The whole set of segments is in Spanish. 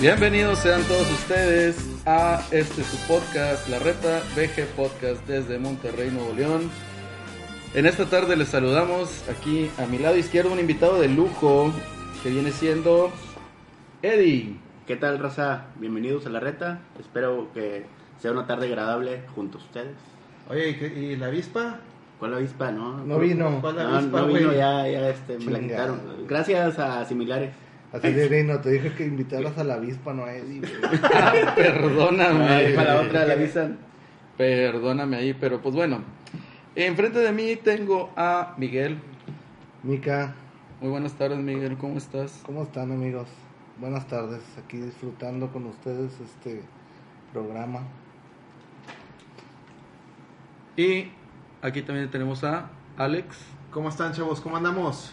Bienvenidos sean todos ustedes a este su podcast, La Reta BG Podcast desde Monterrey, Nuevo León. En esta tarde les saludamos aquí a mi lado izquierdo un invitado de lujo que viene siendo Eddie. ¿Qué tal, raza? Bienvenidos a La Reta. Espero que sea una tarde agradable junto a ustedes. Oye, ¿y, qué- y la avispa? ¿Cuál avispa, no? No vino. ¿Cuál No, avispa, no güey? vino, ya, ya este, me la Chingado. quitaron. Gracias a similares. Así de Rino, te dije que invitaras a la avispa, no a Eddie, güey. Ay, Perdóname. para la otra la avisan. Perdóname ahí, pero pues bueno. Enfrente de mí tengo a Miguel. Mica, Muy buenas tardes, Miguel. ¿Cómo estás? ¿cómo están, amigos? Buenas tardes, aquí disfrutando con ustedes este programa. Y aquí también tenemos a Alex. ¿Cómo están, chavos? ¿Cómo andamos?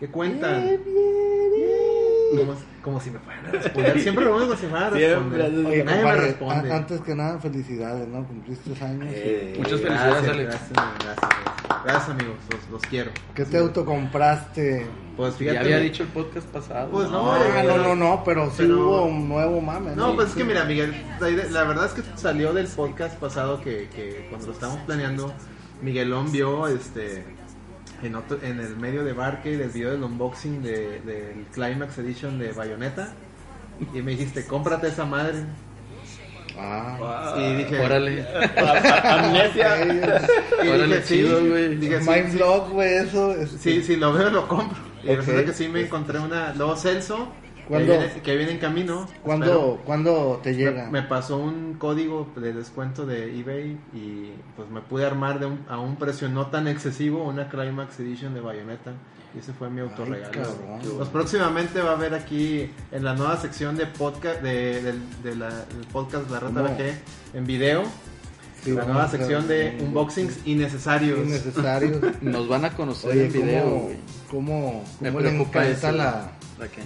¿Qué cuentan? Como, como si me fueran a responder. Siempre lo mismo, si me van a Siempre responder. haces- Oye, nadie me compadre, responde. a- antes que nada, felicidades, ¿no? Cumpliste años. Eh, Muchas gracias. felicidades, gracias, Alex. gracias, gracias. Gracias, amigos. Los, los quiero. ¿Qué te autocompraste? Pues fíjate. Ya había dicho el podcast pasado. Pues no, Ah, eh, no, no, no, pero sí pero- hubo un nuevo mame. No, pues es que mira, Miguel, la verdad es que salió del podcast pasado que, que cuando lo estábamos planeando, Miguelón vio este en, otro- en el medio de Barque del video del unboxing de- del Climax Edition de Bayonetta y me dijiste, cómprate esa madre. Ah, Y dije, Órale. Amnesia. eh, Y Órale, dije, sí, chido, güey. dije, sí, mind sí, blog, güey, eso. este, sí, sí, lo veo, lo compro. Y Ok. resulta que sí me encontré una, luego Celso, que ¿Cuándo? viene, que viene en camino. espero. ¿Cuándo, ¿Cuándo te Me- llega? Me pasó un código de descuento de eBay y pues me pude armar de un- a un precio no tan excesivo una Climax Edition de Bayonetta. Y ese fue mi autorregalo. cabrón. pues próximamente va a haber aquí en la nueva sección de podcast de, del- de la, del podcast La Rata ¿Cómo? BG en video. Sí, la vamos nueva a- sección de unboxings innecesarios. innecesarios. Nos van a conocer Oye, en video, ¿cómo, güey. cómo, Me cómo le preocupa encanta eso. la, ¿La qué?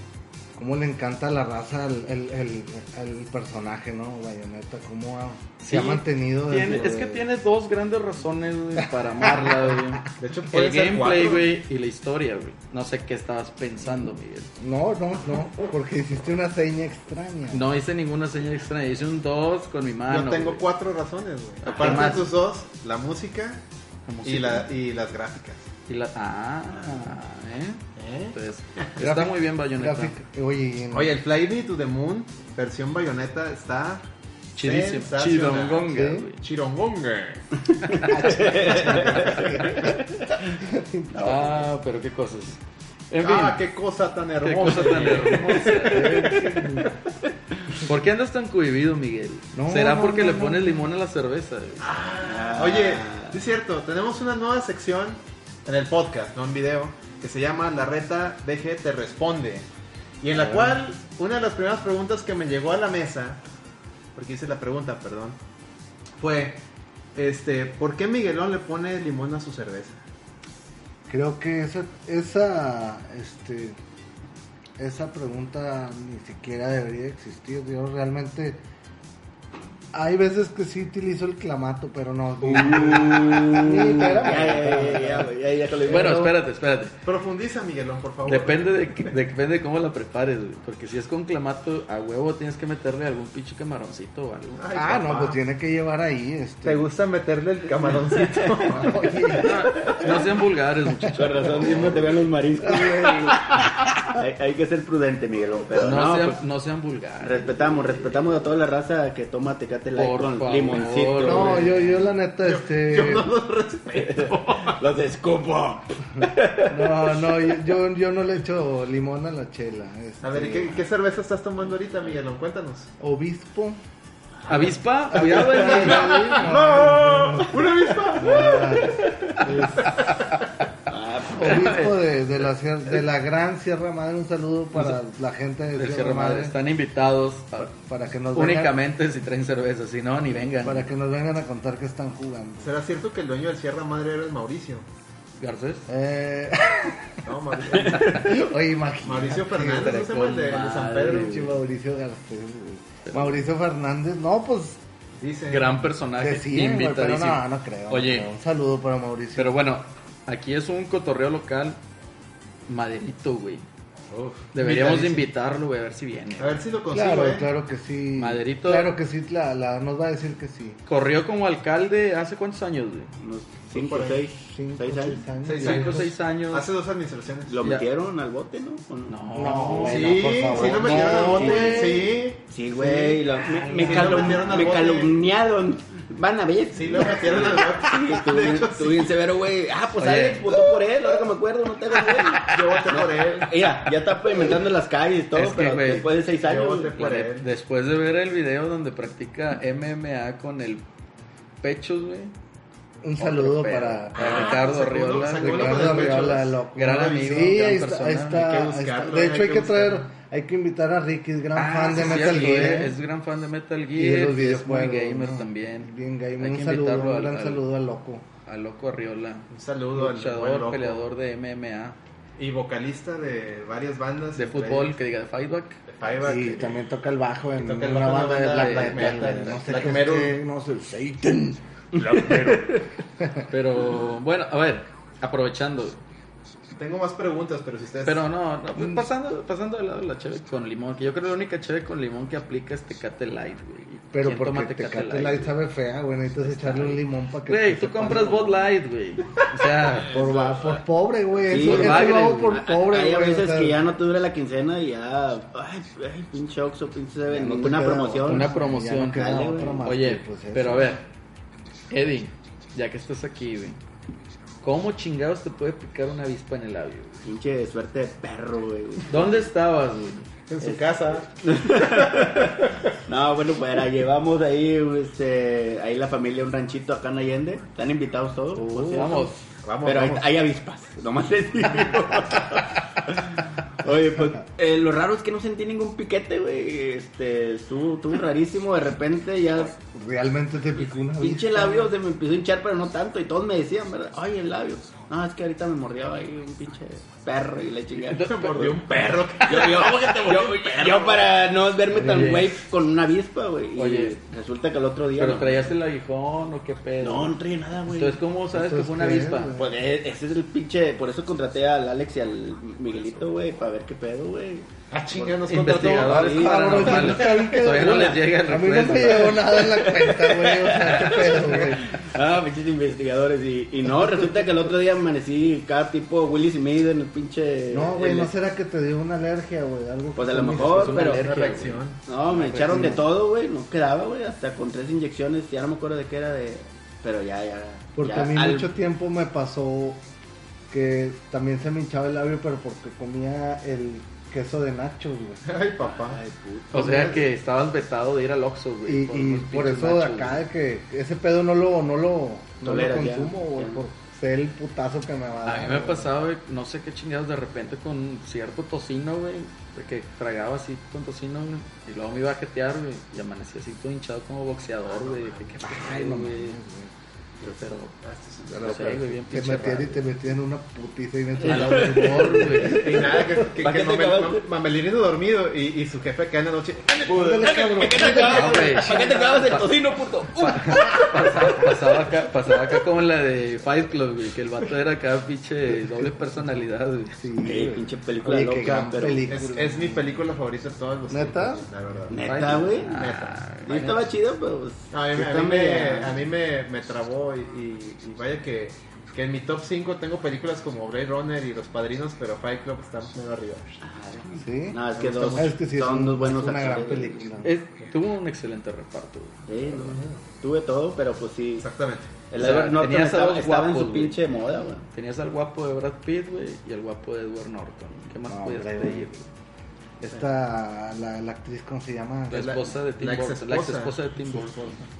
cómo le encanta a la raza al el, el, el personaje, ¿no? Bayonetta, cómo ha- se ha Sí, mantenido. Tiene- desde- es que tiene dos grandes razones güey, para amarla, güey. De hecho, puede El ser gameplay, cuatro. güey, y la historia, güey. No sé qué estabas pensando, Miguel. No, no, no, porque hiciste una seña extraña. No hice ninguna señal extraña, hice un 2 con mi Yo Ah, mano. tengo güey. cuatro razones, güey. Ajá, Aparte de más. tus dos, la música, La y, música. la, y las gráficas. Y la- Ah, ¿eh? Entonces, está Gráfica- muy bien Bayonetta. gráfica- Oye, y en- Oye, el Fly Me to the Moon, versión bayoneta, está Chidísimo. sensacional. Chidongonga, Sí. güey. Chirongonga. Ah, pero qué cosas. En fin. ah, qué cosa tan qué hermosa. cosa tan hermosa. ¿Por qué andas tan cohibido, Miguel? No, ¿Será no, porque no, le no. Ah, pones limón a la cerveza? güey? Ah. Oye, sí es cierto, tenemos una nueva sección en el podcast, no en video, que se llama La reta BG te responde. Y en la Ah. cual, una de las primeras preguntas que me llegó a la mesa, porque hice la pregunta, perdón, fue, este, ¿por qué Miguelón le pone limón a su cerveza? Creo que esa, esa, este, esa pregunta ni siquiera debería existir. Yo realmente, hay veces que sí utilizo el clamato, pero no. ni- ni- espérame, espérame. Bueno, espérate, espérate. Profundiza, Miguelón, por favor. Depende de, que- de- depende de cómo la prepares, güey. Porque si es con clamato, a huevo tienes que meterle algún pinche camaroncito o algo. Ay, Ah, papá. no, pues tiene que llevar ahí, este. ¿Te gusta meterle el camaroncito? No sean vulgares, muchachos. Con razón, siempre te vean los mariscos, güey. hay, hay que ser prudente, Miguelón. Pero No, no, sean, pues, no sean vulgares. respetamos, respetamos a toda la raza que toma Tecate Light Por con favor, limoncito. No, güey. yo, yo la neta, este. Los escupo. No, no, yo- yo, yo no le echo limón a la chela. este, A ver, ¿y ¿qué, qué cerveza estás tomando ahorita, Miguelón? Cuéntanos. Obispo. Avispa, cuidado, eh. ¡Una avispa! Ah, pues, Obispo de, de la, cier- de la gran Sierra Madre, un saludo para la gente de Del Sierra, Sierra Madre. Madre. Están invitados a- Para que nos vengan, únicamente si traen cerveza. Si no, ni vengan. para que nos vengan a contar que están jugando. ¿Será cierto que el dueño del Sierra Madre era el Mauricio? Garcés. Eh, No, Mauricio. oye, imagínate. Mauricio Fernández, ¿no se llama el de, el de San Madre, Pedro? Pinche Mauricio Garcés, güey. Mauricio Fernández, no, pues Dice. Gran personaje. decían, güey, pero Ah, invitadísimo. no, no creo. no Oye. creo. un saludo para Mauricio. Pero bueno, aquí es un cotorreo local maderito, güey. Uf. Deberíamos de Vitalicio. invitarlo, güey, a ver si viene. A ver si lo consigo, Claro, eh. claro que sí. Madrito. Claro que sí, la, la- nos va a decir que sí. Corrió como alcalde hace cuántos años, güey. Unos 5 o 6 Cinco, años. seis años. Seis ya. Cinco o seis años. Hace dos administraciones. ¿Lo Ya. metieron al bote, no? ¿O No. No, Sí, bueno, por favor. sí lo metieron al No, bote, güey. sí. Sí, güey. lo- me me sí, calum- lo metieron al me bote. calumniaron. Van a ver. Sí lo metieron al bote. Estuvo De bien, hecho, estuvo sí. bien severo, güey. Ah, pues Oye. Alex votó por él, ahora que me acuerdo, no tengo güey. Yo voté por él. Mira, ya está pavimentando las calles y todo, Es que, pero güey, después de seis yo años. voté La por de- él. después de ver el video donde practica MMA con el pechos, güey. Un Oh, saludo Otro pedo. para, para para Ricardo sacudo- Riola. sacudo Ricardo con el Ricardo pecho. Arriola, loco. Gran amigo, Sí, gran ahí está, persona. ahí está, Hay que ahí está. buscarlo, De hecho, hay hay que que traer, buscarlo. hay que invitar a Ricky, es gran Ah, fan de sí, Metal cierto, eh, Gear. Es gran fan de Metal Y de Gear. los es muy videojuegos. gamer ¿no? también. Bien Hay gamer. que Un saludo, invitarlo un al- gran al- saludo al loco. A Loco Arriola. Un saludo al buen Luchador, loco. peleador de MMA. Y vocalista de varias bandas. De fútbol, que diga de fightback. Y también toca el bajo en Toca el una bajo en banda una de banda black de metal. metal, güey, No sé black qué metal. qué, no sé, Satan. Pero bueno, a ver, aprovechando. Tengo más preguntas, pero si ustedes. Pero no, no, Mm. pues, pasando, pasando de lado de la cheve con limón, que yo creo que la única cheve con limón que aplica es Tecate Light, güey. Pero ¿Quién toma porque Tecate Light güey? sabe fea, güey. Necesitas echarle un limón para que. Güey, te tú sepa compras algo. Bud Light, güey. O sea, Por, va- por pobre, güey. Sí, eso eso bagre, lo hago güey. por pobre, Ah, Hay güey. a o veces sea, que ya no te dura la quincena y ya. Ay, ay pinche Oxxo, pinche Seven, no te ninguna queda promoción. una ya promoción, no queda dale, otra güey. más oye, que, pues, eso. pero a ver, Eddie, ya que estás aquí, güey, ¿cómo chingados te puede picar una avispa en el labio? güey? Pinche suerte de perro, güey. ¿Dónde estabas, güey? En su casa. No, bueno, pues era, llevamos ahí, este, ahí la familia, un ranchito acá en Allende. Están invitados todos. Pues, Uh, por cierto. vamos. Vamos, Pero hay- vamos. Hay, avispas, nomás les digo. Oye, pues eh, lo raro es que no sentí ningún piquete, güey. Este, estuvo, estuvo rarísimo. De repente ya Realmente te picó una pinche avispa, labio se me empezó a hinchar, pero no tanto. Y todos me decían, ¿verdad? Ay, el labio. No, es que ahorita me mordió ahí un pinche perro y la chingada. Se mordió un perro. Yo, yo, yo- yo para no verme tan Oye. güey con una avispa, güey. Y Oye. resulta que el otro día. ¿Pero no. traías el aguijón o qué pedo? No, no traía nada, güey. Entonces, ¿cómo sabes que Entonces, fue una ¿qué, avispa? güey? Pues e- ese es el pinche. Por eso contraté al Alex y al Miguelito, güey, para ver qué pedo, güey. Ah, chinga, nos contrató. Pues, Investigadores Sí, Cabrón, paranormales. nunca vi que- Todavía no les Una. llega el A mí no recuerdo. me llegó nada en la cuenta, güey. O sea, qué pedo, güey. Ah, pinches investigadores. Y, y no, resulta que el otro día amanecí cada tipo Willy Smith en el pinche. No, güey, el- no será que te dio una alergia, güey. Algo Pues a que lo comiste, mejor, una pero- alergia, Una güey. reacción. No, Ah, pues me echaron de todo, güey. No quedaba, güey. Hasta con tres inyecciones. Ya no me acuerdo de qué era de. Pero ya, ya. Porque ya a mí al- mucho tiempo me pasó que también se me hinchaba el labio, pero porque comía el queso de nachos, güey. Ay, papá. O sea que estabas vetado de ir al Oxxo, güey. Y, y unos por pinches eso de nachos, acá güey. de que ese pedo no lo, no lo, no lo Toleras ya, consumo, güey, ya. por ser el putazo que me va a dar. A mí me ha güey. pasado, güey, no sé qué chingados, de repente con cierto tocino, güey. de Que tragaba así con tocino, güey. Y luego me iba a jetear, güey. Y amanecí así todo hinchado como boxeador, güey. Que qué Ay, pedo, no güey. mames, Pero, este güey. no sé, güey, bien Te pinche metían y raro. te metían una putiza y A la neta. Urgor, güey. Y nada, que, que, ¿Para qué que te mamel- acabaste? mam- mamelirino dormido y, y su jefe acá en la noche. Ándale, cabrón. ¿Para qué te acabas- No, güey. ¿Para qué te acabas el tocino, puto? Pasaba, pasaba acá, pasaba acá como la de Fight Club, güey. Que el vato era acá pinche doble personalidad, güey. Sí, Ey, güey. pinche película Oye, loca, qué gran pero- película. Es, es mi película favorita de todos los ¿Neta? tiempos, La verdad. Neta, güey. Ah, Yo estaba chido, pero pues. A mí, me- a está mí me, media- a mí me, me trabó y, y- y vaya que, que en mi top 5 tengo películas como Blade Runner y Los Padrinos, pero Fight Club está medio arriba. Ay, Sí. No, es que Me gusta dos- mucho. Es que sí, son es un- dos buenos es una gran actores. película. Es- tuvo un excelente reparto, güey. Sí, no, tuve todo, pero pues sí. Exactamente. El O sea, Edward Norton tenías a estaba, dos estaba en guapos, su güey. pinche moda, güey. Tenías al guapo de Brad Pitt, güey, y al guapo de Edward Norton. ¿Qué más No, podías hombre, pedir? güey. Esta, la, la actriz, ¿cómo se llama? La esposa de Tim la Burton. La ex exesposa. esposa de Tim Su Burton. esposa.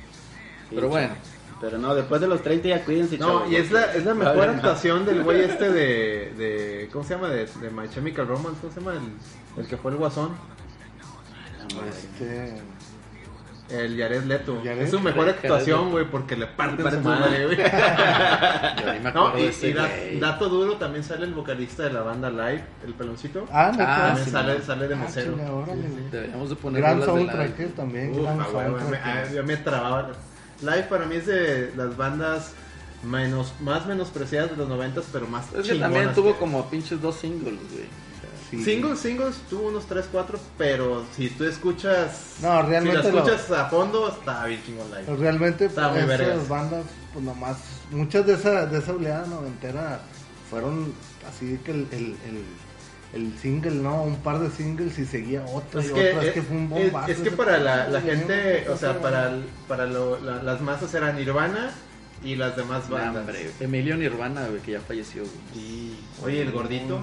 Pero bueno, Pero no, después de los 30 ya cuídense, No, chavos, y es la, porque es la va a mejor haber más. actuación del güey este de, de. ¿Cómo se llama? De, de My Chemical Romance. ¿Cómo se llama? El, el que fue el guasón. Pues, Este, El Jared Leto. Jared es su mejor Jared actuación, Leto. güey, porque le parten parte su su madre, güey. yo ni me acuerdo No, de y, ese y da- güey. dato duro también sale el vocalista de la banda Live, el peloncito. Ah, no, Ah, también sí, sale, man. sale de Ah, mesero. chinga, órale, Sí, sí. güey. Deberíamos de poner Gran rolas de soundtrack Live. eh, también. Uf, gran a huevo, me- ah, soundtrack. eh, a- yo me trababa. Live para mí es de las bandas menos, más menospreciadas de los noventas, pero más Es que chingonas también tuvo que- como pinches dos singles, güey. O sea, sí. Singles, singles, tuvo unos 3, 4, pero si tú escuchas. No, realmente Si lo no. escuchas a fondo, está bien chingón live. Realmente Está muy pues, vergas. esas bandas, pues nomás, muchas de esa, de esa oleada noventera fueron así que el, el, el, el single, ¿no? Un par de singles y seguía otra Es y que, otra. es, Es que fue un es- bombazo. es que ese para la, pedo, la güey, gente, una o sea, cosa- para, el- para lo- la- las masas era Nirvana y las demás bandas. Hombre, Emilio Nirvana, güey, que ya falleció, güey. Y, oye, el gordito,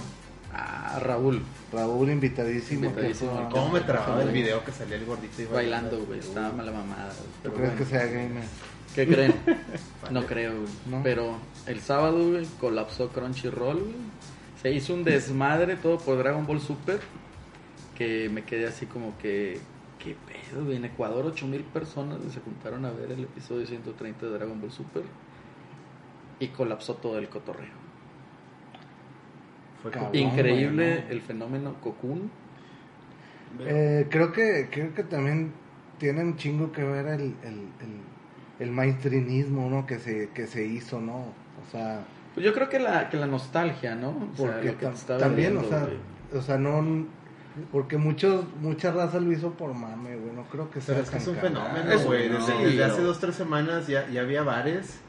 Ah, Raúl, Raúl invitadísimo. Invitadísimo, que- ¿no? ¿cómo me trababa el Hombre. video que salía el gordito y bailando, güey. Estaba mala mamada, güey. ¿Tú Pero crees que bueno. sea gamer? ¿Qué creen? No creo, güey. ¿No? Pero el sábado, güey, colapsó Crunchyroll, güey. Se hizo un desmadre todo por Dragon Ball Super. Que me quedé así como que. ¿Qué pedo, güey? En Ecuador, 8000 personas se juntaron a ver el episodio 130 de Dragon Ball Super. Y colapsó todo el cotorreo. Fue Cabrón, Increíble güey, ¿no? el fenómeno Cocoon. Eh, creo que creo que también tiene un chingo que ver el, el, el, el mainstreamismo, ¿no? Que se, que se hizo, ¿no? O sea, Pues yo creo que la, que la nostalgia, ¿no? O sea, porque lo que tam- te estaba también, viendo, o sea, güey. o sea, no porque muchos mucha raza lo hizo por mame, güey, no creo que O sea, sea es que es tan un cabrón. fenómeno, Es güey. un Desde, fenómeno. desde hace dos, tres semanas ya, ya había bares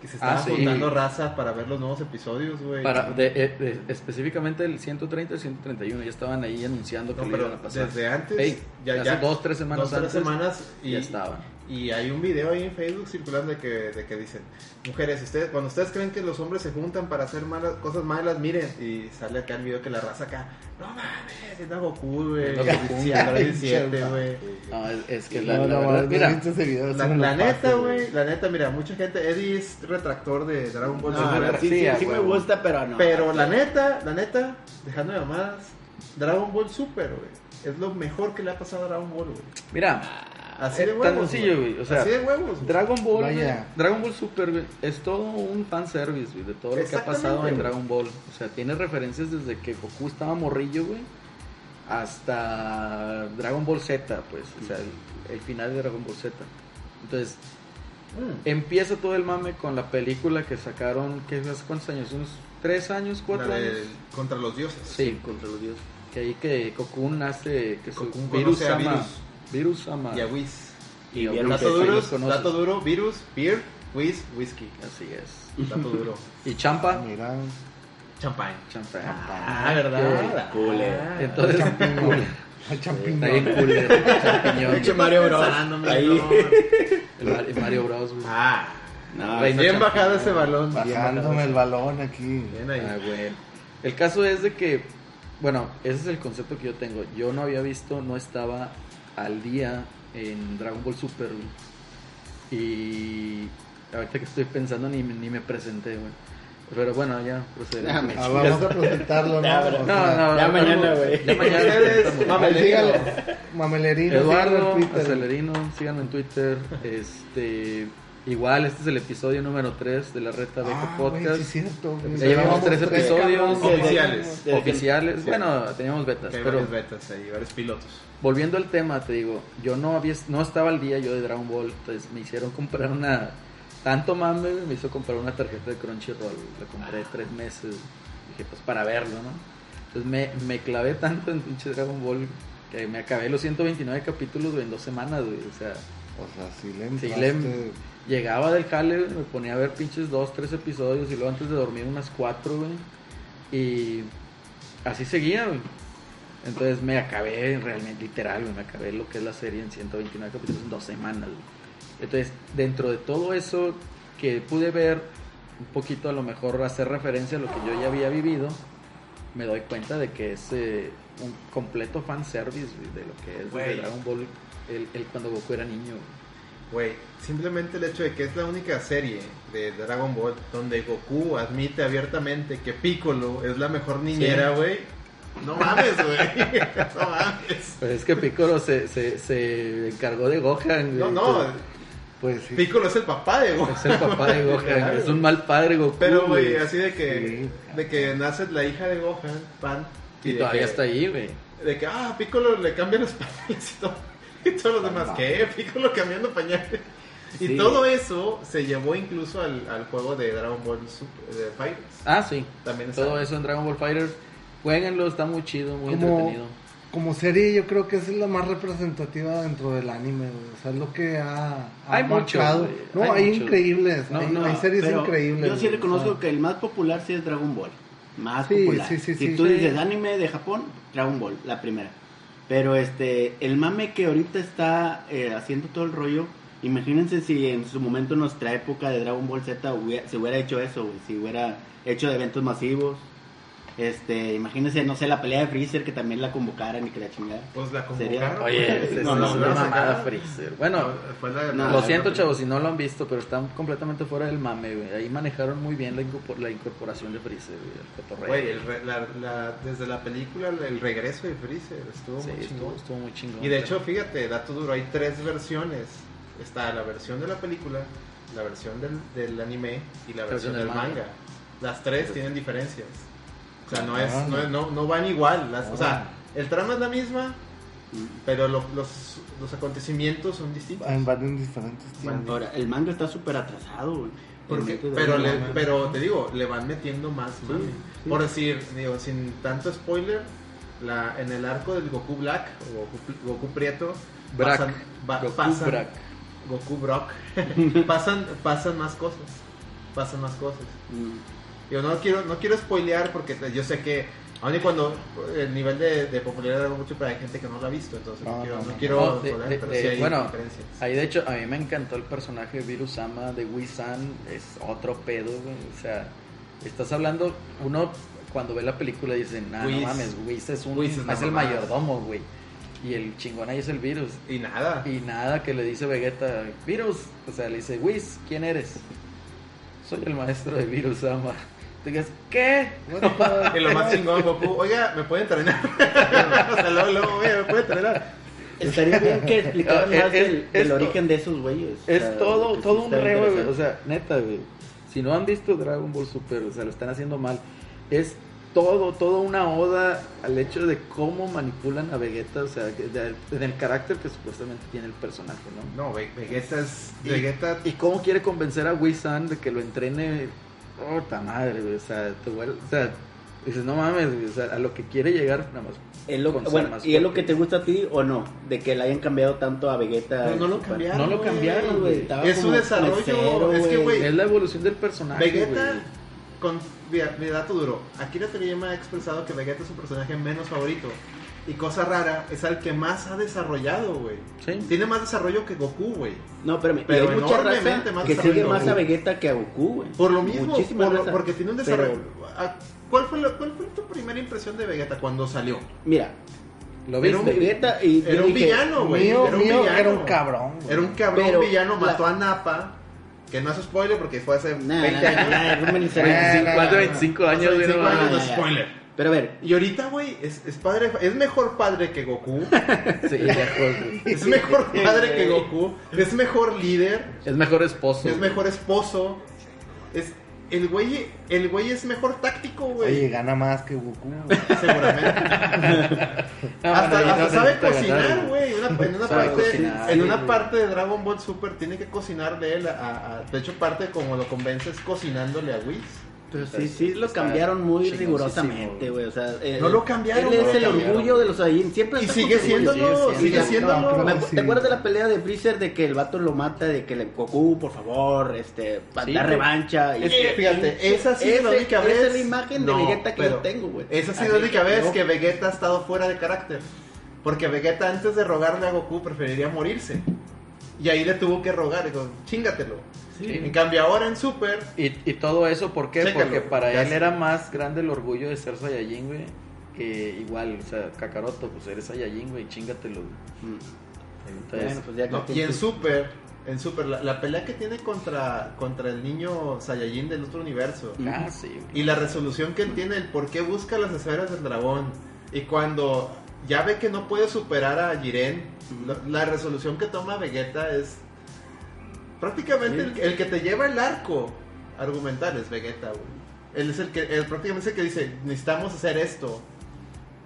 que se estaban Ah, sí. juntando raza para ver los nuevos episodios, güey. Para, de- eh, de- específicamente el 130 y el 131, ya estaban ahí anunciando que No, lo iban pero a pasar. desde antes, Ey, hace dos, tres semanas dos, tres antes, semanas y, ya estaban. y hay un video ahí en Facebook circulando de que, de que dicen, mujeres, ustedes, cuando ustedes creen que los hombres se juntan para hacer malas, cosas malas, miren, y sale acá el video que la raza acá, no mames, es Goku, Es güey, Goku. sí, Android 7, güey. No, es, es que la, la No, no, verdad, no, mira, no he visto ese video, La, sí me lo la neta, paso, güey, la neta, mira, mucha gente, Eddie es retractor de Dragon Ball No, Super. sí, sí, sí, sí me güey. gusta, pero no. Pero la neta, la neta, dejando de mamadas, Dragon Ball Super, güey. Es lo mejor que le ha pasado a Dragon Ball, güey. mira, Así Eh, de tan huevos. sencillo, güey, o sea, Así de huevos. güey. Dragon Ball, güey, Vaya. Dragon Ball Super güey, es todo un fanservice, güey, de todo lo que ha Exactamente, pasado en güey. Dragon Ball. O sea, tiene referencias desde que Goku estaba morrillo, güey, hasta Dragon Ball Z, pues, o sea, el, el final de Dragon Ball Z. Entonces, Mm. empieza todo el mame con la película que sacaron, ¿qué es? ¿Cuántos años? ¿Unos tres años, cuatro La años? de Contra los dioses. Sí, Contra los dioses. que ahí que Cocoon hace que su Cocoon virus conoce a ama Virus. virus ama Y a Whis. y a Dato Virus, Dato ahí duro, los conoce. dato duro, virus, beer, Whis, whisky. así es Dato duro. y Champa Ah. Mira, Champagne. Champa Ah, ¿verdad? Qué culero. Ah, entonces champiñón. está champiñón. bien cool el champiñón Pinche Mario Bros. Pensándome, Ahí. el Mar- el Mario Bros güey. Ah. No, Reino bien Champiñón. bajado ese balón. bien Bajándome el balón aquí. Bien Ah, ahí. güey. El caso es de que, bueno, ese es el concepto que yo tengo. Yo no había visto, no estaba al día en Dragon Ball Super, güey. Y ahorita que estoy pensando ni, me- ni me presenté, güey. Pero bueno, ya procederé. Ah, vamos a presentarlo, ¿no? Ya, O pero- No, sea, no, Ya no, mañana, no, güey. Ya mañana. Ustedes, estamos. ahí síganlo. mamelerino. Mamelerino, síganlo Eduardo, en Twitter. Acelerino, síganme en Twitter. Este, igual, este es el episodio número 3 de la Reta Beco Ah, güey, Podcast. sí, cierto, güey. Ya llevamos tres episodios. cabrón. Oficiales. Oficiales, bueno, teníamos betas, Que hay pero varias betas ahí, varios pilotos. Volviendo al tema, te digo, yo no había, no estaba al día yo de Dragon Ball, entonces me hicieron comprar una, tanto mame, güey, me hizo comprar una tarjeta de Crunchyroll, güey, la compré tres meses, dije, pues para verlo, ¿no? Entonces me, me clavé tanto en pinche Dragon Ball que me acabé los 129 capítulos güey, en dos semanas, güey, o sea, O sea, sí le Sí, entraste. le- llegaba del jale, güey, me ponía a ver pinches dos, tres episodios y luego antes de dormir unas cuatro, güey, y así seguía, güey. Entonces me acabé realmente, literal, güey, me acabé lo que es la serie en 129 capítulos en dos semanas. güey. Entonces, dentro de todo eso que pude ver, un poquito a lo mejor hacer referencia a lo que yo ya había vivido, me doy cuenta de que es eh, un completo fanservice güey, de lo que es desde Güey. Dragon Ball el, el cuando Goku era niño. güey. Güey, simplemente el hecho de que es la única serie de Dragon Ball donde Goku admite abiertamente que Piccolo es la mejor niñera, güey. No mames, güey. No mames. Pues es que Piccolo se, se, se encargó de Gohan. No, güey. no, Pues sí. Piccolo es el papá de Goku. Es el papá de Gohan. es un mal padre Goku. Pero, güey, güey. así de que, Sí. de que nace la hija de Gohan, Pan. Y de todavía que- está ahí, güey. De que, ah, Piccolo le cambia los pañales y todo. Y todos los demás, ¿qué? Piccolo cambiando pañales. Y Sí. todo eso se llevó incluso al, al juego de Dragon Ball Super, de Fighters. Ah, sí. También está. Todo eso en Dragon Ball Fighter. Jueguenlo, está muy chido, muy como, entretenido. como serie yo creo que esa es la más representativa dentro del anime, güey. O sea, es lo que ha, ha Hay muchos, marcado. güey, No, hay hay, muchos. increíbles. No, hay, no, hay series Pero increíbles. Yo sí güey, reconozco o sea, que el más popular sí es Dragon Ball. Más Sí, popular. sí, sí, si sí. tú Sí. dices anime de Japón, Dragon Ball, la primera. Pero este, el mame que ahorita está eh, haciendo todo el rollo, imagínense si en su momento, en nuestra época de Dragon Ball Z, hubiera- se hubiera hecho eso, güey, si hubiera hecho eventos masivos. Este, imagínense, no sé, la pelea de Freezer que también la convocaran y que la chingada. Pues la Sería- convocaron. Oye, güey. es, no, es no, una la mamada sacaron. Freezer. Bueno, Fue la- No, lo no, siento, no, chavos, si no lo han visto, pero están completamente fuera del mame, güey. Ahí manejaron muy bien la, incorpor- la incorporación de Freezer, güey, el cotorreo. Güey, el re- la- la- desde la película, el regreso de Freezer estuvo Sí, muy estuvo, chingón. estuvo muy chingón. Y de hecho, fíjate, dato duro, hay tres versiones. Está la versión de la película, la versión del, del anime y la versión del manga. Las tres tienen diferencias. O sea, no es, Ah, no, es- no, no van igual. Las- o sea, el trama es la misma, Mm. pero lo- los, los acontecimientos son distintos. en varios diferentes Van- tiempos. Ahora, el manga está súper atrasado, güey. Porque- El manga de pero, Dragon le- Ball. pero te digo, le van metiendo más mame. sí. Por decir, digo, sin tanto spoiler, la, en el arco del Goku Black o Goku, Goku Prieto, Brack. pasan, va- Goku pasan- Brack. Goku Brock, pasan, pasan más cosas. Pasan más cosas. Mm. Yo no quiero, no quiero spoilear porque te- yo sé que aun y cuando el nivel de, de popularidad es mucho, pero hay gente que no lo ha visto, entonces no, No, quiero, no, no no. quiero Ah, No, de- spoilear, de- pero de- sí hay bueno, diferencias. Ahí de hecho a mí me encantó el personaje Virusama de Wii-san, es otro pedo, güey. O sea, estás hablando, uno cuando ve la película dice, nah, no Whis. mames, Whis es un Whis es la es el mamada". mayordomo, güey. Y el chingón ahí es el virus. Y nada. Y nada que le dice Vegeta, Virus, o sea, le dice, Whis, ¿quién eres? Soy el maestro de Virusama. Te digas, ¿qué? What the- Y lo más chingón, Goku, oiga, ¿me puede entrenar? o sea, luego, luego, oye, ¿me puede entrenar? Estaría bien que explicaran Es- más del, e- es- del to- origen de esos güeyes. O Es sea, todo, que todo sí un está reo, güey. interesante. O sea, neta, güey. Si no han visto Dragon Ball Super, o sea, lo están haciendo mal. Es todo, todo una oda al hecho de cómo manipulan a Vegeta, o sea, que de- del carácter que supuestamente tiene el personaje, ¿no? No, Ve- Vegeta es... Y- Vegeta... Y cómo quiere convencer a Wei-San de que lo entrene. ¡Puta madre, güey! O sea, te vuel- o sea, dices, no mames, güey, o sea, a lo que quiere llegar, nada más. Es lo- con ser bueno, más ¿y es lo que fuerte. te gusta a ti o no? De que le hayan cambiado tanto a Vegeta. No, no lo Super. cambiaron, No lo cambiaron, güey. Estaba Es su como desarrollo, mesero, es que, güey, Es la evolución del personaje. Vegeta... güey. Con, mira, mira, dato duro. Akira Toriyama ha expresado que Vegeta es su personaje menos favorito. Y cosa rara, es al que más ha desarrollado, güey. Sí. Tiene más desarrollo que Goku, güey. No, espérame, y Pero hay mucha enormemente raza más que sigue desarrollo, más a güey. Vegeta que a Goku, güey. Por lo mismo, Muchísima por lo- raza. porque tiene un desarrollo... Pero, Ah, ¿Cuál fue, la- ¿Cuál fue tu primera impresión de Vegeta cuando salió? mira, Lo viste. Era un Vegeta y yo Era un dije, villano, güey. mío, era un mío, villano. era un cabrón. güey. Era un cabrón Pero villano, la- mató a Napa. Que no es spoiler porque fue hace nah, 20 nah, nah, años. nah, no me interesa. Bueno, Sí, nah, Más de nah, 25 Hace años, güey, no 25 mames. años, no nah, nah. spoiler. Pero a ver, Y ahorita, güey, es, es padre, es mejor padre que Goku. Sí, pues, lejos, güey. Es mejor padre que Goku. Es mejor líder. Es mejor esposo. Es güey. mejor esposo. Es, el güey, el güey es mejor táctico, Oye, güey. gana más que Goku. Seguramente. No, hasta no, no, hasta no sabe Ah, necesita cocinar, ganar, güey. Una- en una, Sabe parte, cocinar, en sí, una güey. parte de Dragon Ball Super tiene que cocinarle él. a- a- a- de hecho, parte como lo convence es cocinándole a Whis. Pero sí, Entonces, sí, lo está cambiaron muy chingoncísimo, rigurosamente, güey. O sea, eh, No lo cambiaron, Él no es lo el cambiaron. orgullo de los Saiyajin. Siempre Y está sigue con su orgullo. siéndolo, sigue sigue siendo. siéndolo. No, Me- creo ¿Te Sí. acuerdas de la pelea de Freezer de que el vato lo mata, de que le Goku, por favor, este, para Sí, dar güey. revancha? Y, este, Es que, fíjate, esa ha sido Ese- la única esa vez. es la imagen de Vegeta que yo pero tengo, güey. Esa ha Así sido la única que vez no. que Vegeta ha estado fuera de carácter. Porque Vegeta, antes de rogarle a Goku, preferiría morirse. Y ahí le tuvo que rogar, digo, chingatelo. Sí. En cambio, ahora en Super, Y, y todo eso, ¿por qué? Chécalo, Porque para ya él sé. era más grande el orgullo de ser Saiyajin, güey. Que igual, o sea, Kakaroto, pues eres Saiyajin, güey, chingatelo. güey. Mm. Entonces, Bueno, pues ya no, que- y en Super, en Super, la, la pelea que tiene contra, contra el niño Saiyajin del otro universo. Mm. ah, sí, güey. Y la resolución que él tiene, el por qué busca las esferas del dragón. Y cuando ya ve que no puede superar a Jiren, lo- la, resolución que toma Vegeta es prácticamente el, que- el que te lleva el arco argumental es Vegeta, güey. Él es el que, él prácticamente es el que dice, necesitamos hacer esto.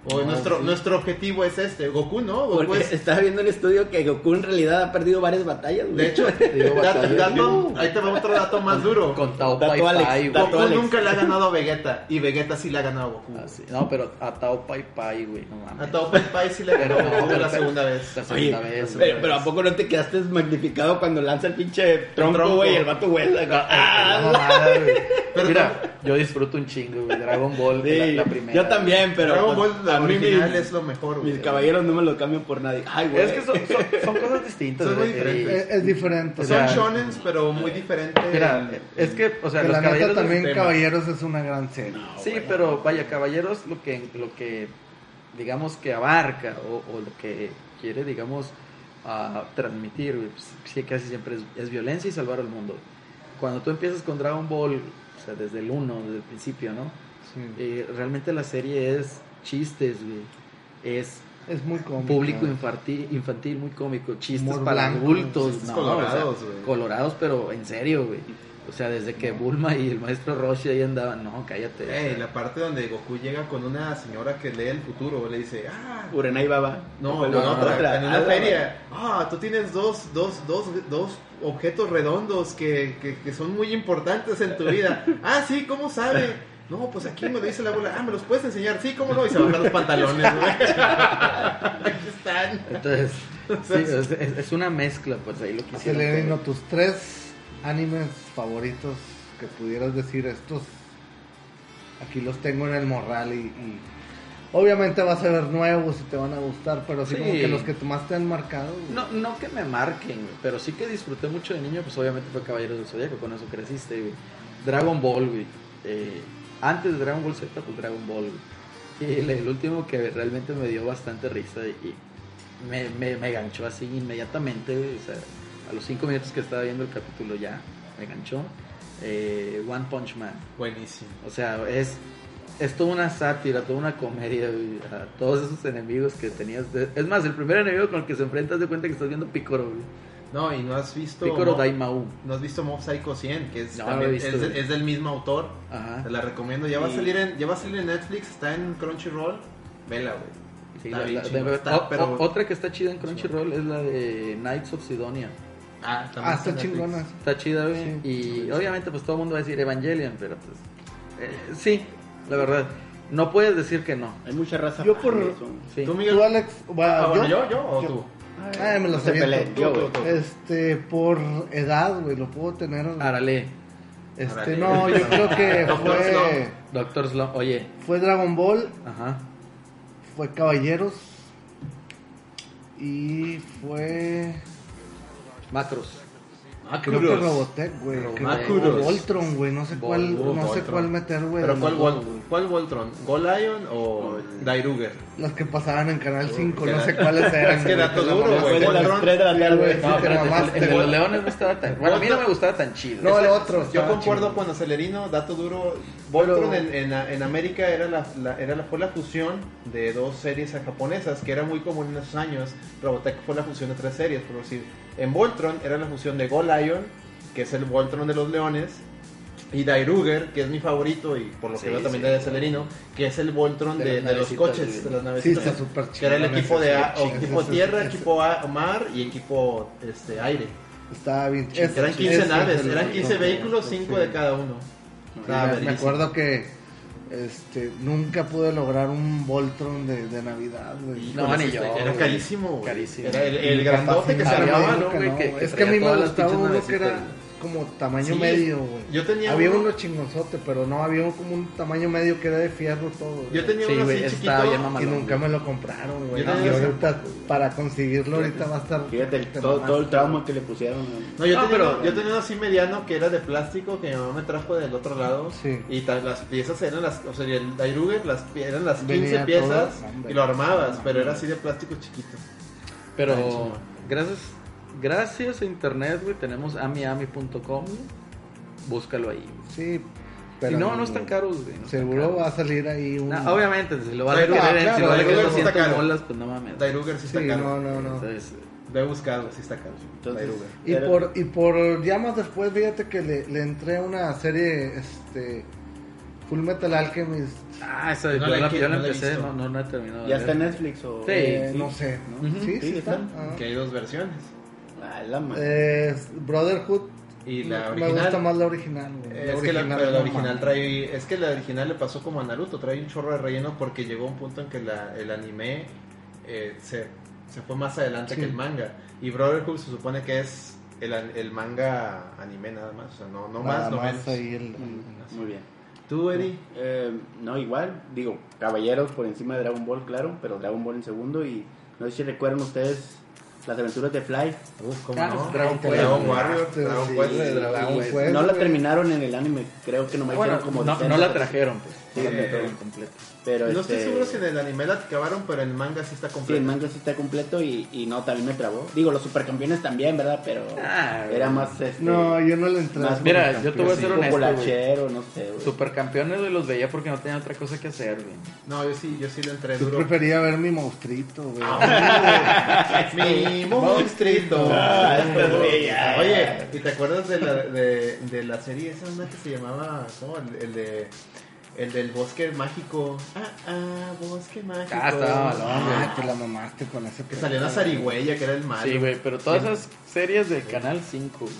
O No, nuestro, sí. nuestro objetivo es este. Goku no, Goku Porque es- estaba viendo en el estudio que Goku en realidad ha perdido varias batallas, güey. De hecho, digo, dat- batallón. dato- ahí te va otro dato más duro. Con Tao Tato Pai Alex, Pai, güey. Tato Goku Alex. nunca le ha ganado a Vegeta y Vegeta sí le ha ganado a Goku. Ah, sí. No, pero a Tao Pai Pai, güey. No mames. A Tao Pai Pai sí le ganó Pero a no, Goku la pero- segunda vez. La Oye, segunda vez. pero, güey. pero ¿a poco no te quedaste magnificado cuando lanza el pinche tronco. tronco, güey? y El vato vuela. güey? Ah, Ah, no mames, güey. Pero Mira, yo disfruto un chingo, güey. Dragon Ball, sí. la, la primera. Yo también, pero. pues, Dragon Ball la a mí original mis- es lo mejor, güey. Mis caballeros no me lo cambio por nadie. Ay, güey. Es que son, son- son cosas distintas, Son muy güey. diferentes. Es, es diferente. O O sea, Son shonens, pero muy diferentes. Mira, es que, o sea, los Eh, la neta caballeros. también tema. Caballeros es una gran serie. Sí, pero vaya, caballeros, lo que, lo que digamos que abarca o, o lo que quiere, digamos, a transmitir, güey, pues, sí, casi siempre es, es violencia y salvar al mundo. Cuando tú empiezas con Dragon Ball, o sea, desde el 1, desde el principio, ¿no? Sí. Eh, realmente la serie es chistes, güey. Es Es muy cómodo. público infantil, infantil muy cómico, chistes Humor para blanco, adultos, chistes no, colorados, o sea, güey. colorados, pero en serio, güey. O sea, desde que Bulma y el maestro Roshi ahí andaban, no, cállate. o sea, Ey, la parte donde Goku llega con una señora que lee el futuro, le dice, ah, Urenai Baba. no, Fue en la otra, en Ah, una la- feria, ah, tú tienes dos, dos, dos, dos objetos redondos que, que, que son muy importantes en tu vida. Ah, sí, ¿cómo sabe? No, pues aquí me lo dice la abuela, ah, ¿me los puedes enseñar? Sí, ¿cómo no? Y se bajan los pantalones, güey. Aquí están. Entonces, sí, es, es- es una mezcla, pues ahí lo que Se hicieron. le vino fue- tus tres animes favoritos que pudieras decir estos. Aquí los tengo en el morral y, y obviamente vas a ver nuevos y te van a gustar, pero así Sí. como que los que más te han marcado. güey. Ah, No, no que me marquen, güey, pero sí que disfruté mucho de niño, pues obviamente fue Caballeros del Zodíaco, con eso creciste, güey. Dragon Ball, güey. Eh, antes de Dragon Ball Z, pues Dragon Ball, güey. Y el, el último que realmente me dio bastante risa y me, me, me ganchó así inmediatamente, güey. O sea, a los cinco minutos que estaba viendo el capítulo ya, me ganchó. Eh, One Punch Man. Buenísimo. O sea, es, es toda una sátira, toda una comedia güey, a todos esos enemigos que tenías. de- Es más, el primer enemigo con el que se enfrentas de cuenta que estás viendo Picoro. güey. No, y no has visto... Picoro Mo- Daimao. No has visto Mob Psycho 100, que es, No, también- lo he visto, es, de- güey. es del mismo autor. Ajá. Te la recomiendo. Ya va a Sí. salir en, ya va a salir en Netflix, está en Crunchyroll. Vela, güey. Sí, Está la- bien la- chingón, de- está, o- pero- o- otra que está chida en Crunchyroll es la de Knights of Sidonia. Ah, Ah, está Netflix. chingona. Está chida, güey. Sí. Y obviamente, pues todo el mundo va a decir Evangelion, pero pues. eh, sí, la verdad. No puedes decir que no. Hay mucha raza. Yo fan por- de eso. Sí. Tú, Miguel. ¿Tú, Alex? va, Ah, bueno, yo, yo o yo- tú. Ay, me No los se peleen, aviento. yo, Tú, güey. tú, tú. Este, por edad, güey, lo puedo tener. Arale, Este, Árale. no, yo creo que Doctor fue, Slump. Doctor Slump. Oye, fue Dragon Ball, ajá. fue Caballeros y fue. Macros. Ah, Creo que Robotech, güey. Robotech. Creo- Macros. o Voltron, güey. No sé Vol- cuál, Uh, no sé Voltron. cuál meter, güey. ¿Pero de cuál, los Vol- dos, güey. cuál Voltron? ¿Golion o Dairuger? Las que pasaban en Canal 5, no era- sé cuáles eran. Es que dato güey. duro, Fue de Voltron. las 3 de la tarde. No, güey. Sí, te pero mamaste, el de los güey. leones no estaba tan. Bueno, a mí no me gustaba tan chido. No, el Ese- otro. Yo estaba concuerdo Ah, chingón. con Acelerino, dato duro. Voltron Pero- en, en, en América era la, la- era la, fue la fusión de dos series japonesas, que era muy común en esos años. Robotech fue la fusión de tres series, por decir. En Voltron era la fusión de Golion, que es el Voltron de los leones, y Dairuger, que es mi favorito y por lo Sí, que veo también sí. de Acelerino, que es el Voltron De de, las de los navecitas, coches, sí. de las Sí, navecitas. está súper chido. que era el equipo de a- o equipo Ese- tierra, ese- equipo a- mar y equipo este, aire. Estaba bien chido. Eran 15 Ese- naves, ese- eran 15 vehículos, Sí. 5 de cada uno. Sí, Estaba me verguísima. acuerdo que este, nunca pude lograr un Voltron de, de Navidad, güey. No, Híjole, ni yo, este, Era güey. carísimo, güey. Carísimo. Era el, Y el mi grandote papá que se sí me armaba, dijo ¿no, güey? no, Que- que es que a traía mí me todas las gustaba pinches uno que era navecitas, como Sí, tamaño medio, güey. yo tenía Había uno- uno chingonzote, pero no, había uno como un tamaño medio que era de fierro todo. güey. Yo tenía Sí, uno güey, así estaba bien chiquito. mamá. Y Malón, nunca güey. me lo compraron, güey. Yo tenía Y ese- ahorita, para conseguirlo, ahorita va a estar. Fíjate, te todo, todo el mamaste. trauma que le pusieron. ¿no? No, yo, No, tenía, pero- uno- yo tenía uno así mediano que era de plástico que mi mamá me trajo del otro lado. Sí. Y ta- las piezas eran las, o sea, el Dairuger las, pi- eran las 15 Venía piezas todo, hombre. y lo armabas, pero era así de plástico chiquito. Pero gracias, gracias a internet, güey, tenemos amiami.com. güey. Búscalo ahí. güey. Sí, y no, no están caros, güey. no están Seguro caros. va a salir ahí un. No, obviamente, si lo vas a Pero, querer ah, en- si claro, lo vas a el querer Google está 200 caro. bolas, pues no mames. Dairuger sí Sí, está caro. no, no, no. Entonces, Lo he buscado, sí está caro. Entonces, Dairuger. Y Era- por, y por ya más después, fíjate que le, le entré a una serie este Full Metal Alchemist. Ah, esa yo, No la la, qui- yo la no la he empecé, visto. no, no, no he terminado. de ¿Ya ver. está en Netflix o...? Sí. Eh, No sé, ¿no? Ujú, sí, sí, sí, está. está. Ah. Que hay dos versiones. Ah, la madre. Eh, Brotherhood. Y la me original. gusta más la original. güey. Es que la, pero la no original mames. trae. Es que la original le pasó como a Naruto, trae un chorro de relleno porque llegó un punto en que la- el anime eh, se, se fue más adelante Sí. que el manga. Y Brotherhood se supone que es el, an- el manga anime nada más, o sea, no, no más, Nada no más menos. Mm. ahí el- Muy bien. Tú, Eri, Eh, no, igual, digo, caballeros por encima de Dragon Ball, claro, pero Dragon Ball en segundo y no sé si recuerdan ustedes las aventuras de Fly. ¿cómo Ah, no? pues, Dragon Quest. Dragon Warrior, Sí, Dragon sí, Quest. sí, Dragon Quest. Quest, no la güey. terminaron en el anime, creo que nomás Bueno, hicieron como no, no defensa, la trajeron, pues. No la Sí. trajeron completa. Pero No este, estoy seguro si en el anime la acabaron, pero el manga sí está sí, completo. el manga sí está completo y, y no, también me trabó. Digo, los supercampeones también, ¿verdad? Pero Ah, era más este, No, yo no le entré. Más- Mira, yo te voy a sí, ser un poco honesto. güey. lachero, no sé, güey. Supercampeones güey, los veía porque no tenía otra cosa que hacer, güey. No, yo sí, yo sí le entré Yo duro. prefería ver mi monstruito, güey. Ah. Mi monstruito. Ah, después, güey, ya, Oye, ¿y te acuerdas de la, de, de la serie esa una que se llamaba, ¿cómo? El, el de... El del bosque mágico. Ah, ah, bosque mágico. Ah, estaba malón, güey. Ah, te la mamaste con ese. Que salió una pedo, güey. zarigüeya, que era el malo. Ah, Sí, güey, pero todas esas series del Canal 5, güey.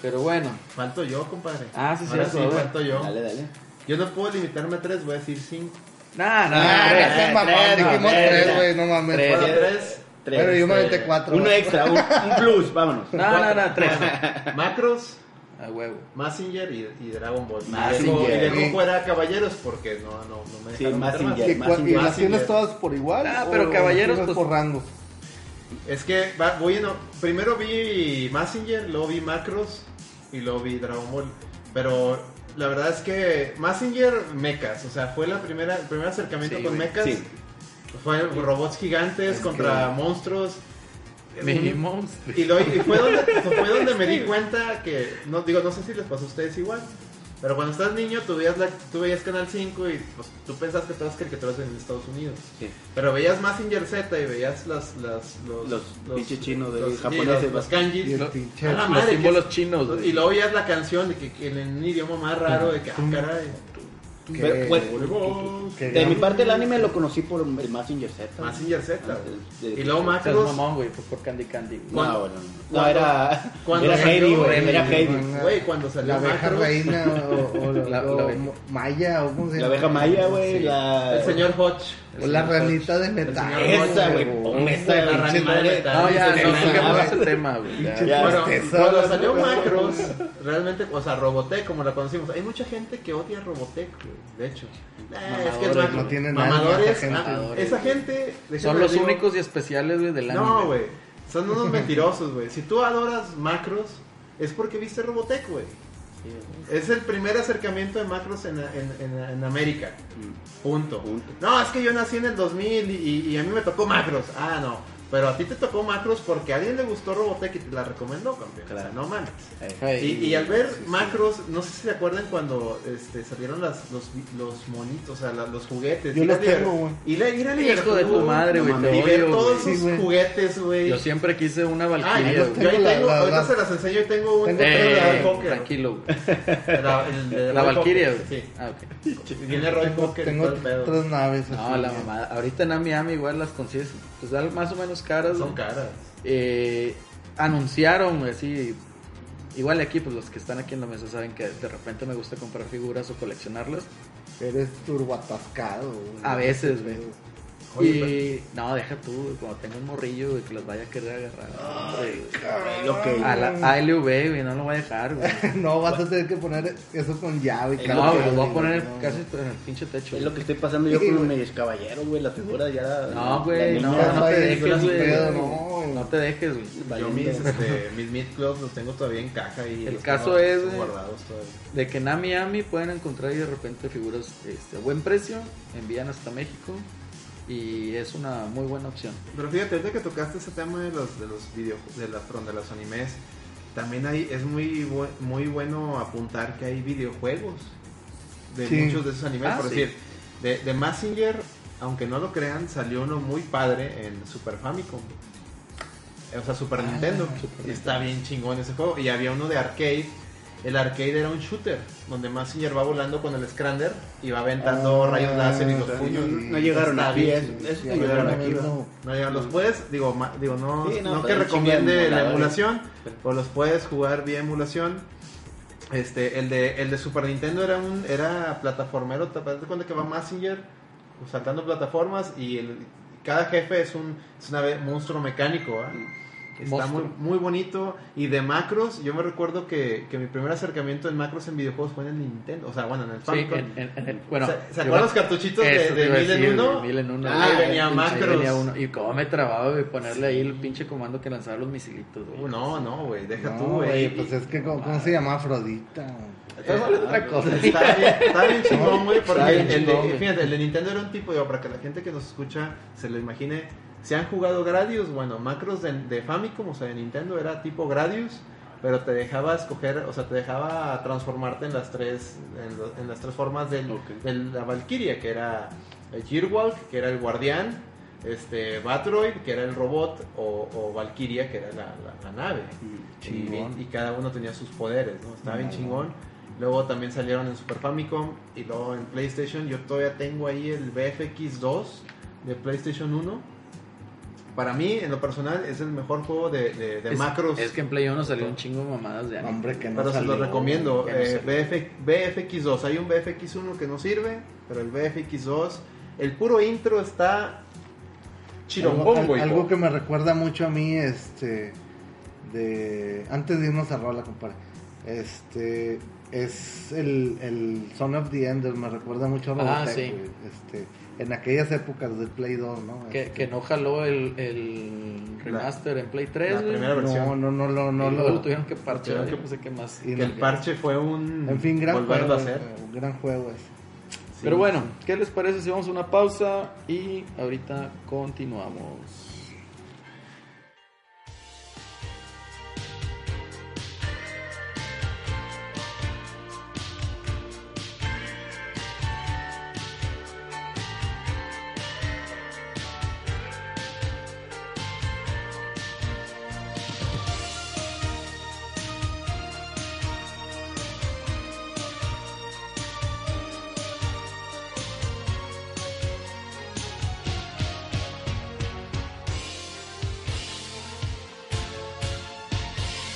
Pero bueno, Falto yo, compadre. Ah, sí, Ahora cierto, sí, a ver. falto yo. Dale, dale. Yo no puedo limitarme a tres, voy a decir cinco. nada, Ah, nada, no seas mamón, tres, dijimos tres, tres, tres. güey, no mames. Tres. Bueno, tres. Tres, Pero yo me eh, aventé cuatro. Uno güey. extra, un, un plus, vámonos. No, no, no, tres. Bueno, Macros, A huevo. Massinger y, y Dragon Ball. Y Mazinger. dejó, y dejó Sí. fuera Caballeros porque no, no, no me Sí, dejaron meter más. Mazinger. ¿Y, cua- y Mazinger. las tienes todas por igual? Oh, Ah, o pero caballeros, las tienes pues- por rango. Es que, va- voy en- primero vi Massinger, luego vi Macros y luego vi Dragon Ball. Pero la verdad es que Massinger, mechas. O sea, fue la primera, el primer acercamiento Sí, con güey, mechas. sí. Fue robots gigantes Es contra que- monstruos. Mi Un- monstruo. Y, lo- y fue, donde, fue donde me di cuenta que, no digo, no sé si les pasó a ustedes igual, pero cuando estás niño tú veías, la- tú veías Canal 5 y pues, tú pensabas que todas las caricaturas en Estados Unidos. Sí. Pero veías Massinger Z y veías las, las, los, Los pinches chinos de los- sí, japoneses, los, los ¿no? kanjis. Y el lo- pinche- a la los madre, que- símbolos chinos, güey. Y luego veías la canción de que, que en un idioma más raro, de que, ah, caray. Pero, pues, Volvemos. que- de mi parte el anime lo conocí por el Massinger Z. Mazinger Z, güey. De- de- Y luego Seas Macros. mamón, güey, fue por Candy Candy, güey. No, Cuando- bueno, no. cuando- No, era. cuando era salió Heidi, güey. Heidi, Era Heidi. güey. Güey, cuando salió La abeja Macros, reina o, o- La- o la abeja. mo- maya o cómo se La llama. abeja maya, güey. Sí. La. el señor Hodge. O la ranita de metal. señor Esa, güey. o- pum, Esa, La la ranita de metal. No, ya, Sí, no sí, tocamos sí. ese tema, güey. ya. Ya. Bueno, Tristeza, cuando ¿no? salió Macros, realmente, o sea, Robotech, como la conocimos, hay mucha gente que odia Robotech, güey, de hecho. Eh, es que es Mamadores, Macros. no tienen alma mamadores, esa gente. ah, esa gente, déjame Son los digo, únicos y especiales, güey, del anime. No, güey, son unos mentirosos, güey. Si tú adoras Macros, es porque viste Robotech, güey. Es el primer acercamiento de Macros en, en- en- en América. Punto. Punto. No, es que yo nací en el 2000 y, y- y a mí me tocó Macros. Ah, no. Pero a ti te tocó Macros porque a alguien le gustó Robotech y te la recomendó, campeón. O sea, Claro. no mames. Ay, Y, y al ver Macros, no sé si se acuerdan cuando este, salieron las, los, los monitos, o sea, la- los juguetes. Yo Ir a los Liber- tengo, güey. Ir a, ir a Hijo de tu Liverpool, madre, no güey, mames. te Y ver odio, güey. todos Sí, esos güey. juguetes, güey. Yo siempre quise una Ah, Valkyria, yo, güey. yo ahí Tengo la- tengo, la- ahorita la- se las enseño, yo tengo un Tengo- de Eh, Roy Cocker. tranquilo, güey. La, el de La Roy Valkyria, Cocker, güey. Sí. Ah, ok. Viene Roy Cocker y Tengo todo el pedo. tres naves. No, así, la güey. mamada. Ahorita en la Miami igual las consigues, pues dan más o menos caras. Son güey. caras. Eh, anunciaron, güey, así. Igual aquí, pues los que están aquí en la mesa saben que de repente me gusta comprar figuras o coleccionarlas. Eres turbatascado. güey. A veces, güey. Oye, y no, deja tú, güey, cuando tenga un morrillo, güey, que las vaya a querer agarrar. güey. Lo que. a la ALV, güey, no lo voy a dejar, güey. No, vas a tener que poner eso con llave. No, Eh, No, claro, güey, lo voy güey, a poner no, casi en el pinche techo. Es güey. lo que estoy pasando yo Sí, con los güey. medios caballeros, güey. La figura ya. No, güey, no, niña no te va y dejes, las pedo, güey. No, no. no te dejes, güey. Yo mis, este, mis Meat Clubs los tengo todavía en caja y El los caso tengo es, güey, guardados todavía. De que en a Miami pueden encontrar y de repente figuras este, a buen precio, envían hasta México y es una muy buena opción. Pero fíjate, desde que tocaste ese tema de los, de los video, de las, perdón, de los animes, también hay, es muy, bu- muy bueno apuntar que hay videojuegos de Sí. muchos de esos animes. Ah, por sí. decir, de, de Massinger, aunque no lo crean, salió uno muy padre en Super Famicom. O sea, Super Nintendo. Super Y está bien chingón ese juego. Y había uno de arcade el arcade era un shooter, donde Massinger va volando con el Scrander y va aventando rayos láser y los Ah, sí, puños. No llegaron Está aquí, bien. eso, eso sí, no llegaron no, aquí. no. No, ya, Mm. los puedes, digo, ma- digo no, Sí, no, no pero que hay un chingo de recomiende la emuladores. emulación, o los puedes jugar vía emulación. Este, el de, el de Super Nintendo era un, era plataformero, te das cuenta que va Massinger pues, saltando plataformas y el- cada jefe es un, es una ve- monstruo mecánico, ¿ah? Está muy, Monstruo. muy bonito. Y de macros, yo me recuerdo que, que mi primer acercamiento en macros en videojuegos fue en el Nintendo. O sea, bueno, en el Sí, Famicom. en- en- en el- bueno, ¿Se, se yo- acuerdan los cartuchitos de, eso te de iba a mil en decir, uno? güey, Mil en uno. Ah, güey. ahí venía Ahí macros. venía uno. Y cómo me trababa, güey, ponerle ahí el pinche comando que lanzaba los misilitos, güey. Uh, no, no, güey, deja No, tú, güey. güey, Pues es que, ¿cómo, cómo se llama Afrodita? Eso es otra cosa. Está bien, está bien chingón, güey, pues, Está porque bien el, el chingón, de, güey. fíjate, el de Nintendo era un tipo, digo, para que la gente que nos escucha se lo imagine, se han jugado Gradius, bueno, macros de, de Famicom, o sea, de Nintendo era tipo Gradius, pero te dejaba escoger, o sea, te dejaba transformarte en las tres, en, lo- en las tres formas del- Ok. de la Valkyria, que era el Gearwalk, que era el guardián, este, Batroid, que era el robot, o, o Valkyria, que era la- la- la nave. Chingón. Y, y cada uno tenía sus poderes, ¿no? Estaba bien Ah, chingón. Luego también salieron en Super Famicom y luego en PlayStation. Yo todavía tengo ahí el BFX2 de PlayStation 1. Para mí, en lo personal, es el mejor juego de, de- de Es- macros. Es que en Play 1 salió un chingo de mamadas de anime. Hombre, que no pero se salió. lo recomiendo. que no eh, salió. BF BFX2. Hay un BFX1 que no sirve, pero el BFX2. El puro intro está Algo, chirombón, al- güey. algo que me recuerda mucho a mí, este, de, antes de irnos a rola, compadre, este, es el, el Son of the Enders, me recuerda mucho a Ah, Robotech, sí. güey, este, en aquellas épocas del Play 2, ¿no? Que, Este, que no jaló el, el remaster en Play 3, la güey. primera versión. no, no, no, No, no, no luego lo lo, tuvieron que parchear, Tuvieron yo que- no sé qué más. y Que el parche fue un en fin, gran volverlo juego, a hacer. eh, un gran juego ese. Sí. Pero bueno, ¿qué les parece si vamos a una pausa y ahorita continuamos?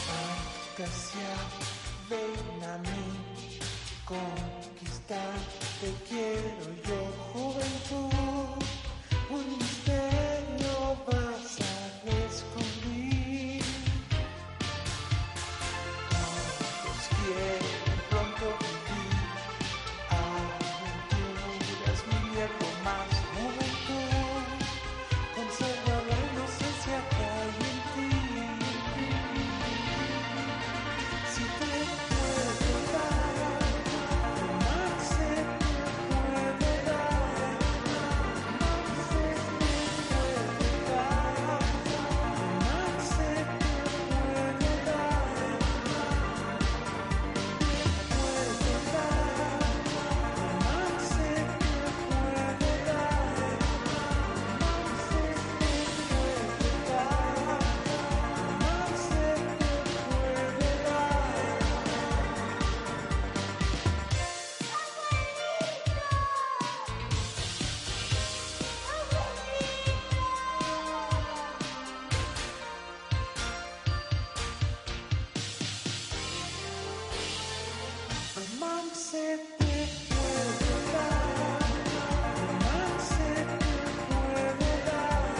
Fantasía, ven a mí, conquistar te quiero yo, juventud. Un misterio vas a descubrir. Los quiero pronto vivir, aventuras mil y algo más, juventud. Conserva la inocencia que hay en ti. Si te puedo dar, más se te puede dar, más se te puede dar, más se te puede dar, puede dar, más se te puede dar, más se te puede dar, más se te puede dar. Mam se te puede dar, mam se te puede dar,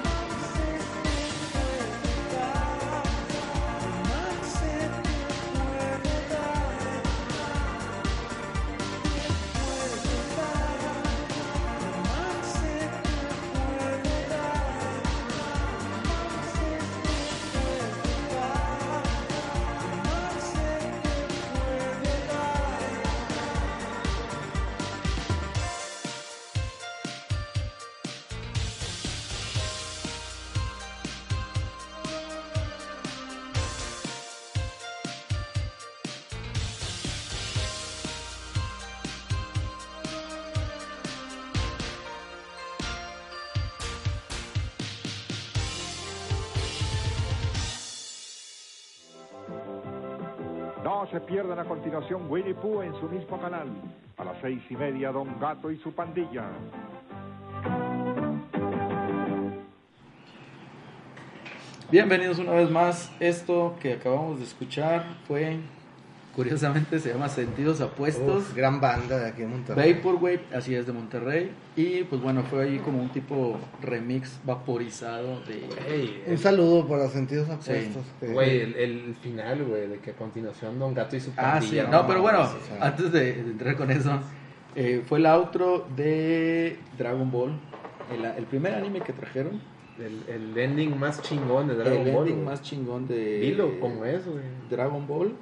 mam se te puede dar, mam se te puede dar, puede dar, mam se te puede dar, mam se te puede dar, mam se te puede dar. No se pierdan a continuación Winnie Pooh en su mismo canal. A las seis y media, Don Gato y su pandilla. Bienvenidos una vez más. Esto que acabamos de escuchar fue, curiosamente, se llama Sentidos Apuestos. Uf, gran banda de aquí en Monterrey. Vaporwave, así es de Monterrey. Y pues bueno, fue ahí como un tipo remix vaporizado de. Güey, Un el- saludo para sentidos apuestos. Eh, güey, el, el final, güey, de que a continuación Don Gato y su Ah, sí. pandilla, No, pero bueno, mames, o sea, antes de, de entrar con eso, eh, fue el outro de Dragon Ball, el, el primer anime que trajeron, el, el ending más chingón de Dragon el Ball. ending güey. más chingón de Dilo, ¿cómo es, güey? Dragon Ball.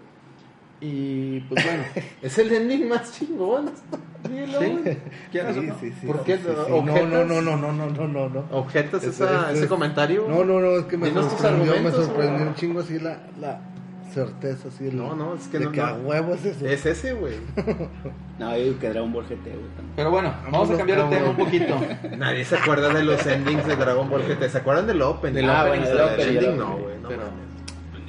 Y pues bueno, Es el ending más chingón. Dilo, ¿sí? güey. ¿Quieres o sí, no? sí, sí, ¿Por sí, qué? sí, sí. No, no, ¿Objetas? no, no, no, no, no, no, no. ¿Objetas Eso- esa- eso ese es- comentario? No, no, no, es que me Dinos tus sorprendió, me argumentos, sorprendió güey. un chingo así la, la certeza, así el- No, no, es que de no- Eh, que no. a huevo es eso. Es ese, güey. No, yo digo que Dragon Ball GT, güey. también. Pero bueno, vamos a cambiar de tema un poquito. Nadie se acuerda de los endings de Dragon Ball GT. ¿Se acuerdan del Open? Del ah, opening, bueno, del del opening, ending del no, opening, güey. No, pero- mames.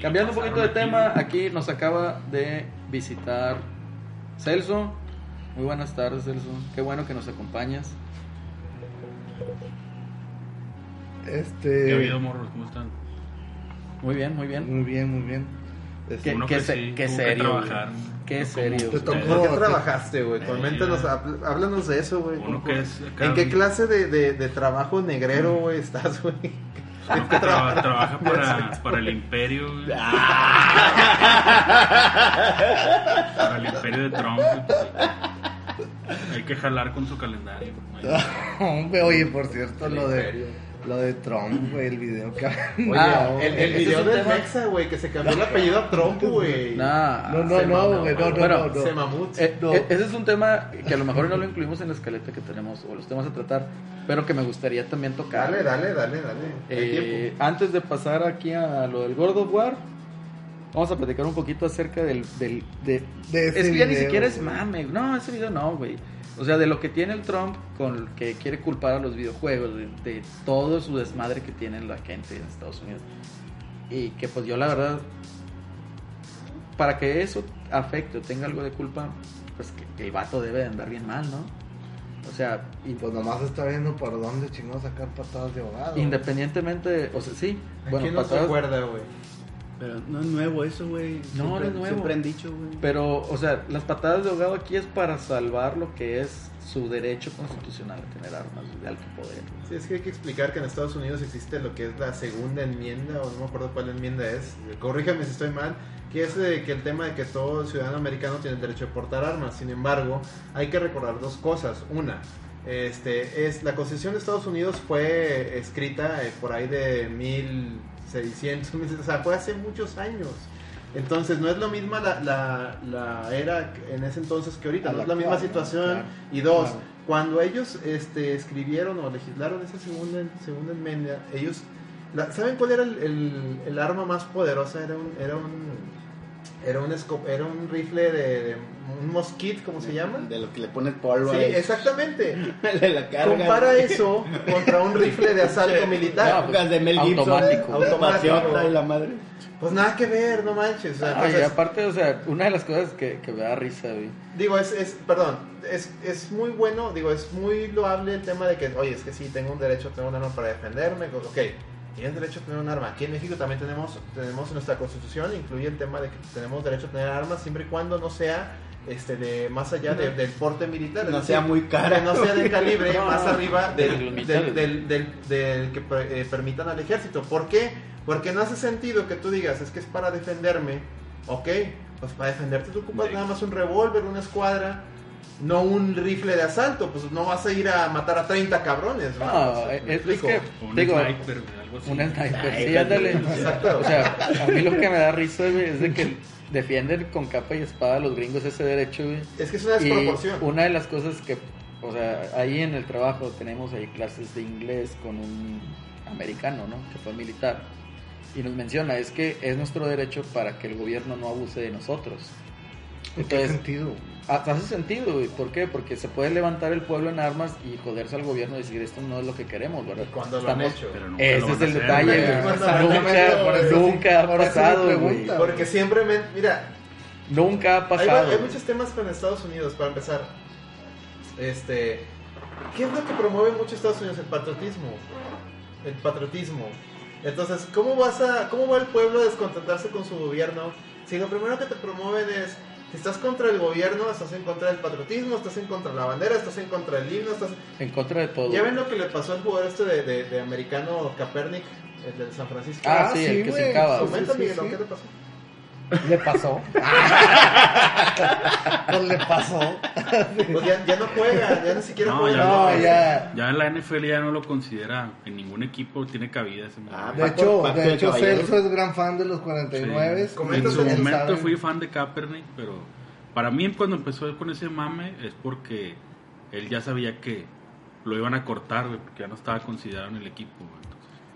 Cambiando un poquito de Pues tema, aquí nos acaba de visitar Celso. Muy buenas tardes, Celso. Qué bueno que nos acompañas. Este, ¿Qué ha habido, morros? ¿Cómo están? Muy bien, muy bien. muy bien, muy bien. Este, Qué, Uno qué que se- sí, qué tuvo que serio. güey. trabajar. Qué serio. Te güey. tocó- ¿Por Pues, qué te- trabaméntanos, güey? Coméntanos, Eh, habl- háblanos de eso, güey. Uno ¿Cómo- que es acá- ¿En qué clase de, de, de trabajo negrero, güey, estás, güey? uno que traba- trabaja para, para el imperio, güey. Para el imperio de Trump, güey, pues sí. Hay que jalar con su calendario. güey. Hombre, oye, por cierto, lo de, lo de Trump, güey, el video que... Oye, Ah, el, el- el ese es video un del tema- Mexa, güey, que se cambió el apellido a Trump, güey. Nah, No, no, se no, mamó, güey, no, no, Bueno, no, no. Se mamut. Eh, No. eh, ese es un tema que a lo mejor no lo incluimos en la escaleta que tenemos o los temas a tratar, pero que me gustaría también tocar. Dale, dale, dale, dale. Hay Eh, antes de pasar aquí a lo del Gordo War, vamos a platicar un poquito acerca del. del- de- De es ese que ya ni video, siquiera es güey. mame. No, ese video no, güey. O sea, de lo que tiene el Trump con el que quiere culpar a los videojuegos, de, de todo su desmadre que tiene la gente en Estados Unidos. Y que pues yo la verdad, para que eso afecte o tenga algo de culpa, pues que el vato debe de andar bien mal, ¿no? O sea, y- Pues nomás está viendo para dónde chingados sacar patadas de ahogado. independientemente, o sea, sí. tiempo. ¿A Bueno, quién nos patadas- recuerda, güey? Pero no es nuevo eso, güey. No, no Siempre- es nuevo. Siempre han dicho, güey. Pero, o sea, las patadas de ahogado aquí es para salvar lo que es su derecho constitucional a tener armas de alto poder. Sí, es que hay que explicar que en Estados Unidos existe lo que es la segunda enmienda, o no me acuerdo cuál enmienda es, corríjame si estoy mal, que es eh, que el tema de que todo ciudadano americano tiene el derecho de portar armas. Sin embargo, hay que recordar dos cosas. Una, este, es, la Constitución de Estados Unidos fue escrita eh, por ahí de 1600, o sea, fue hace muchos años. Entonces, no es lo misma la, la, la era en ese entonces que ahorita, A no la es la misma actual, situación. claro. Y dos, Claro. cuando ellos este, escribieron o legislaron esa segunda, segunda enmienda, ellos... la- ¿Saben cuál era el, el- el arma más poderosa? Era un... Era un era un, esco- era un rifle de, de- un mosquit, ¿cómo se llama? De lo que le pones polvo Sí, ahí. exactamente. De la carga. Compara güey. eso contra un rifle de asalto militar. Épocas de Mel Gibson. Automático. Automático. Automático. y la madre. Pues nada que ver, no manches. O sea, Ah, y entonces- aparte, o sea, una de las cosas que, que me da risa, güey. Digo, es, es perdón, es, es muy bueno, digo, es muy loable el tema de que, oye, es que sí, tengo un derecho a tener un arma para defenderme, co- ok, tienes derecho a tener un arma. Aquí en México también tenemos, tenemos nuestra constitución, incluye el tema de que tenemos derecho a tener armas siempre y cuando no sea este de más allá de- del porte militar. es No decir, sea muy cara. que no sea de calibre No, más no, arriba de del, los del, militares. del- del- del que pre- eh, permitan al ejército. ¿Por qué? Porque no hace sentido que tú digas, es que es para defenderme. Ok, pues para defenderte tú ocupas Sí. nada más un revólver, una escuadra, no un rifle de asalto. Pues no vas a ir a matar a 30 cabrones. ¿no? O No, sea, es, ¿me es explico? que, O un digo, sniper, güey, algo así. un sniper, sí, Sniper, ándale. Exacto. O sea, a mí lo que me da risa, güey, es de que defienden con capa y espada a los gringos ese derecho, güey. Es que es una Y desproporción. una de las cosas que, o sea, ahí en el trabajo tenemos ahí clases de inglés con un americano, ¿no? Que fue militar. Y nos menciona, es que es nuestro derecho para que el gobierno no abuse de nosotros. ¿En qué Entonces, sentido? hasta hace sentido, güey. ¿Por qué? Porque se puede levantar el pueblo en armas y joderse al gobierno y decir, esto no es lo que queremos, ¿verdad? Cuando lo han Estamos- hecho. Pero nunca lo Ese van es el a hacer, detalle, güey. güey. Cuando lo han Nunca, hecho, por eso nunca ha por eso me pasado, güey. pregunta. Porque siempre, me- mira, Nunca ha Hay, pasado. hay muchos temas con Estados Unidos, para empezar. Este, ¿Qué es lo que promueve mucho Estados Unidos? El patriotismo. El patriotismo. Entonces, ¿cómo, vas a, ¿cómo va el pueblo a descontentarse con su gobierno si lo primero que te promueven es, si estás contra el gobierno, estás en contra del patriotismo, estás en contra de la bandera, estás en contra del himno, estás... En contra de todo. Ya ven lo que le pasó al jugador este de, de- de americano Kaepernick, el del San Francisco. Ah, sí, el que se encaba. Sí, Comenta, sí, Miguelón, sí. ¿qué te pasó? Le pasó. pues le pasó. Pues ya, ya no juega, ya ni siquiera No, juega. ya No, ya. Ya la NFL ya no lo considera en ningún equipo, tiene cabida ese Ah, momento. De hecho, Paco de de hecho Caballeros. Celso es gran fan de los 49. Sí. Como y En estos su ustedes momento saben, fui fan de Kaepernick, pero para mí cuando empezó con ese mame es porque él ya sabía que lo iban a cortar, güey, porque ya no estaba considerado en el equipo. güey.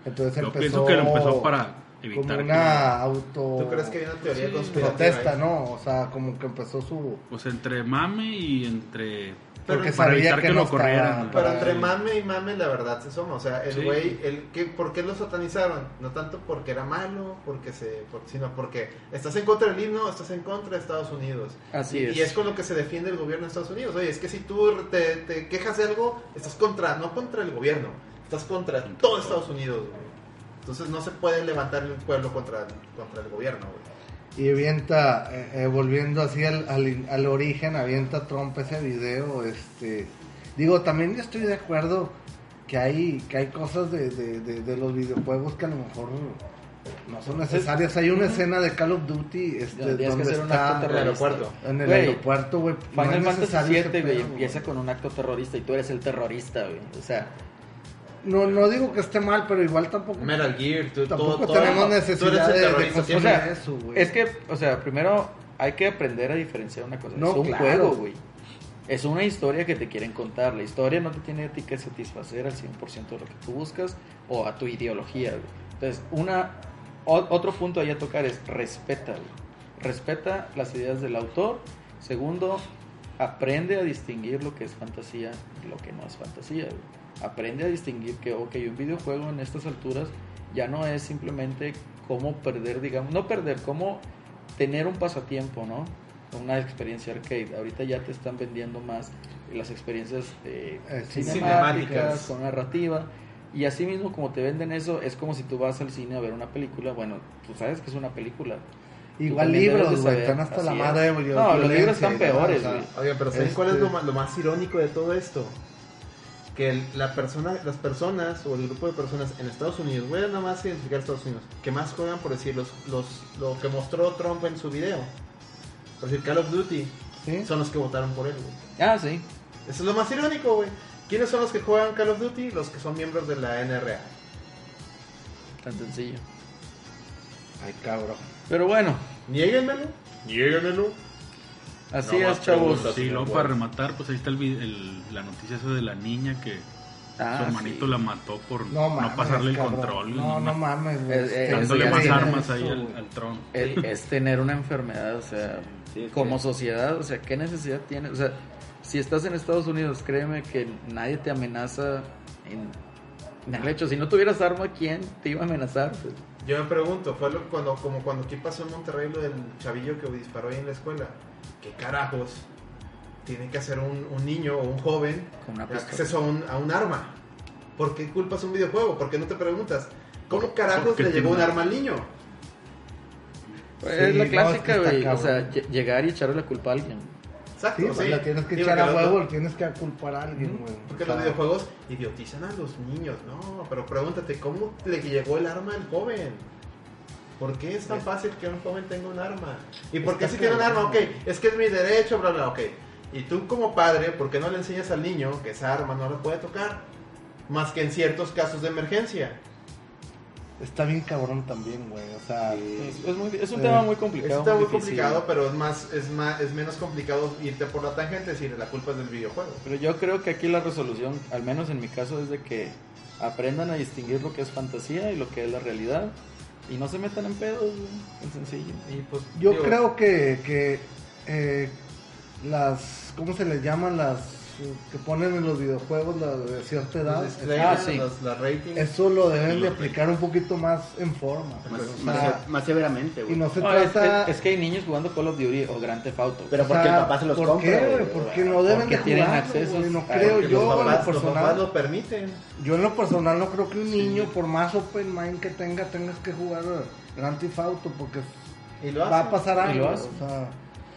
Entonces, Entonces yo empezó, pienso que lo empezó para como evitar una auto ¿Tú crees que hay una teoría conspirativa? protesta, ahí? ¿no? O sea, como que empezó su que... Pues entre mame y entre... Pero porque para sabía evitar que, que, no lo corrieran. estaba güey. Pero entre mame y mame, la verdad se soma. O sea, el Sí. güey, el que ¿por qué lo satanizaron? No tanto porque era malo, porque se, por- sino porque estás en contra del himno, estás en contra de Estados Unidos. Así y, es. y es con lo que se defiende el gobierno de Estados Unidos. Oye, es que si tú te, te quejas de algo, estás contra, no contra el gobierno, estás contra todo Estados Unidos, güey. Entonces no se puede levantar el pueblo contra, contra el gobierno, güey. Y avienta, eh, eh, volviendo así al, al, al origen, avienta Trump ese video. este Digo, también yo estoy de acuerdo que hay, que hay cosas de, de, de- de los videojuegos que a lo mejor no son necesarias. Hay una escena de Call of Duty Tienes este, que donde hacer un está acto En el terrorista. aeropuerto. en el Güey, aeropuerto, güey. no es Final Fantasy necesario ese VII, güey, pedo, empieza güey. con un acto terrorista y tú eres el terrorista, güey. O sea, No, no digo que esté mal, pero igual tampoco, Metal Gear, tú, tampoco todo- todo- tenemos tú eres necesidad el de, de terrorista, consumir o sea, eso, güey. es que, o sea, primero hay que aprender a diferenciar una cosa. No, es un claro. juego, güey. Es una historia que te quieren contar. La historia no te tiene a ti que satisfacer al 100% de lo que tú buscas o a tu ideología, güey. Entonces, una, o- otro punto ahí a tocar es respeta, güey. Respeta las ideas del autor. Segundo, aprende a distinguir lo que es fantasía y lo que no es fantasía, güey. Aprende a distinguir que, ok, un videojuego en estas alturas ya no es simplemente cómo perder, digamos, no perder, cómo tener un pasatiempo, ¿no? Una experiencia arcade. Ahorita ya te están vendiendo más las experiencias eh, Eh, sí, cinemáticas, cinemáticas. con narrativa. Y así mismo como te venden eso, es como si tú vas al cine a ver una película. Bueno, tú sabes que es una película. Igual También debes de libros, güey, saber, están hasta la así madre, es. güey. No, los violencia, libros están ¿no? peores, O sea, güey. Oigan, pero ¿saben Este- cuál es lo más, lo más irónico de todo esto? Que el- la persona, las personas o el grupo de personas en Estados Unidos, voy a nada más identificar a Estados Unidos, que más juegan por decir los, los, lo que mostró Trump en su video, por decir Call of Duty, ¿sí? son los que votaron por él, güey. Ah, sí. Eso es lo más irónico, güey. ¿Quiénes son los que juegan Call of Duty? Los que son miembros de la NRA. Tan sencillo. Ay, cabrón. Pero bueno, Niéguenmelo. Niéguenmelo. así No es, más chavos. preguntas. Sí, luego para rematar, pues ahí está el vi- el- la noticia esa de la niña que Ah, su hermanito sí. la mató por No no, mames. pasarle el cabrón. control. No, no mames, güey. Eh, eh, Este, dándole Eso ya más tiene armas eso, pues ahí al, güey. al Trump. El- es tener una enfermedad, o sea, Sí, es que- como sociedad, o sea, ¿qué necesidad tienes? O sea, si estás en Estados Unidos, créeme que nadie te amenaza en, en el hecho. Si no tuvieras arma, ¿quién te iba a amenazar? Pues, Yo me pregunto, fue lo- cuando, como cuando aquí pasó en Monterrey lo del chavillo que disparó ahí en la escuela. ¿Qué carajos tiene que hacer un, un niño o un joven Con una de pistola. acceso a un, a un arma? ¿Por qué culpas un videojuego? ¿Por qué no te preguntas? ¿Cómo carajos porque le llegó un tiene- arma al niño? pues, es la no, clásica, es que está güey. o sea, cabrón. lle- llegar y echarle la culpa a alguien. Exacto, Sí, pues, sí. la tienes que Sí, echar porque a los- huevo, le tienes que culpar a alguien, güey. Porque O sea, los videojuegos idiotizan a los niños, ¿no? Pero pregúntate, ¿cómo le llegó el arma al joven? ¿Por qué es tan fácil que un joven tenga un arma? ¿Y por qué Está si tiene un arma? Ok, cabrón. es que es mi derecho, bla, bla, ok. Y tú como padre, ¿por qué no le enseñas al niño que esa arma no la puede tocar? Más que en ciertos casos de emergencia. Está bien cabrón también, güey. O sea, Es, es muy- es un Eh, tema muy Eso complicado. está muy difícil. complicado, pero es más, es más, es menos complicado irte por la tangente y decir la culpa es del videojuego. Pero yo creo que aquí la resolución, al menos en mi caso, es de que aprendan a distinguir lo que es fantasía y lo que es la realidad. Y no se metan en pedos, güey. Tan sencillo. Y pues, yo digo, creo que, que eh, las, ¿cómo se les llaman las que ponen en los videojuegos la de cierta edad. Los disclaimers, Ah, sí. los- las ratings. Eso lo deben de aplicar un poquito más en forma. Más, pues, o más- sea, más severamente, y güey. no se No, es, trata... es- es que hay niños jugando Call of Duty o Grand Theft Auto. Pero o porque el sea, papá se los ¿por compra. qué, güey, güey? Porque no deben Porque de tienen jugarlo, accesos. güey, No Ah, creo Porque yo los en lo papás, los papás personal. lo permiten. Yo en lo personal no creo que un niño, por más open mind que tenga, tengas que jugar Grand Theft Auto porque Y lo va hacen. a pasar Y lo algo. hacen. O sea,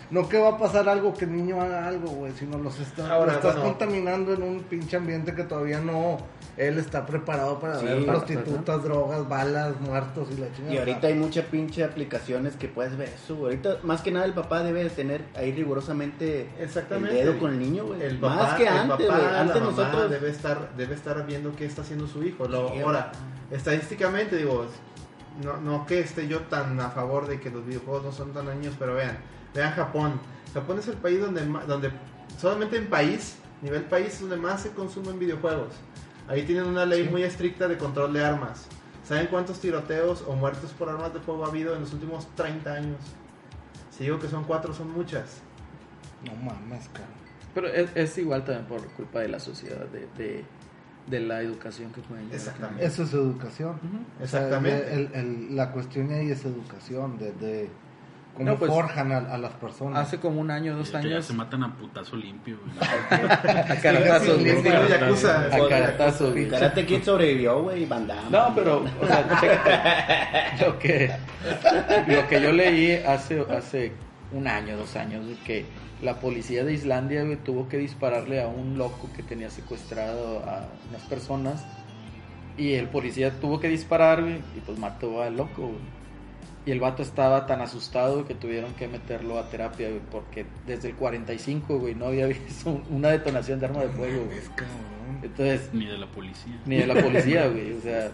no que va a pasar algo que el niño haga algo, güey, sino los está, Ahora, lo estás bueno. contaminando en un pinche ambiente que todavía no él está preparado para Sí, ver para- prostitutas, drogas, balas, muertos y la chingada. Y ahorita hay muchas pinche aplicaciones que puedes ver eso. güey. Ahorita, más que nada, el papá debe de tener ahí rigurosamente Exactamente. el dedo con el niño, güey. El papá, Más que el antes, papá, güey. la Antes mamá nosotros... debe estar, debe estar viendo qué está haciendo su hijo. Lo- Sí, ahora, estadísticamente digo, no, no que esté yo tan a favor de que los videojuegos no son tan dañinos, pero vean, vean Japón. Japón es el país donde, ma- donde solamente en país, nivel país, donde más se consumen videojuegos. Ahí tienen una ley muy estricta de control de armas. ¿Saben cuántos tiroteos o muertos por armas de fuego ha habido en los últimos 30 años? Si digo que son cuatro, son muchas. No mames, cara. Pero es, es igual también por culpa de la sociedad, de, de, de la educación que pueden llegar a tener. Exactamente. Eso es educación. O sea, Exactamente. el- el- la cuestión ahí es educación, desde cómo No, pues, forjan a, a las personas. Hace como un año, dos Que ya años, se matan a putazo limpio, güey. a caratazos, Sí, güey. sí, sí, Yakuza. A caratazos, güey. Karate Kid sobrevivió, güey, y Van Damme. No, pero, o sea, chécate, lo que, lo que yo leí hace, hace un año, dos años, güey, que la policía de Islandia güey, tuvo que dispararle a un loco que tenía secuestrado a unas personas y el policía tuvo que disparar güey, y pues mató al loco. güey. Y el vato estaba tan asustado que tuvieron que meterlo a terapia güey, porque desde el 45, güey, no había visto un- una detonación de arma de fuego, güey. Es cabrón. Entonces, Ni de la policía. ni de la policía, güey, o sea...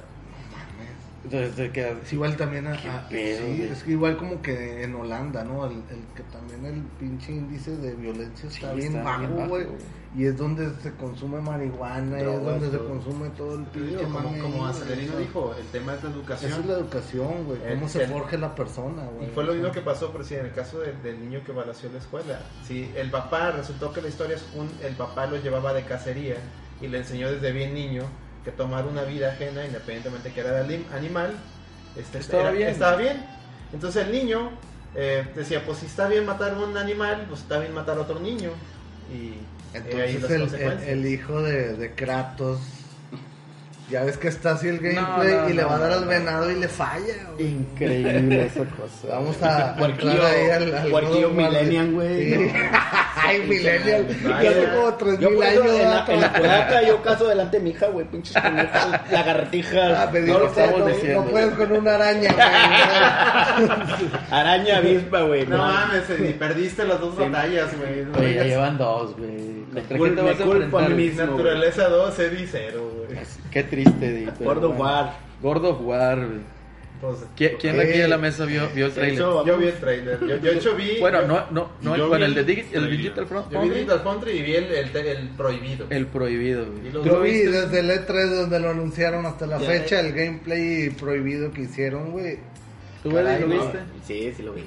Entonces te quedas, Es igual también a, a- pedo, sí, güey. es que igual como que en Holanda, ¿no? El, el que también el pinche índice de violencia Sí, está bien está bien bajo, bajo, güey. güey. Y es donde se consume marihuana, y es Drogas, donde se todo. consume todo el Te digo, pinche como, mame como ahí, Acelerino güey. dijo, el tema es la Esa educación. es la educación, güey. El- Cómo se el- forja la persona, Y güey. fue lo mismo que pasó, por si en el caso del, del niño que balació la escuela. Si el papá, resultó que la historia es un, el papá lo llevaba de cacería y le enseñó desde bien niño que tomar una vida ajena, independientemente que era de alim- animal, este, Estaba era- bien. estaba bien. Entonces el niño eh, decía, pues si está bien matar a un animal, pues está bien matar a otro niño. Y eh, ahí Entonces las el, el- consecuencias. el hijo de, de Kratos, ya ves que está así el gameplay no, y le va a no, dar no, al no. venado y le falla, güey. Increíble esa cosa. Vamos a Puerquillo- puerquillo modo madre. millennial, güey, Sí. no. Ay, millennial. Ay, Ya hace ya. Yo, como por 3000 ejemplo, años. en la, ¿verdad? en la cloaca, yo caso delante de mi hija, güey, pinches conejos, lagartijas. Ah, no pero digo, lo puedo, estamos güey. diciendo. No puedes con una araña, Araña, avispa, güey. No mames, eh, ni perdiste las dos batallas, güey. No Oye, ya digas- llevan dos, güey. Me ¿Contra cul- quién te me vas a culpo a enfrentar? mí güey? mismo. Naturaleza 2, Eddie 0, güey. Qué triste, Di. pero Gordo bueno. War. Gordo of War, güey. Entonces, ¿Qui- ¿Quién Ok. de aquí de la mesa vio, vio el trailer? Eso, Yo vi el trailer. Yo, yo de hecho vi. Bueno, yo- no, no, no Yo el, bueno, vi el de el Digi- el trailer. Digital Front. Yo vi Foundry, Digital Foundry y vi el, el, el prohibido. El prohibido, güey. Y los güey. Yo dos- vi desde el E3 donde lo anunciaron hasta la Ya, fecha eh. el gameplay prohibido que hicieron, güey. ¿Tú Eddie, lo Ay, no. viste? Sí, sí lo vi.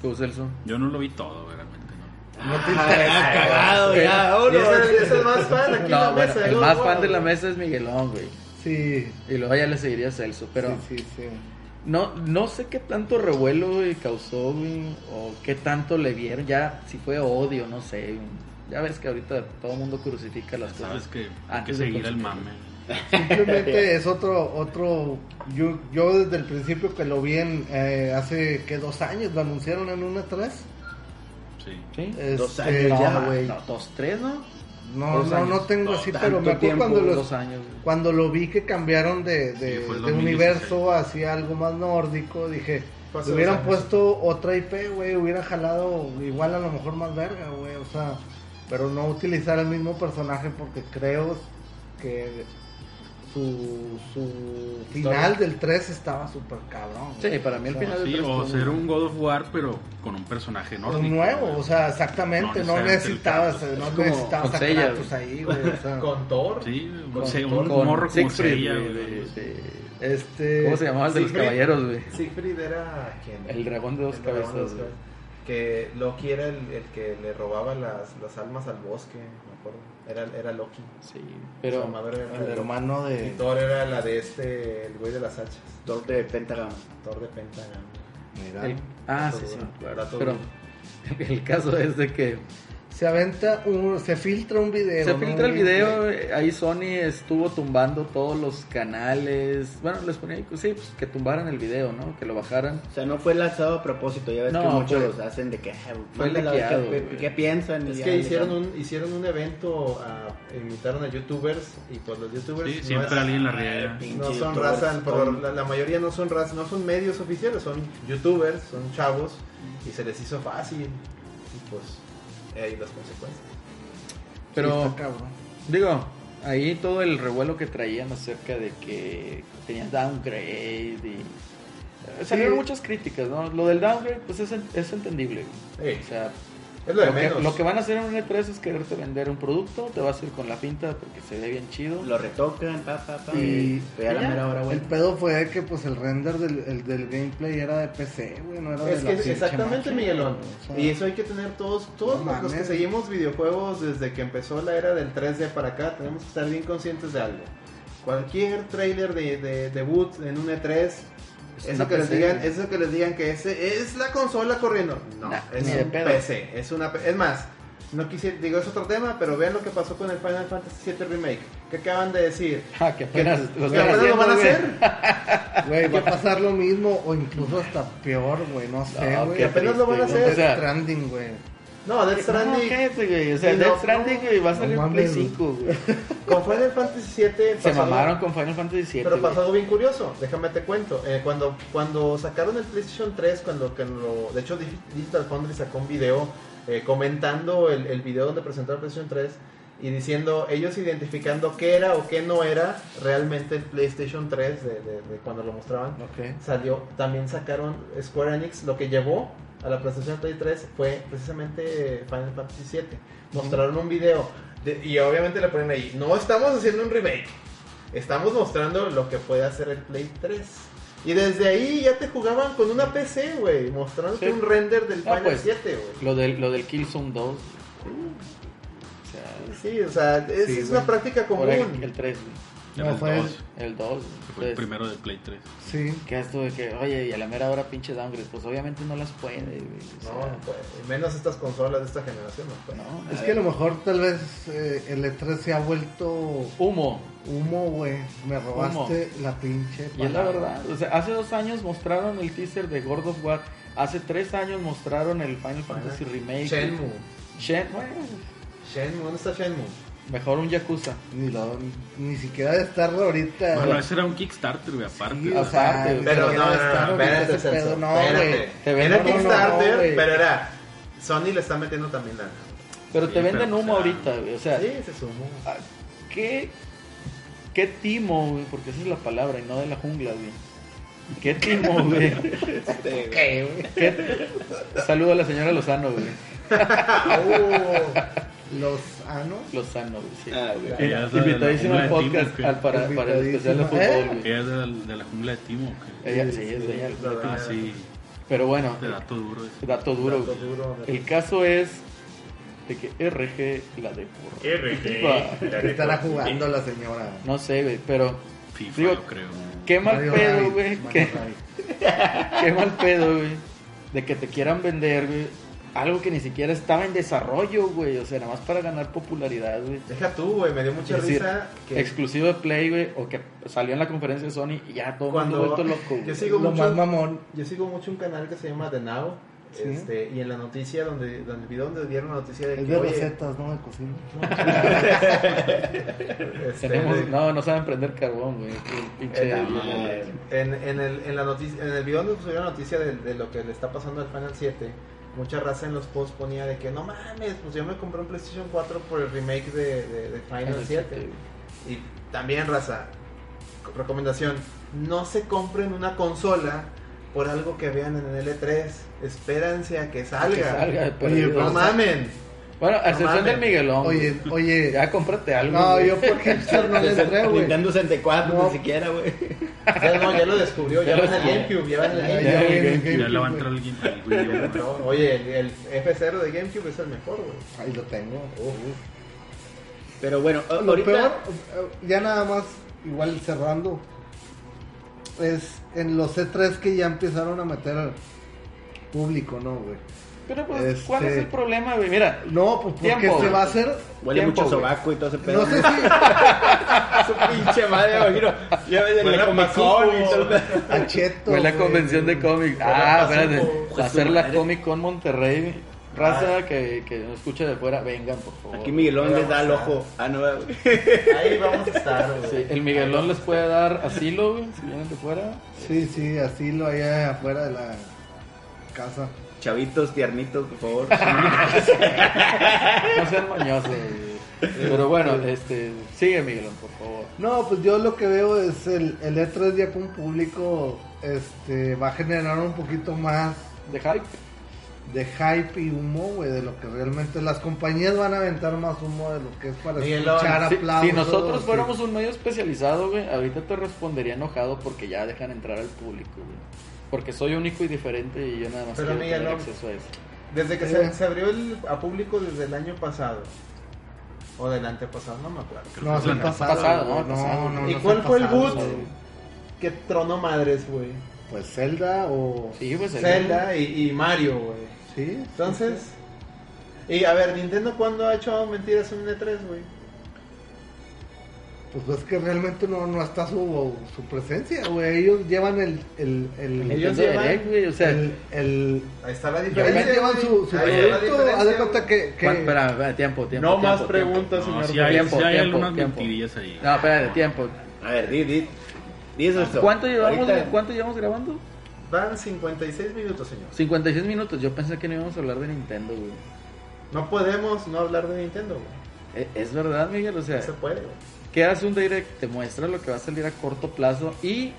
Tú, Celso. Yo no lo vi todo, güey, realmente, ¿no? No te interesa. Ah, Cagado, ya, Ah, Y vámonos. ese es el- es el más fan aquí en la No, bueno, mesa. el ¿no? más Bueno, fan de la mesa es Miguelón, güey. Sí. Y luego ya le seguiría Celso, pero... Sí, sí, sí. No, no sé qué tanto revuelo güey, causó, güey, o qué tanto le vieron, ya si fue odio, no sé. güey. Ya ves que ahorita todo el mundo crucifica las Sabes cosas. que hay que Antes de seguir al consumir. mame. Simplemente es otro, otro, yo, yo desde el principio que lo vi en, eh, hace, que Dos años lo anunciaron en una 3. Sí. ¿Sí? Ah, Dos Este, años ya, no, güey. No, dos, tres, ¿no? No, Dos no, años. no tengo No, así, tanto pero me acuerdo tiempo, cuando Dos lo, años. güey. cuando lo vi que cambiaron de, de- Sí, fue el de 2016. universo hacia algo más nórdico, dije, Fue hace le hubieran dos años. puesto otra IP, güey, hubiera jalado igual a lo mejor más verga, güey, o sea, pero no utilizar el mismo personaje porque creo que su, su final del 3 estaba súper cabrón. güey. Sí, para mí el O sea, final Sí, del o tres ser un God of War, pero con un personaje pues, nórdico. nuevo, güey. o sea, exactamente, No no, necesariamente el necesitabas, Kratos. no Es como necesitabas con a Seiya, Kratos güey. ahí, güey, o sea. Con Thor. Sí, un, Con- se- estuvo un con morro como Siegfried, Seiya, güey, güey, de- algo así. de- Este, ¿Cómo se llamaba el de los Siegfried. caballeros, güey? Siegfried era. ¿quién? El dragón de dos El dragón de cabezas, dos güey. cabezas. Que Loki era el, el que le robaba las, las almas al bosque, me acuerdo. Era, era Loki. Sí. Su Pero armadura era El hermano Y de. Thor era la de este, el güey de las hachas. Thor de Pentagon. Thor de Pentagon. Mira. El- ah, sí, sí. Era todo Pero duro. el caso es de que Se aventa un. Se filtra un video. se ¿no? filtra el Un video, eh, ahí Sony estuvo tumbando todos los canales. Bueno, les ponía ahí, sí, pues, que tumbaran el video, ¿no? Que lo bajaran. O sea, no fue lanzado a propósito, ya ves No, que muchos fue- los hacen de que "Ah, fue mándalo, hackeado, ¿qué- güey. ¿qué, qué piensan? Y Es ya que le hicieron dan. un, hicieron un evento, ah, invitaron a youtubers y pues los youtubers Sí, no siempre es- alguien la riega. no Pinche son youtubers, raza, por son- la, la mayoría no son raza, no son medios oficiales, son youtubers, son chavos y se les hizo fácil y pues ahí las consecuencias. Pero Está cabrón. Digo, ahí todo el revuelo que traían acerca de que tenían downgrade y... eh, Salieron Sí. muchas críticas, ¿no? Lo del downgrade, pues es, en- es entendible. güey. Sí. O sea, Es lo lo, de que, menos. lo que van a hacer en una empresa es quererte vender un producto, te vas a ir con la pinta porque se ve bien chido. Lo retocan, pa, pa, pa. Y- pero ya y ya. la mera hora, güey. El pedo fue que pues el render del, el del gameplay era de PC, güey, no era de Es la que pinche exactamente, máquina, Miguelón. o sea, Y eso hay que tener todos, No todos los- los que mames. seguimos videojuegos desde que empezó la era del 3D para acá, tenemos que estar bien conscientes de algo. Cualquier trailer de, de debut en un E E3, Es eso una que, les PC. digan, eso que les digan que ese es la consola corriendo. No, Nah, es ni de un pedo. PC, es una P- es más, no quise, digo es otro tema, pero vean lo que pasó con el Final Fantasy VII Remake, que acaban de decir. Ah, que apenas lo ¿Qué están apenas lo haciendo, van a güey. Ah, hacer? Güey, va a pasar lo mismo o incluso hasta peor, güey, no sé, No, güey. qué apenas lo van a triste, güey. O hacer. sea, Trending, güey. No, Death No, Stranding. cállate, güey. O sea, Y no, Death Stranding, güey, va a salir no en Play mames, 5, güey. Con Final Fantasy VII Se pasó algo- mamaron con Final Fantasy 7. Pero pasó algo bien curioso, déjame te cuento. Eh, cuando, cuando sacaron el PlayStation 3, cuando, cuando- de hecho Dig- Digital Foundry sacó un video eh, comentando el, el video donde presentó el PlayStation 3 y diciendo, ellos identificando qué era o qué no era realmente el PlayStation 3 de, de- de cuando lo mostraban. Ok. Salió, también sacaron Square Enix, lo que llevó a la PlayStation Play 3 fue precisamente Final Fantasy VII. Mostraron un video de- y obviamente le ponen ahí, no estamos haciendo un remake. Estamos mostrando lo que puede hacer el Play 3. Y desde ahí ya te jugaban con una PC, güey. Mostrándote Sí. un render del Ah, Final pues. 7, güey. Lo del, lo del Killzone 2. O sea, Sí, o sea, es, Sí, es güey. una práctica común. por el, el 3, güey. Era No, el fue- 2, El pues, 2. güey. que fue el Entonces, primero de Play 3. Sí. Que esto de que, oye, y a la mera hora pinche downgrade, pues obviamente no las puede, güey. O No, sea, no puede. Menos estas consolas de esta generación, no Pues, puede. no, Es a que a ver. lo mejor tal vez eh, el E3 se ha vuelto Humo. humo, güey. Me robaste la pinche. Y es la palabra. verdad. O sea, hace dos años mostraron el teaser de God of War. Hace tres años mostraron el Final Fantasy Remake. Shenmue. Shen- bueno, Shenmue, ¿dónde está Shenmue? mejor un Yakuza. Ni, lo, ni siquiera de estarlo ahorita. Bueno, ese era un Kickstarter, güey, aparte. eh, Sí, güey. o sea, aparte, ni Pero no, no, siquiera de no, estar no, ahorita espérate, ese Celso, pedo, no, espérate. güey. Te ven- Era no, no, no, Kickstarter, güey. pero era... Sony le está metiendo también la... Pero Sí, te venden pero, humo o sea, ahorita, güey. O sea, Sí, se sumó. ah, ¿qué, qué timo, güey? Porque esa es la palabra y no de la jungla, güey. ¿Qué timo, güey? Este, ¿Qué- Saludo a la señora Lozano, güey. Los anos. Lozano, güey, sí. Ah, güey. Que ya es la de la Invitadísimo jungla al de ¿Eh? Timo, podcast que- al- para, para el especial de Invitadísima. fútbol, güey. que Ella es de la, de la jungla de Timo. que- Ella, sí, es de ella. Ah, sí, Pero bueno, de dato duro. ese. dato duro. Dato güey. duro, El caso es de que RG la de Que estará jugando la señora. No sé, güey, pero FIFA, Digo, yo creo. qué mal Mario pedo, Rabbit, güey. Mario Qué, Rabbit. qué mal pedo, güey. De que te quieran vender, güey. Algo que ni siquiera estaba en desarrollo, güey. O sea, nada más para ganar popularidad, güey. Deja tú, güey, me dio mucha Es decir, risa que... Exclusivo de Play, güey. O que salió en la conferencia de Sony y ya todo el mundo Cuando- vuelto loco, güey. Yo sigo Lo mucho- más mamón. Yo sigo mucho un canal que se llama The Now. Sí. Este, y en la noticia, donde, donde el video donde dieron la noticia de Es que. de oye, recetas, no de cocina. este, Tenemos, de- no, no saben prender carbón, güey. Pinche. Eh, mames. en, en el, en, la noticia, en el video donde subieron la noticia de, de lo que le está pasando al Final 7, mucha raza en los posts ponía de que no mames, pues yo me compré un PlayStation 4 por el remake de, de- de Final Este, 7. Y también, raza, recomendación: no se compren una consola por algo que vean en el E3. E Espérense a que salga. Que salga de Oye, perdido. no mamen. Bueno, a excepción del Miguelón. Oye, güey. oye. ya cómprate algo. No, güey. yo por hipster Ah, no le entré, güey. Nintendo 64 No. ni siquiera, güey. O sea, no, ya lo descubrió, ya va en el GameCube, ya va en el Ya, GameCube. ya, Ya, viene el Ya le va GameCube, a entrar güey. alguien al Wii U, güey. No, oye, el, el F0 de GameCube es el mejor, güey. Ahí lo tengo. Pero bueno, a- Lo ahorita. peor, eh, ya nada más, igual cerrando, es en los C3 que ya empezaron a meter público, ¿no, güey? Pero, pues, ¿cuál es Este- el problema, güey? Mira, No, pues porque Tiempo, se güey. va a hacer. Huele tiempo, mucho güey. sobaco y todo ese pedo. No sé si. su pinche madre, me imagino. Ya ves en Huele la a Comic Con y todo. A Cheto, fue la güey. convención de cómics. Ah, Pasó, espérate. hijo de Va a ser su la madre. Comic Con Monterrey. güey. Raza que, que nos escucha de afuera, vengan, por favor. Aquí Miguelón les da el ojo. Ah, no, güey. Ahí vamos a estar, güey. Sí, el Miguelón les puede dar asilo, güey, si vienen de fuera. Sí, sí, así lo allá afuera de la casa. Chavitos, tiernitos, por favor. No sean mañosos, güey. Pero bueno, este, sigue Miguelón, por favor. No, pues yo lo que veo es el, el E3 ya con público este, va a generar un poquito más De hype. de hype y humo, güey, de lo que realmente las compañías van a aventar más humo de lo que es para Miguelón, escuchar Si, aplausos. si nosotros sí. fuéramos un medio especializado, güey, ahorita te respondería enojado porque ya dejan entrar al público, güey. Porque soy único y diferente y yo nada más Pero, quiero tener Miguelón, acceso a eso. Desde que Eh. se, se abrió el, a público desde el año pasado. O del antepasado, no me acuerdo. No, es el pasado, Pasado, güey, ¿no? no, Pasado. no, ¿Y no es cuál el fue el pasado, boot? güey. Que tronó madres, güey. Pues Zelda o... Sí, pues el- Zelda y, y Mario, güey. Sí, Entonces. Y a ver, Nintendo, ¿cuándo ha hecho mentiras en un E3, güey? Pues es que realmente no, no está su, su presencia, güey. Ellos llevan el... el, el- Ellos Nintendo llevan- Direct, güey, o sea, el- el- Ahí está la ellos diferencia. llevan güey. su, su Ahí está la producto. diferencia, Haz de cuenta güey. que... que- Juan, espera, espera, tiempo, tiempo. No tiempo, más tiempo. preguntas, No, señor. sí hay, Tiempo, sí hay tiempo, algunas tiempo. mentirillas ahí. No, espérate, tiempo. A ver, di, di. Di eso. esto. ¿Cuánto llevamos, Ahorita- ¿Cuánto llevamos grabando? Van 56 minutos, señor. 56 minutos. Yo pensé que no íbamos a hablar de Nintendo, güey. No podemos no hablar de Nintendo, güey. E- Es verdad, Miguel, o sea, No se puede, güey. que hace un direct, te muestra lo que va a salir a corto plazo y,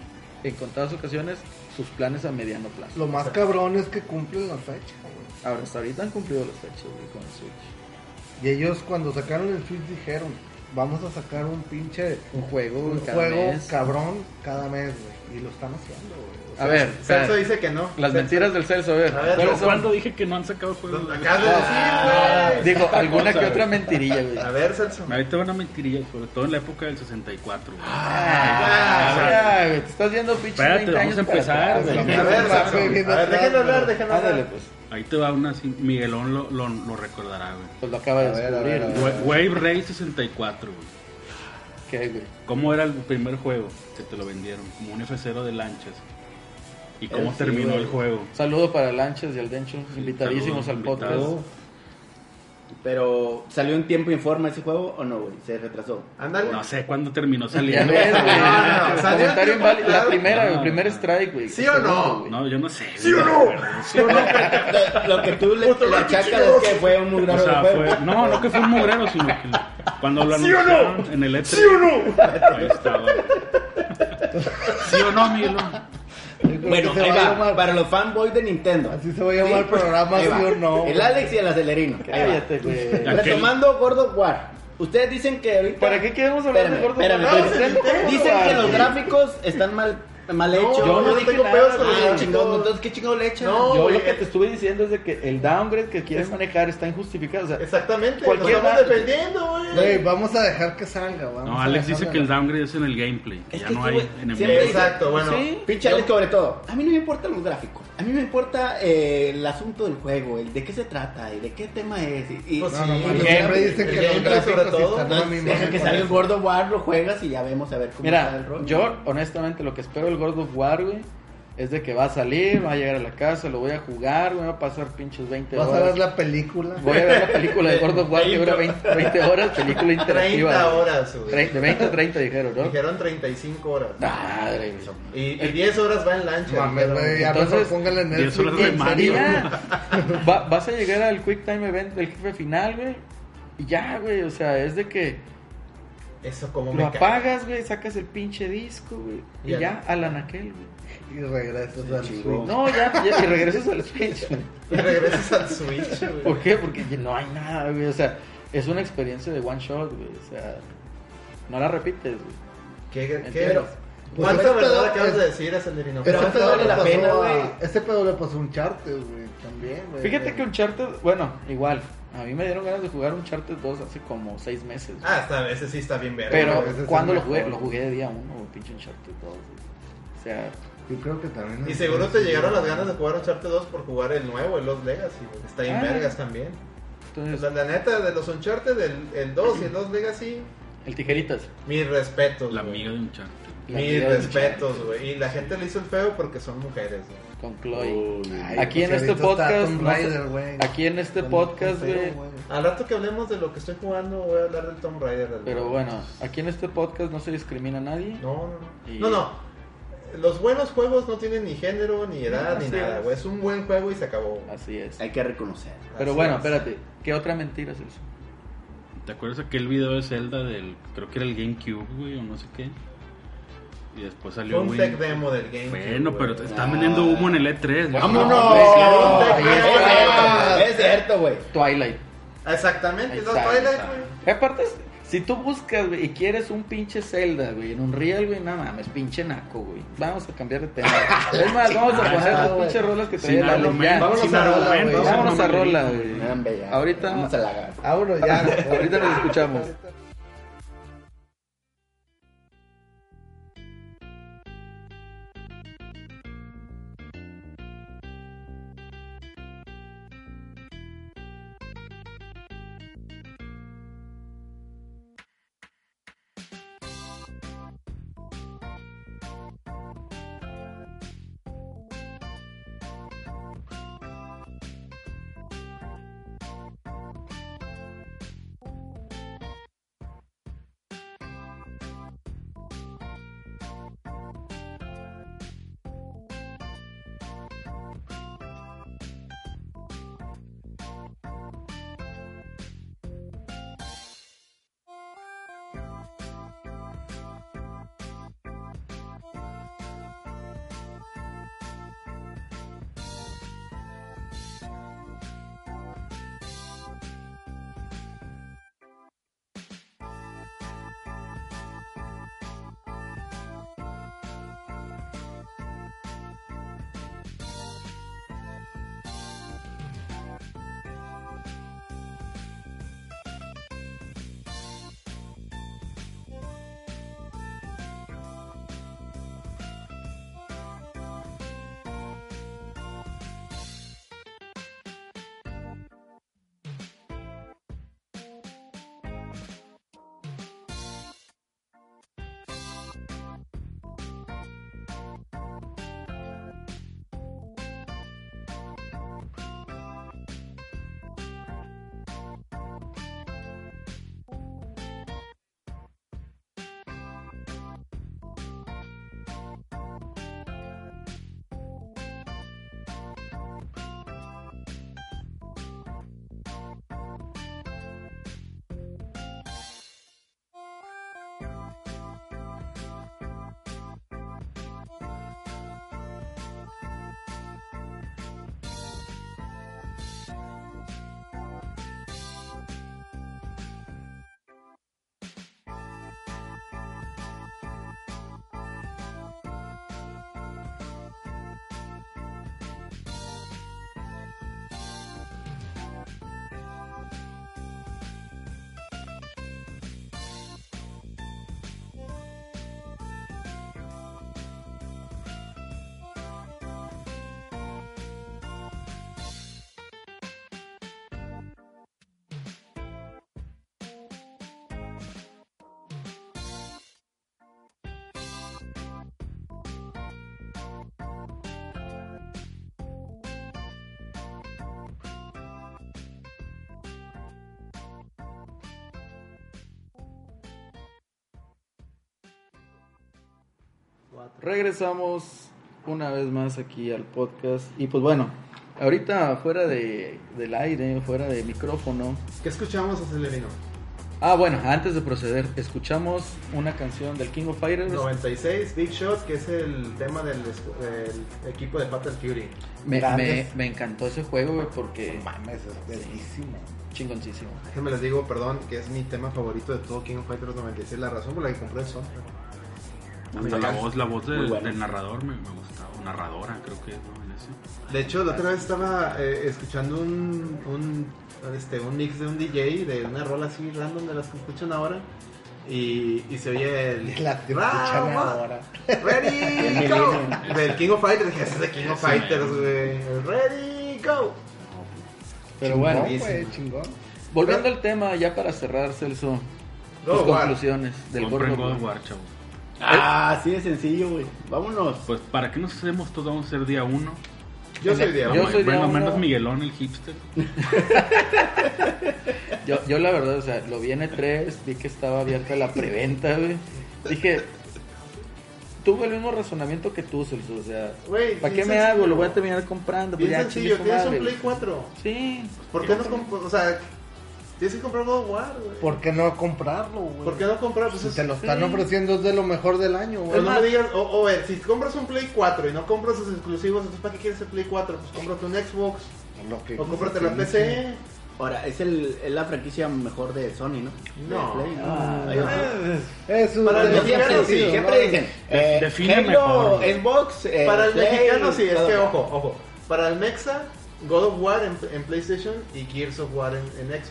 en contadas ocasiones, sus planes a mediano plazo. Lo más cabrón es que cumplen la fecha, güey. Ahora, hasta ahorita han cumplido las fechas, güey, con el Switch. Y ellos cuando sacaron el Switch dijeron, vamos a sacar un pinche... Un juego, Un güey, cada juego mes. cabrón cada mes, güey. Y lo están haciendo, güey. O sea, A ver, Celso espera, dice que no. las Celso- mentiras del Celso, a ver. A ver, ¿cuáles Pero son? cuando dije que no han sacado juegos. güey? Acabas de Ah. decir, güey. Digo, alguna que otra mentirilla, güey. A ver, Celso. Ahorita van a mentirilla, sobre todo en la época del 64. güey. Ah, ya, güey, te estás viendo pinche 20 Espérate, vamos a años para empezar, atrás, güey. A ver, Estás Celso. viendo A ver, atrás, déjenlo hablar, pero- déjenlo Ándale, hablar. pues. Ahí te va una así. Miguelón lo, lo, lo recordará, güey. Pues lo acaba de descubrir. güey. Wa- Wave Race 64, güey. ¿Qué, güey? ¿Cómo era el primer juego que te lo vendieron? Como un F0 de lanchas. ¿Y cómo sí, terminó güey. el juego? Saludo para Lanchas y al Dencho, invitadísimos saludos, al podcast. invitados. Pero, ¿salió en tiempo y en forma ese juego o no, güey? Se retrasó. Ándale. No sé cuándo terminó Ya saliendo. ves, güey. Ah, No, no, salió Comentario el tiempo, inválido. La claro. primera, No, Ah. el primer no. strike, güey. ¿Sí o no? Segundo, güey. No, yo no sé. ¿Sí o no? Lo que tú le, le achacas es que fue un O mugrero de sea, juego. fue, no, no que fue un mugrero, sino que cuando lo anunciaron en el E E3. ¿Sí o no? Ahí estaba. güey. ¿Sí o no, Miguelón? Yo creo Bueno, que se ahí va a va, llamar- para los fanboys de Nintendo. Así se va a llamar pues, el programa, Ahí sí va. o no. El Alex y el acelerino. Ahí va. Cállate, güey. Aquel- Retomando Gordo War. Ustedes dicen que ahorita... ¿Para qué queremos hablar de Espérame, Gordo espérame, War? espérame. No, Nintendo, Dicen que güey. los gráficos están mal, mal hechos. yo no tengo nada, pedos con los Ah, gráficos. chingón, entonces qué chingón le echan. No, Yo güey, lo que te estuve diciendo es de que el downgrade que quieres manejar está injustificado. O sea, Exactamente. Nos Cualquier estamos dato. defendiendo, güey. Güey, vamos a dejar que salga, vamos No, a Alex dejar dice de- que el downgrade es en el gameplay, que Es ya que no tú, hay güey, siempre enemigos. dices- Exacto, bueno. Sí. Pinche Alex sobre todo. A mí no me importan los gráficos. A mí me importa eh, el asunto del juego, el de qué se trata, y de qué tema es. Y, y- Pues No, sí, no, el mames, siempre gameplay, dicen el que los gameplay sobre gráficos todo. están a mi Deja madre que con salga el eso. Gordo War, lo juegas y ya vemos a ver cómo está el Mira, rollo. yo honestamente lo que espero del God of War, güey, es de que va a salir, va a llegar a la casa, lo voy a jugar, güey, va a pasar pinches 20 Vas a horas. ver la película. Voy a ver la película de God of War que Veinte. dura 20, 20 horas, película 30 interactiva. güey. horas, güey. Tre- De 20 a 30 dijeron, ¿no? Ah. Dijeron 35 horas. Madre mía. Y, y 10 horas va en lancha. Mames, dijeron. güey, ya Entonces, mejor póngale en diez horas Netflix, de en Mario. serio. Ya. Va- vas a llegar al Quick Time Event del jefe final, güey. Y ya, güey, o sea, es de que Eso como Lo me caga. apagas, güey, sacas el pinche disco, güey. Y Ya. ya, al anaquel, güey. Y regresas al chingó. swing. No, ya, ya, y regresas al Switch. güey. Y regresas al Switch, güey. ¿Por qué? Porque no hay nada, güey. O sea, es una experiencia de one shot, güey. O sea, no la repites, güey. ¿Qué, qué- Entiendo. Pues ¿Cuánta este verdad pedo acabas es- de decir, Acelerino? Este ¿Cuánta pedo vale le la pasó pena, a- güey? Este pedo le pasó un charter, güey, también, Pues, güey. Fíjate que un Uncharted, bueno, igual. A mí me dieron ganas de jugar un Uncharted 2 hace como seis meses. güey. Ah, esta vez sí está bien verde. Pero ese es el cuando lo mejor. jugué, lo jugué de día uno, güey, pinche Uncharted 2. güey. O sea, Yo creo que también... Y es- seguro te llegaron las ganas de jugar Uncharted 2 por jugar el nuevo, el Lost Legacy, güey. Está bien Ah. vergas también. O sea, entonces, la neta, de los Uncharted, el, el 2 y el Lost Legacy, el tijeritas. mis respetos, La güey. amiga de un chat. La Mis vida de respetos, güey. Y la gente le hizo el feo porque son mujeres, güey. Uncharted Con Chloe. Ay, Aquí en pues, este ahorita está podcast, Tomb no sé- Raider, güey. Aquí en este Con- podcast, con feo, güey. Al rato que hablemos de lo que estoy jugando, voy a hablar del Tomb Raider. del- Pero bueno, aquí en este podcast no se discrimina a nadie. No, no, no. Y- No, no. Los buenos juegos no tienen ni género, ni edad, ni Así nada, es. güey. Es un buen juego y se acabó. güey. Así es. Hay que reconocer. Pero Así bueno, es. espérate. ¿Qué otra mentira es eso? ¿Te acuerdas aquel video de Zelda del. Creo que era el GameCube, güey, o no sé qué? Y después Fue salió. un güey, tech demo del game. Bueno, pero te es están vendiendo humo en el E3. güey. ¡Vámonos! Ahí está. Es cierto, güey. Twilight. Exactamente, Ahí es está, los ahí Twilight, está. güey. Y Aparte, si tú buscas güey, y quieres un pinche Zelda, güey, en un real, güey, nada mames, pinche naco, güey. Vamos a cambiar de tema. es más, vamos a poner las pinches rolas que Sin traía la argumento, sin argumento. Vámonos sin a rola, argumento. güey. Eran bellas. Ahorita- Vamos a la Ah, bueno, ya. Ahorita nos escuchamos. Regresamos una vez más aquí al podcast. Y pues bueno, ahorita fuera de, del aire, fuera de micrófono, ¿Qué escuchamos, Acelerino? Ah, bueno, antes de proceder, escuchamos una canción del King of Fighters. 96, Big Shot, que es el tema del, escu- del equipo de Fatal Fury. Me, me, Grandes. me encantó ese juego, güey, porque Mames, es verguísima. chingoncísimo. Déjenme les digo, perdón, que es mi tema favorito de todo King of Fighters 96. La razón por la que compré el soundtrack. Hasta la voz, la voz Muy del, buena. del narrador me, me gustaba. o Narradora, creo que es, ¿no? En ese. De hecho, la otra vez estaba eh, escuchando un, un, este, un mix de un DJ de una rola así random de las que escuchan ahora. Y, y se oye el. La que ¡Bravo! escuchan ahora. ¡Ready! ¡Go! Del King of Fighters. Dije, ese es de King of Sí, Fighters, man. güey. ¡Ready! ¡Go! Pero bueno, Chingón, güey, chingón. volviendo al tema, ya para cerrar, Celso, tus Go, War. conclusiones del Compren Gordo. God of güey. War, chavos. Ah, así de sencillo, güey. Vámonos. Pues, ¿para qué nos hacemos todos? Vamos a ser día uno. Yo soy Diego. Yo Bueno, soy día bueno, uno. menos Miguelón, el hipster. Yo, yo la verdad, o sea, lo vi en E3, vi que estaba abierta la preventa, güey. Dije, tuve el mismo razonamiento que tú, Celso, o sea, Güey, ¿para qué bien me sencillo. hago? Lo voy a terminar comprando. Pues Bien ya, chingue sencillo, su tienes un madre, Play güey. 4. Sí, ¿Por qué no compras? O sea, tienes que comprar God of War, güey. ¿Por qué no comprarlo, güey? ¿Por qué no comprar? Pues Si es- te lo están Sí. ofreciendo es de lo mejor del año, güey. Pero no me digas, o, o, eh, si compras un Play 4 y no compras sus exclusivos, entonces ¿para qué quieres el Play 4? Pues cómprate un Xbox Lo que- o cómprate la PC. Ahora, es, el, es la franquicia mejor de Sony, ¿no? No. De Play, Ah, Hay otro. Es un Para el Pero mexicano, siempre, sí, sí, siempre dicen, eh, Define ejemplo, mejor. Xbox, eh, Para el Play, mexicano, sí, es todo. que ojo, ojo. Para el Mexa, God of War en, en PlayStation y Gears of War en, en Xbox.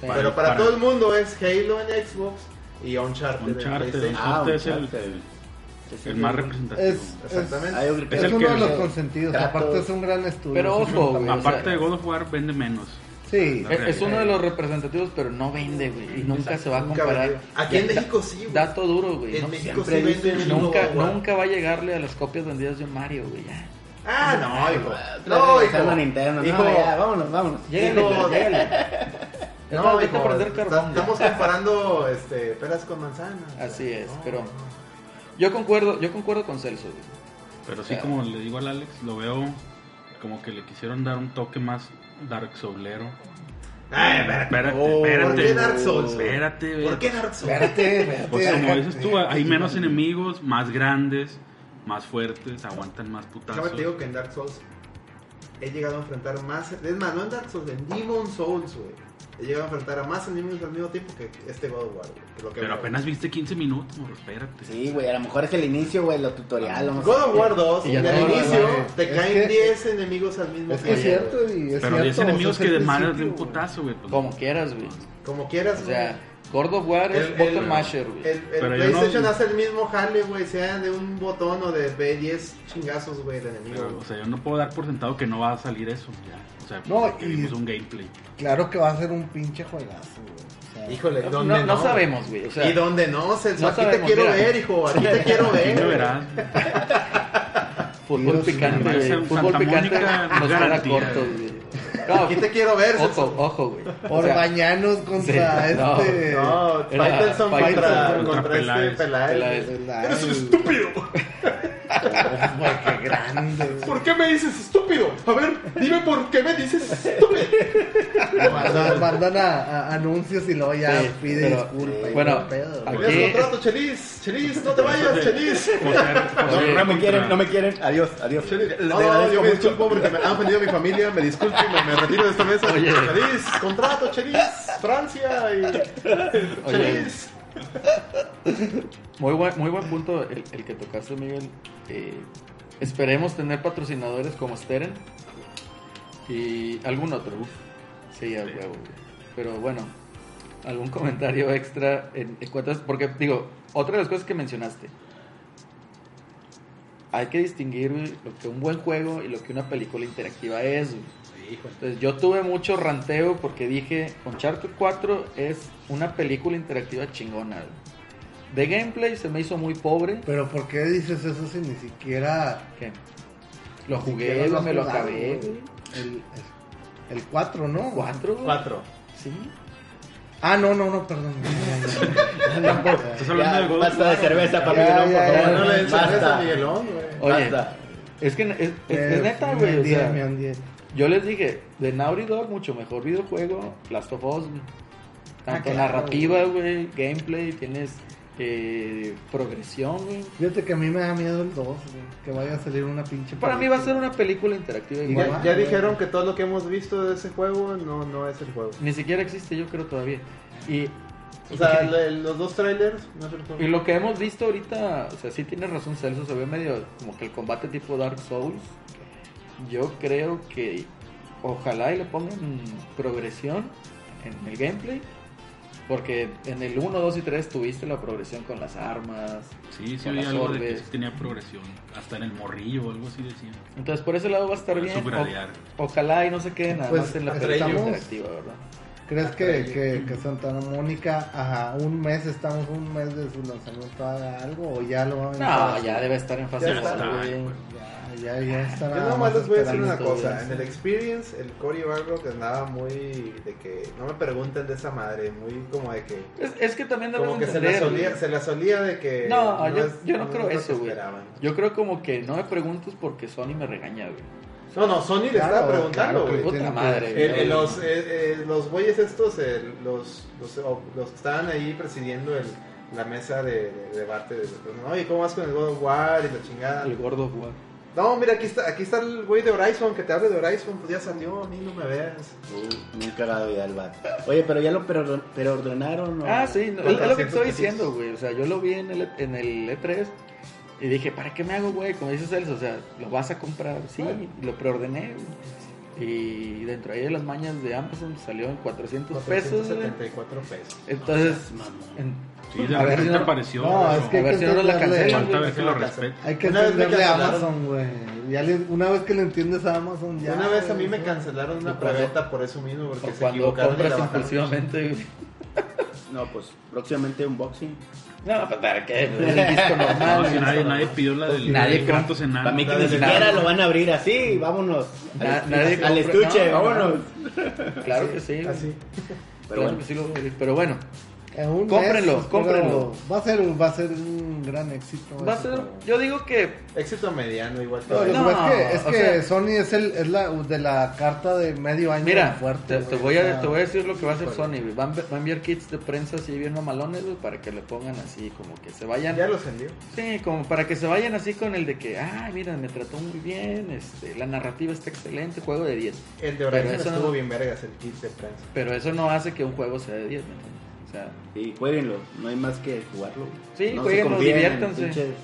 Sí. Pero para, Para- todo el mundo es Halo en Xbox y Uncharted, en Uncharted. PlayStation. Ah, Uncharted es el, Uncharted. el más representativo. Es, es, Exactamente. Ah, yo creo que es Es el uno que- de los consentidos. Kratos. Aparte es un gran estudio. Pero es un ojo, güey, tamaño. o sea- Aparte de God of War, vende menos. Sí. La Es- es realidad. uno de los representativos, pero no vende, güey. Y nunca se va a Nunca comparar. vendió. Aquí en Da- México sí, güey. Dato duro, güey. En No, México sí siempre venden dicen, el nunca, God of War. nunca va a llegarle a las copias vendidas de un Mario, güey. ya. Ah, no, hijo. No, No, hijo. Nintendo, Hijo, no, ya, vámonos, vámonos. Llégale, Hijo, llégale. Es más, No, vete a hijo, prender está- carbón, güey. Estamos comparando este, peras con manzanas. Así es, No, pero- no. Yo concuerdo, yo concuerdo con Celso, güey. Pero sí, Claro. como le digo al Alex, lo veo como que le quisieron dar un toque más Dark Soulero. Ay, Eh, espérate. Espérate, Oh, espérate. ¿Por qué Dark Souls? Espérate, güey. ¿Por qué Dark Souls? Espérate, espérate. Pues como dices tú, hay menos enemigos, más grandes, más fuertes, aguantan más Chava, putazos. te digo que en Dark Souls he llegado a enfrentar más. Es más, no en Dark Souls, en Demon Souls, güey. He llegado a enfrentar a más enemigos al mismo tiempo que este God of War, güey, por lo que Pero veo. apenas viste 15 minutos, morro, espérate. Sí, güey, a lo mejor es el inicio, güey, lo tutorial. vamos a- God of War 2, Y ya en no, el no, inicio, no, no. te Es caen que- 10 enemigos al mismo Es que es tiempo. cierto güey. y es Pero cierto. 10 enemigos o sea, que es el demandan de un principio, putazo, güey. pues, Como quieras, güey. Como quieras, O güey. sea, God of War es El- button el- masher, güey. El, el Pero yo PlayStation no- hace el mismo jale, güey, sea de un botón o de de 10 chingazos, güey, de enemigo. pero, güey. o sea, yo no puedo dar por sentado que no va a salir eso. Ya. O sea, No, porque y- vimos un gameplay. güey. Claro que va a ser un pinche juegazo, güey. O sea, Híjole, No, ¿dónde no sabemos, güey. O sea, y donde no, Celso, no aquí te sabemos, quiero mira. ver, hijo, aquí te quiero Aquí me ver. verás. fútbol Dios picante, mío. güey. Santa Fútbol picante Mónica no nos queda garantía, cortos, güey. güey. No, Aquí te quiero ver, ojo, Celso. ojo, güey. O sea, Orbañanos contra sí, no, este. No, Era- Faitelson Faitelson contra, contra contra este Peláez. Peláez. Peláez. Eres un estúpido. Güey, qué grande, güey. ¿Por qué me dices estúpido? A ver, dime por qué me dices estúpido. Mandan, mandan a, a anuncios y luego ya Sí, pide pero- disculpa. y bueno, todo el pedo, güey. aquí- Mira su contrato, Chelis. Chelis, no te vayas, Chelis. O sea, o sea, Oye, No contra- me quieren, no me quieren. Adiós, adiós. Te No, agradezco yo me mucho. disculpo porque me han ofendido mi familia, me disculpo y me, me retiro de esta mesa. Oye. Chelis, contrato, Chelis, Francia y... Chelis. Muy buen, muy buen punto el, el que tocaste, Miguel. Eh, esperemos tener patrocinadores como Steren y algún otro. Sí, a huevo, güey. Pero bueno, algún comentario extra en, en cuanto a- Porque, digo, otra de las cosas que mencionaste. Hay que distinguir güey, lo que un buen juego y lo que una película interactiva es. güey. Entonces, yo tuve mucho ranteo porque dije, Uncharted 4 es una película interactiva chingona. güey. De gameplay se me hizo muy pobre. Pero ¿por qué dices eso si ni siquiera. ¿Qué? Lo ni jugué, siquiera güey, has me lo jugado, acabé. güey? El, el 4, ¿no? ¿Cuatro? güey? Cuatro. Sí. Ah, no, no, no, perdón. Ya, ya, ya. Estás Ya, hablando de God of basta de War. cerveza, papi. Ya, no, por ya, favor, ya, No le eches cerveza a basta. Miguelón, güey. Oye, Basta. es que es, es- Eh, es neta, me güey. o hundí, sea, me hundí. yo les dije, de Naughty Dog, mucho mejor videojuego, Last of Us. güey. Tanto narrativa, Ah, güey, gameplay, tienes eh, progresión, güey. Fíjate que a mí me da miedo el 2, güey, que vaya a salir una pinche. Para mí va a ser una película interactiva Y igual. va- Ya, ya dijeron que todo lo que hemos visto de ese juego no, no es el juego. Ni siquiera existe, yo creo, todavía. Y, O sea, le- los dos trailers no es el juego. y lo que hemos visto ahorita, o sea, sí tienes razón, Celso, se ve medio como que el combate tipo Dark Souls. Yo creo que ojalá y le pongan progresión en el gameplay. Porque en el 1, 2 y 3 tuviste la progresión con las armas, Sí, sí, Con oí las algo de que orbes. sí tenía progresión. Hasta en el morrillo o algo así decían. Entonces por ese lado va a estar Por bien. eso gradear. O- ojalá y no se quede nada Pues, más en la hasta película estamos- interactiva, ¿verdad? ¿Crees que, que, que Santa Mónica, ajá, un mes, estamos un mes de su lanzamiento, haga algo o ya lo va a No, ya debe estar en fase Ya de está, desarrollo. güey. Ya, ya, ya está. Yo nada nada más les voy a decir esperando una todo cosa. eso. En el Experience, el Cory Barrock andaba muy de que no me pregunten de esa madre, muy como de que. Es, es que también debes Como que se entender. la solía, güey. se la solía de que. No, yo- es- yo no creo es lo eso, que güey. esperaban. Yo creo como que no me preguntes porque Sony me regaña, güey. No, no, Sony le Claro, estaba preguntando, claro que güey. tienen Puta que- madre. El- güey. el- los, eh, eh, los güeyes estos, el- los, los, o- los que estaban ahí presidiendo el- la mesa de, de debate, de, oye, ¿cómo vas con el God of War y la chingada? El gordo güey. No, mira, aquí está, aquí está el güey de Horizon, que te hable de Horizon, pues ya salió, a mí no me veas. Uh, Muy cagado ya el vato. Oye, pero ya lo pero, pero ordenaron. Ah, sí, no, Con es, es lo que te estoy 400 diciendo, güey. O sea, yo lo vi en el, en el E3 y dije, ¿para qué me hago, güey? Como dices, Celso, o sea, lo vas a comprar. Sí, lo preordené, güey. Y dentro ahí de las mañas de Amazon salió en 400 pesos, güey. 474 pesos. Entonces, en- Sí, de A ver, repente si no- apareció. no, pero es que- a ver si ahora la entenderle. cancelan, Falta güey. ver que lo respete. Hay que Una vez me entenderle a cancelaron. Amazon, güey. Ya le- Una vez que le entiendes a Amazon, ya. una vez a mí güey, me ¿no? cancelaron O una cuando- preventa por eso mismo, O porque se cuando equivocaron y la compras bajaron. impulsivamente, güey. No, pues próximamente unboxing. No, pues, ¿para qué? Es el disco normal. No, si güey. nadie, nadie pidió la Nadie del nadie com- canto Para mí que la ni de- siquiera lo van a abrir así, vámonos. Al, Na- estu- nadie al compra- no, estuche, no. vámonos. Claro que sí, güey. Así. Claro Pero bueno. que sí lo voy a abrir, Pero bueno, En un Cómprenlo, mes, cómprenlo. pero Va a ser, un- va a ser un gran éxito. va a ese ser. juego. Yo digo que Éxito mediano, igual que No, lo Horizon. que pasa es que, es o que sea- Sony es, el, es la de la carta de medio año Mira, fuerte. te, te voy güey, o a, sea, te voy a decir lo que va a hacer Sony. güey. Van, va a enviar kits de prensa así bien mamalones, güey, para que le pongan así, como que se vayan. Ya los envió. Sí, como para que se vayan así con el de que, ay, mira, me trató muy bien, este, la narrativa está excelente, juego de 10. El de Pero Horizon eso no- estuvo bien vergas, el kit de prensa. Pero eso no hace que un juego sea de 10, ¿me entiendes? O sea, Y jueguenlo, no hay más que jugarlo. Sí, no se jueguenlo, confíen en el diviértanse. pinche-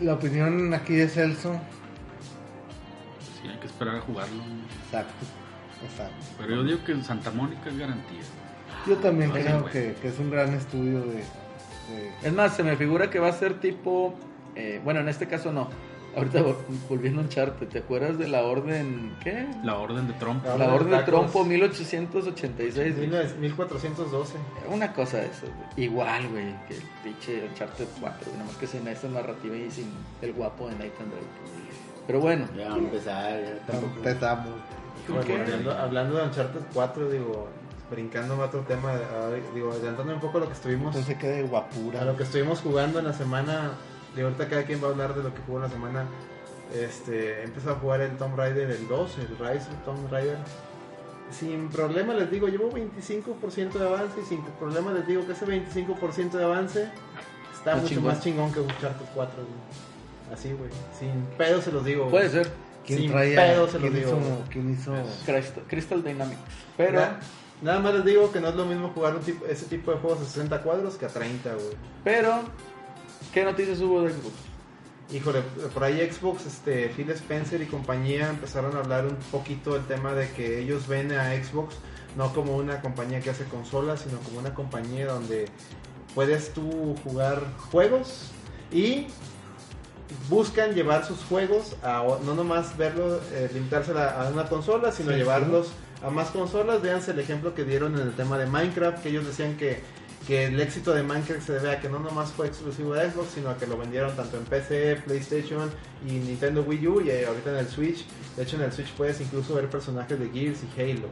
mi- la opinión aquí de Celso. Sí, hay que esperar a jugarlo. Exacto. Exacto. Pero yo digo que en Santa Mónica es garantía. Yo también No sé, creo güey. que, que es un gran estudio de. de- es más, se me figura que va a ser tipo, eh, bueno, en este caso no. Ahorita vol- volviendo a Uncharted, ¿te acuerdas de la orden, qué? La orden de Trump. La La orden de Tacos. Trompo 1886. güey. 1412. Una cosa de eso, Igual, güey, que el pinche Uncharted 4, güey, nada más que sin esa narrativa y sin el guapo de Nathan Drake. Pero bueno, Ya va a empezar, ya tampoco. Empezamos. ¿con Bueno, qué? hablando, hablando de Uncharted 4, digo, brincando a otro tema, a- digo, adelantándome un poco a lo que estuvimos, Entonces quede a guapura. lo que estuvimos jugando en la semana, de ahorita cada quien va a hablar de lo que jugó en la semana. Este, he empezado a jugar el Tomb Raider el 2, el Rise of Tomb Raider. Sin problema les digo, llevo 25% de avance y sin problema les digo que ese 25% de avance Está está mucho chingón. más chingón que Uncharted 4, güey. Así, güey. Sin pedo se los digo. güey. Puede ser ¿Quién sin traía? pedo se los ¿Quién digo, hizo? güey. ¿Quién hizo? Crystal, Crystal Dynamics. Pero, Na- nada más les digo que no es lo mismo jugar un tipo- ese tipo de juegos a 60 cuadros que a 30, güey. pero, ¿qué noticias hubo de Xbox? Híjole, por ahí Xbox, este, Phil Spencer y compañía empezaron a hablar un poquito del tema de que ellos ven a Xbox no como una compañía que hace consolas, sino como una compañía donde puedes tú jugar juegos y buscan llevar sus juegos a o- no nomás verlo, eh, limitarse a, a una consola, sino llevarlos a más consolas. Véanse el ejemplo que dieron en el tema de Minecraft, que ellos decían que, que el éxito de Minecraft se debe a que no nomás fue exclusivo de Xbox, sino a que lo vendieron tanto en PC, PlayStation y Nintendo Wii U y eh, ahorita en el Switch. De hecho en el Switch puedes incluso ver personajes de Gears y Halo.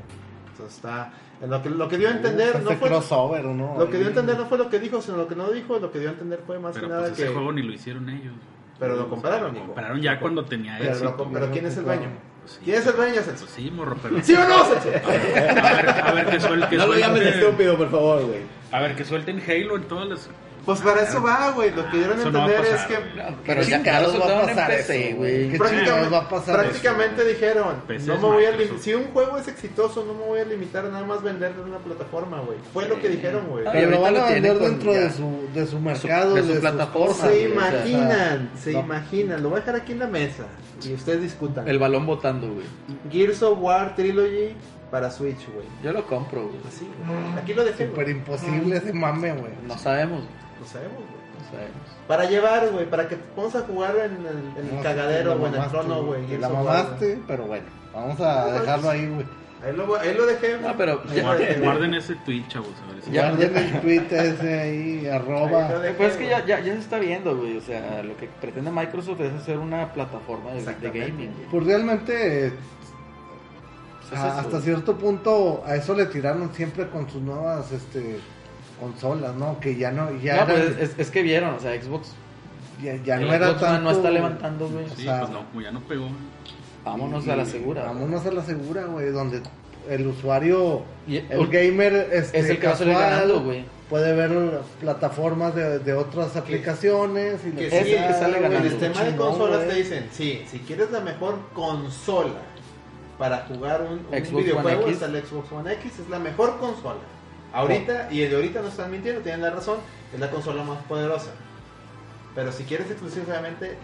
Entonces está... Lo que, lo que dio a entender Este no fue... crossover, ¿no? Lo que dio a entender no fue lo que dijo, sino lo que no dijo, lo que dio a entender fue más Pero que nada pues que... ese juego ni lo hicieron ellos. Pero lo compraron, Lo hijo. compraron ya cuando tenía Pero, éxito. lo comp- pero ¿quién es el dueño? Pues sí. ¿Quién es el dueño, Celso? Pues sí, morro, pero. ¿Sí o no, Celso? A ver, a ver, a ver que, suel- que No lo llamen suelten- estúpido, por favor, güey. A ver, que suelten Halo en todas las. Pues para eso va, güey. Lo que dieron a Eso no va a entender es pasar, que güey. Pero ya que Chingados, va a resultaron en pasar PC, eso, güey. ¿Qué chingados prácticamente, va a pasar prácticamente dijeron, PC no Pues es me voy a lim- Microsoft. si un juego es exitoso, no me voy a limitar a nada más venderlo en una plataforma, güey. Fue lo que dijeron, güey. Ah, Pero lo ahorita van lo a tiene vender con- dentro ya. de su, de su mercado, de su sus plataforma, cosas, Se sí, güey, o sea, imaginan, se no. imaginan. Lo voy a dejar aquí en la mesa y ustedes discutan. El balón botando, güey. Gears of War Trilogy para Switch, güey. Yo lo compro, güey. Así, güey. Aquí lo dejé, Súper güey. imposible ese mame, güey. No sabemos, güey. Lo sabemos, güey. No sabemos. Para llevar, güey, para que te pongas a jugar en el, en el No, cagadero, la güey, en el mamaste, trono, güey. Te Gears La of War, mamaste, pero bueno. Vamos No, a pues, dejarlo ahí, güey. güey. Ahí lo, ahí lo dejé, güey. No, pero Ahí ya- lo dejé, güey. Guarden ese tweet, chavos. A ver si- Ya- Guarden el tweet ese ahí, Ahí lo arroba. dejé, Pues es que güey. ya, ya, ya se está viendo, güey. O sea, lo que pretende Microsoft es hacer una plataforma de, de Exactamente. gaming. güey. Pues realmente, Pues es a- eso, hasta güey. cierto punto, a eso le tiraron siempre con sus nuevas este, consolas, ¿no? Que ya no, ya No, eran- pues es, es que vieron, o sea, Xbox, ya, ya el no era Xbox One tanto. no está levantando, güey. Sí, o sea- pues no, como ya no pegó. Vámonos a la segura. güey. Vámonos a la segura, güey, donde el usuario, Y- el gamer, este, es el que va a salir casual, ganando, güey. puede ver plataformas de, de otras aplicaciones. Y Que le- Es el sí, que sale güey, ganando. En el tema de Chingón, consolas güey. te dicen, sí, si quieres la mejor consola para jugar un, un Xbox One videojuego, X. está el Xbox One X, es la mejor consola. Ahorita, Oh. y de ahorita no están mintiendo, tienen la razón, es la consola más poderosa. Pero si quieres exclusivamente,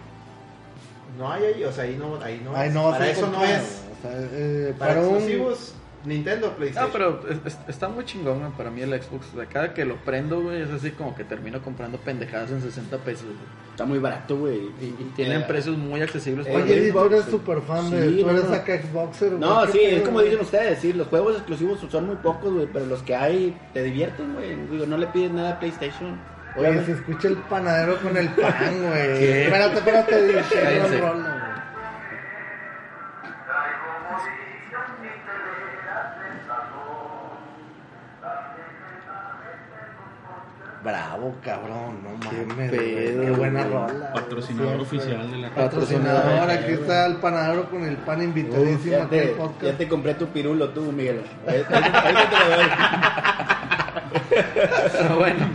no hay ahí, o sea, ahí no, ahí no, Ay, es. no vas para a eso no encontrar, es. o sea, eh, Para, para un- exclusivos, Nintendo, No, PlayStation. pero es- es- está muy chingón güey, para mí el Xbox. O sea, cada que lo prendo, güey, es así como que termino comprando pendejadas en 60 pesos. güey. Está muy barato, güey. Y, y tienen Eh, precios muy accesibles para Oye, mí. Eddie, tú eres súper fan de. Sí, tú eres no, no. acá Xboxer, güey, No, ¿qué sí, pedo, es como güey? dicen ustedes, sí, los juegos exclusivos son muy pocos, güey, pero los que hay te divierten, güey. Digo, no le pides nada a PlayStation. Oye, se escucha el panadero con el pan, güey. Espérate, espérate, Eddie, tengo Cállense. un rolo, güey. Bravo, cabrón, no mames. güey, pedo, Qué buena güey. rola. Patrocinador güey, siempre. oficial de Ah. la Patrocinador, aquí está el panadero con el pan Uf, invitadísimo ya, aquí al te, podcast. ya te compré tu pirulo tú, Miguel. Ahí- ahí- ahí te lo doy. Pero bueno,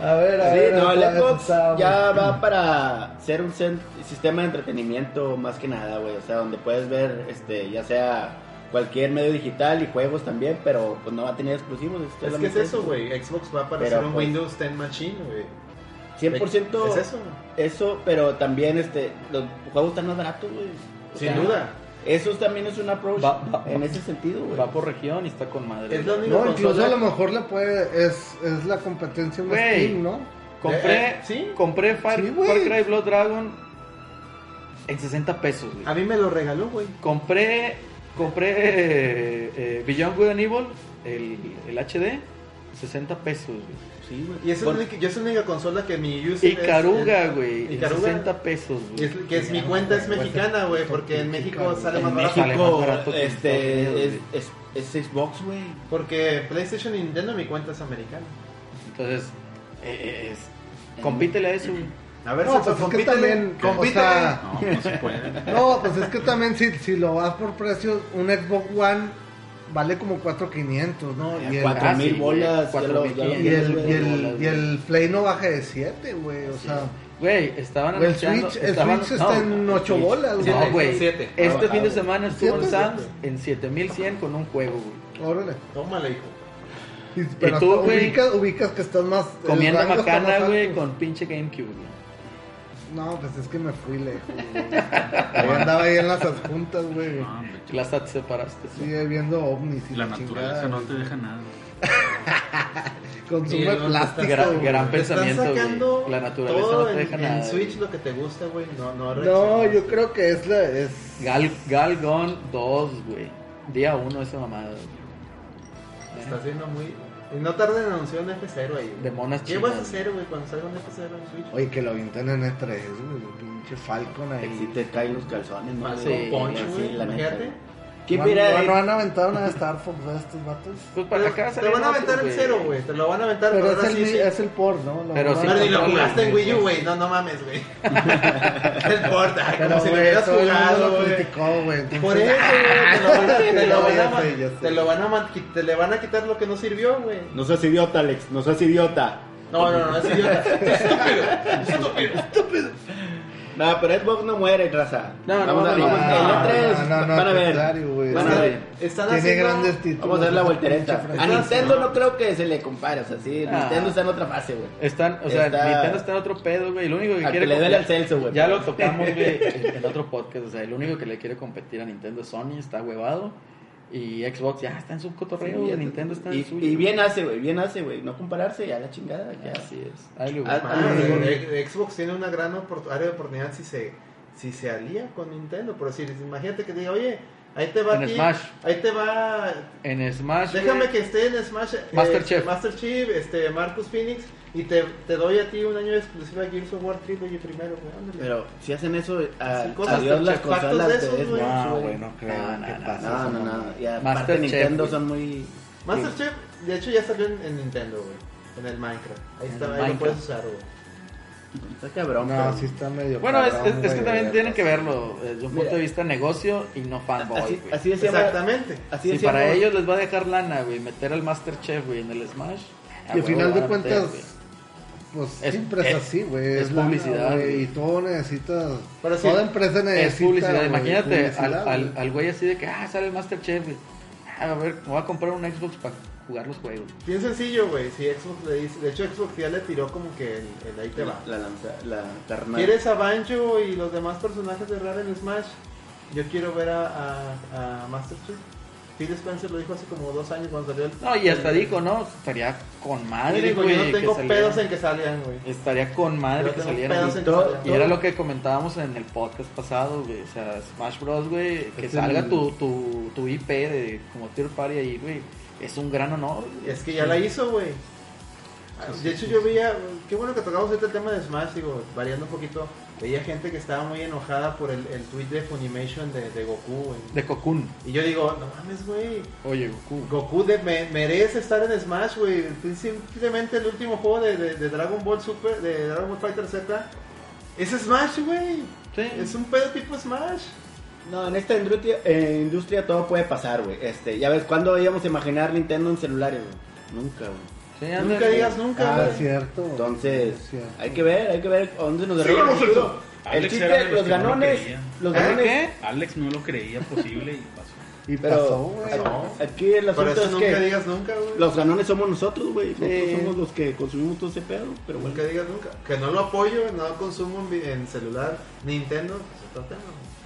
A ver, a Sí, ver. no, el otra vez Xbox estamos. ya va para ser un cen- sistema de entretenimiento más que nada, güey. O sea, donde puedes ver, este, ya sea cualquier medio digital y juegos también, pero pues no va a tener exclusivos. esto es que es solamente eso, güey. Xbox va para Pero, hacer un pues, Windows 10 Machine, güey. 100% Es eso, eso, pero también, este, los juegos están más baratos, güey. O sin sea, duda. Eso también es un approach Va- va- en ese sentido, güey. va por región y está con madre. Es la güey. única No, incluso consola- a lo mejor le puede. Es, es la competencia más Güey. Steam, ¿no? Compré, Eh, eh, ¿sí? compré Far, Sí, güey. Far Cry Blood Dragon en 60 pesos, güey. A mí me lo regaló, güey. Compré, compré eh, eh, Beyond Good and Evil, el, el HD, 60 pesos, güey. Sí, güey. Y es la Por- única, yo es la única consola que mi user Y Caruga, güey, en Icaruga. 60 pesos, Y güey. es- que es mi cuenta es mexicana, güey, porque en México sale más En barato. sale más México, barato que en Estados este, es, Unidos, es- es Xbox, güey. Porque PlayStation y Nintendo mi cuenta es americana. Entonces, eh, eh, es, compítele a eso, güey. A ver, No, Celso, pues es que compítele, también, o compítele. sea, No, no se puede. No, pues es que también si, si lo vas por precios, un Xbox One vale como 4.500, ¿no? Y el, Cuatro ah, sí, mil güey. bolas. Cuatro mil y el, y el, y el Play no baja de 7, güey, o sea... Güey, estaban El anunciando- Switch- el estaban- Switch está en el ocho Switch. bolas, güey. No, Siete, güey. siete. Este Ah, fin de ah, semana estuvo en Siete, Sam's en 7100 con un juego, güey. Órale. Tómala, hijo. Y- Pero tú, hasta güey? ubicas, ubicas que estás más... el Comiendo rango está macana, más güey, alto. con pinche GameCube, güey. No, pues es que me fui lejos, güey. Yo andaba ahí en las adjuntas, güey. No, hombre, chavo. Las separaste. Sí, viendo ovnis y la la naturaleza chingada. no te deja nada. Sí, Consume no, te plástico, estás- güey. gran- gran Te están pensamiento, sacando güey. La naturaleza todo no te en- deja en, nada, Switch güey. lo que te gusta, güey. No, no, No, reacciones. yo creo que es la... Es... Gal, Galgon 2, güey. Día 1 esa mamada. güey. Estás viendo muy... y No tarden en anunciar un F0 ahí. güey. De monas ¿Qué chinas, vas a hacer, güey, cuando salga un F0 en Switch? Oye, que lo avientan en E3, güey. Pinche Falcon ahí. Si te caen los calzones, ¿no? Falcon Sí, Punch, sí, güey, la neta. imagínate. ¿Qué ¿No, han- mira? no- eh, no han aventado una de Star Fox de estos vatos? Pues para Te, acá te salieron van a aventar otros, el cero, güey. Te lo van a aventar, Pero es ahora el, sí, mi- sí. es el por, ¿no? Lo Pero van a- sí Pero ni lo controla, jugaste en güey. Wii U, güey. No, no mames, güey. No importa, Pero, como si lo güey, hubieras todo el mundo jugado, lo güey. criticó, güey. entonces- ah, Por eso, güey, te lo van a- te lo Ya, van ya a ma- sé, ya sé. te lo van a man- qui- te le van a quitar lo que no sirvió, güey. No seas idiota, Alex. No seas idiota. No, no, no, es idiota. No, pero Xbox no muere, raza. No, no Vamos va a a ver. morir. No, El no, E3, no, no, van a al ver. contrario, güey. Van a Están- ver. Están Tiene haciendo grandes títulos. Vamos a dar la esa voltereta. pinche A franquicia. Nintendo no creo que se le compare. O sea, sí, Ah. Nintendo está en otra fase, güey. Están, o sea, Está- Nintendo está en otro pedo, güey. Lo único que Al quiere que le duele competir- al Celso, güey. Ya lo tocamos, güey, en en otro podcast. O sea, lo único que le quiere competir a Nintendo es Sony, está huevado. Y Xbox ya está en su cotorreo, Sí, y Nintendo está en y, su. y bien hace, güey. Bien hace, güey. No compararse ya la chingada. Ya. Así es. Ahí lo Ah, Ah, ah, no, sí. eh, Xbox tiene una gran opor- área de oportunidad si se, si se alía con Nintendo. Por decir, imagínate que diga, oye, ahí te va En aquí, Smash. ahí te va. En Smash. Déjame güey, que esté en Smash. eh, Masterchef. Masterchef, este, Marcus Phoenix. Y te, te doy a ti un año de exclusiva de Gears of War Trilogy primero, güey. ándale. Pero si hacen eso, a, Sí, cosas adiós las artefactos consolas de de esos, Xbox, güey. güey. güey, no creo No, no, que no, pase No, esa no, mamada. no. Y aparte Masterchef, Nintendo güey. son muy... Masterchef, de hecho, ya salió en, en Nintendo, güey. Con el Minecraft. Ahí En está, el ahí lo Minecraft. puedes usar, güey. Está cabrón, No, pero- sí está medio. Bueno, es, cabrón, es- es que güey, también de tienen verdad. que verlo desde un punto de vista negocio y no fanboy. Así, güey. así decíamos- Exactamente. Así Si decíamos- para ellos les va a dejar lana, güey, meter al Masterchef, güey, en el Smash. a Y al huevo final van de a meter, cuentas, güey. pues Es- siempre es, es- así, güey. es lana, publicidad, güey, güey. Y todo necesita. Pero sí, toda empresa necesita. es publicidad. güey, Imagínate al, publicidad, al, güey. al güey así de que, ah, sale el Masterchef. güey. Ah, a ver, me voy a comprar un Xbox para jugar los juegos. Bien sencillo, güey. Si Xbox le dice. De hecho, Xbox ya le tiró como que el, el ahí te va. La, la lanza, la carnal. ¿Quieres a Banjo y los demás personajes de Rare en Smash? Yo quiero ver a, a, a Master Chief. Phil Spencer lo dijo hace como dos años cuando salió el. No, y hasta dijo, ¿no? Estaría con Y madre, dijo, güey. yo no que tengo salieran". pedos en que salgan, güey. Estaría con madre Yo que tengo salieran. pedos güey. en todo- que Y salgan. era lo que comentábamos en el podcast pasado, güey. O sea, Smash Bros, güey. Que Es salga el- tu, tu, tu IP de como Tier Party ahí, güey. Es un gran honor. güey. Es que ya la hizo, güey. De hecho, yo veía. Qué bueno que tocamos este tema de Smash, digo, variando un poquito. Veía gente que estaba muy enojada por el, el tweet de Funimation de, de Goku, güey. De Cocoon. Y yo digo, no mames, güey. Oye, Goku. Goku de- me- merece estar en Smash, güey. Simplemente el último juego de, de- de Dragon Ball Super, de Dragon Ball Fighter Z, es Smash, güey. Sí. Es un pedo tipo Smash. No, en esta industria, eh, industria todo puede pasar, güey. Este, ya ves, ¿cuándo íbamos a imaginar Nintendo en celulares, güey? Nunca, güey. Sí, ándale, Nunca güey. digas nunca, Ah, güey. es cierto. güey, Entonces, es cierto. hay que ver, hay que ver a dónde nos Sí, derrota vamos, el futuro. Celso. El Alex era de chiste, los los que no lo ganones, quería. los ¿Eh? ganones. ¿Qué? Alex no lo creía posible y pasó. Y Pero pasó, güey. a- aquí el Por asunto eso es nunca que digas nunca, güey. los ganones somos nosotros, güey. Nosotros Sí. somos los que consumimos todo ese pedo, pero bueno. Nunca digas nunca. Que no lo apoyo, no lo consumo en, vi- en celular. Nintendo, pues otro tema.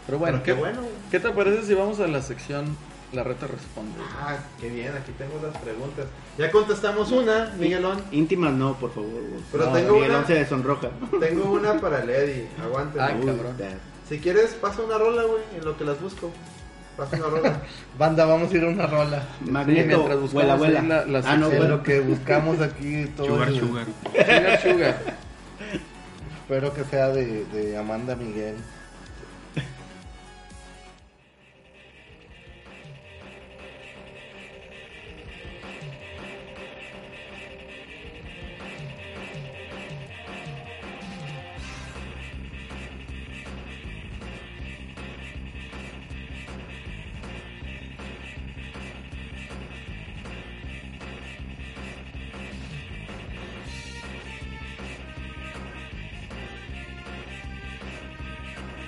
Pero bueno, qué ¿qué- bueno. güey. ¿Qué te parece si vamos a la sección La Reta Responde? Ah, qué bien, aquí tengo las preguntas. Ya contestamos una, Miguelón. Íntimas no, por favor, güey. Pero No, tengo Miguelón una- se sonroja. Tengo una para Lady, aguante. Ay, Uy, cabrón. está- Si quieres, pasa una rola, güey, en lo que las busco. Pasa una rola. Banda, vamos a ir a una rola. Sí, Magneto, mientras buscamos vuela, vuela. ahí la- la ah, no, Es sección. bueno. lo que buscamos aquí. Todo Sugar, el- sugar. Sugar, sugar. Espero que sea de, de Amanda Miguel. Quiero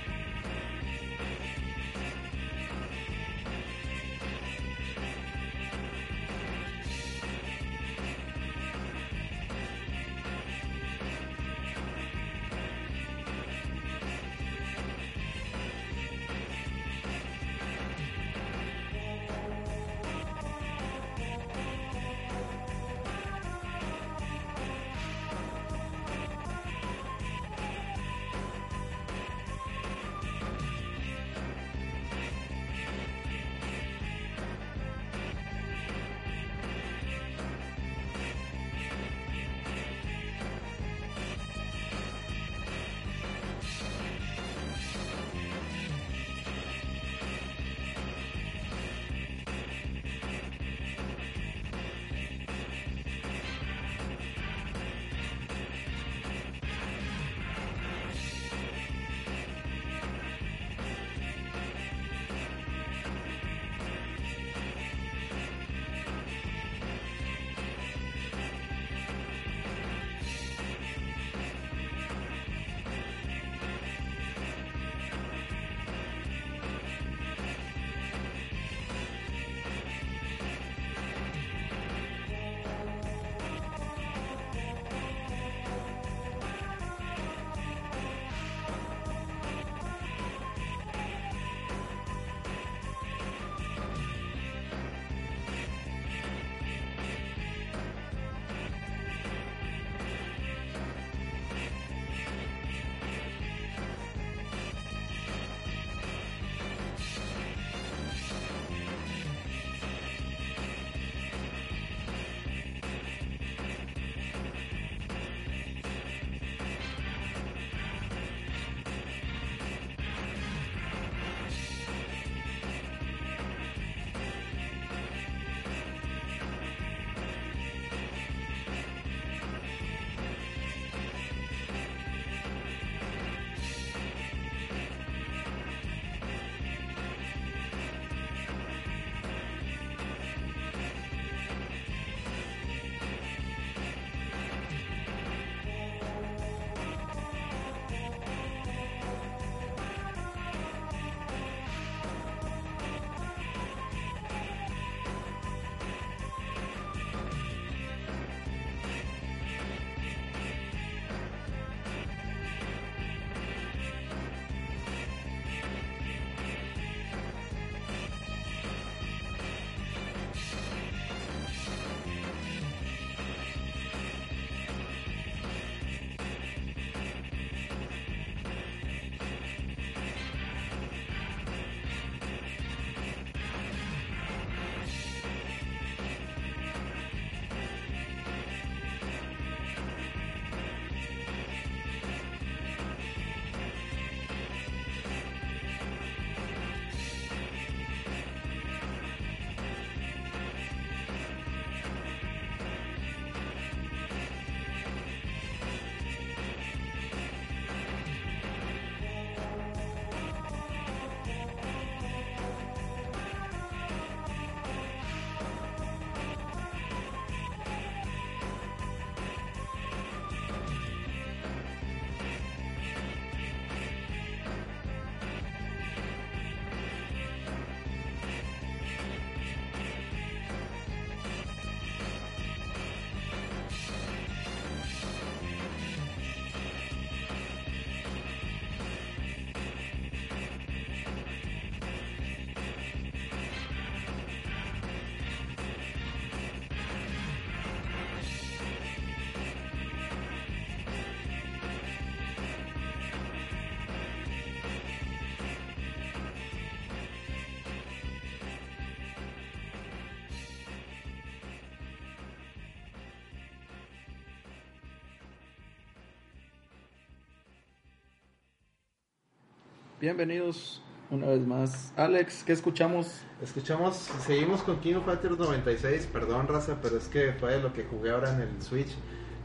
bienvenidos una vez más. Alex, ¿qué escuchamos? Escuchamos, seguimos con Kino Fighters 96, perdón raza, pero es que fue lo que jugué ahora en el Switch.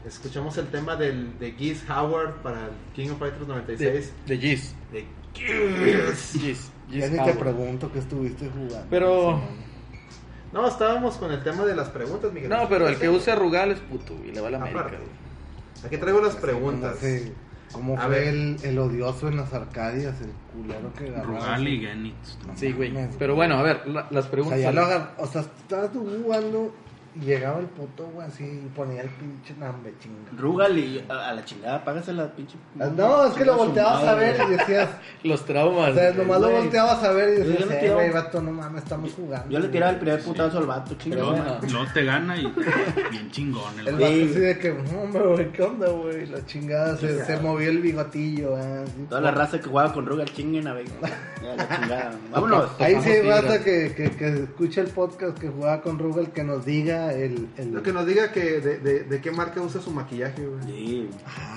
Escuchamos el tema del, de Geese Howard para el King of Fighters 96. De Giz. De Geese. Giz. Ya ni te pregunto qué estuviste jugando. Pero- esa semana. No, estábamos con el tema de las preguntas, Miguel. No, pero el que usa Rugal es puto y le va a la América. Aparte. güey. Aquí traigo las ¿Cómo preguntas. fue, cómo A fue ver. el, el odioso en las Arcadias, el culero que ganó? Rugal y Genitz. Sí, güey. Mames, Pero bueno, a ver, la- las O sea, preguntas. ya lo agar- O sea, estabas tú jugando y llegaba el puto, güey, así y ponía el pinche nambe chinga. Rugal y a, a la chingada, págase la pinche. Ah, No, es que Chinga lo su volteabas a madre, ver y güey. decías. Los traumas. O sea, güey. nomás lo güey. volteabas a ver y Yo le decías, eh, tiraba- güey, vato, no mames, estamos jugando. Yo le tiraba el primer putazo al vato, Pero chingada. bueno. No te gana y bien chingón el El vato. vato así de que, "No, hombre, güey, ¿qué onda, güey? La chingada, se, se movió el bigotillo, ah, así. Toda la raza que jugaba con Rugal, chinguen a ver. Ya, la chingada. Vámonos. Ahí sí hay Tocamos basta que, que, que escucha el podcast que jugaba con Rugal que nos diga el. el- Lo que nos diga que de, de- de qué marca usa su maquillaje, güey. Sí.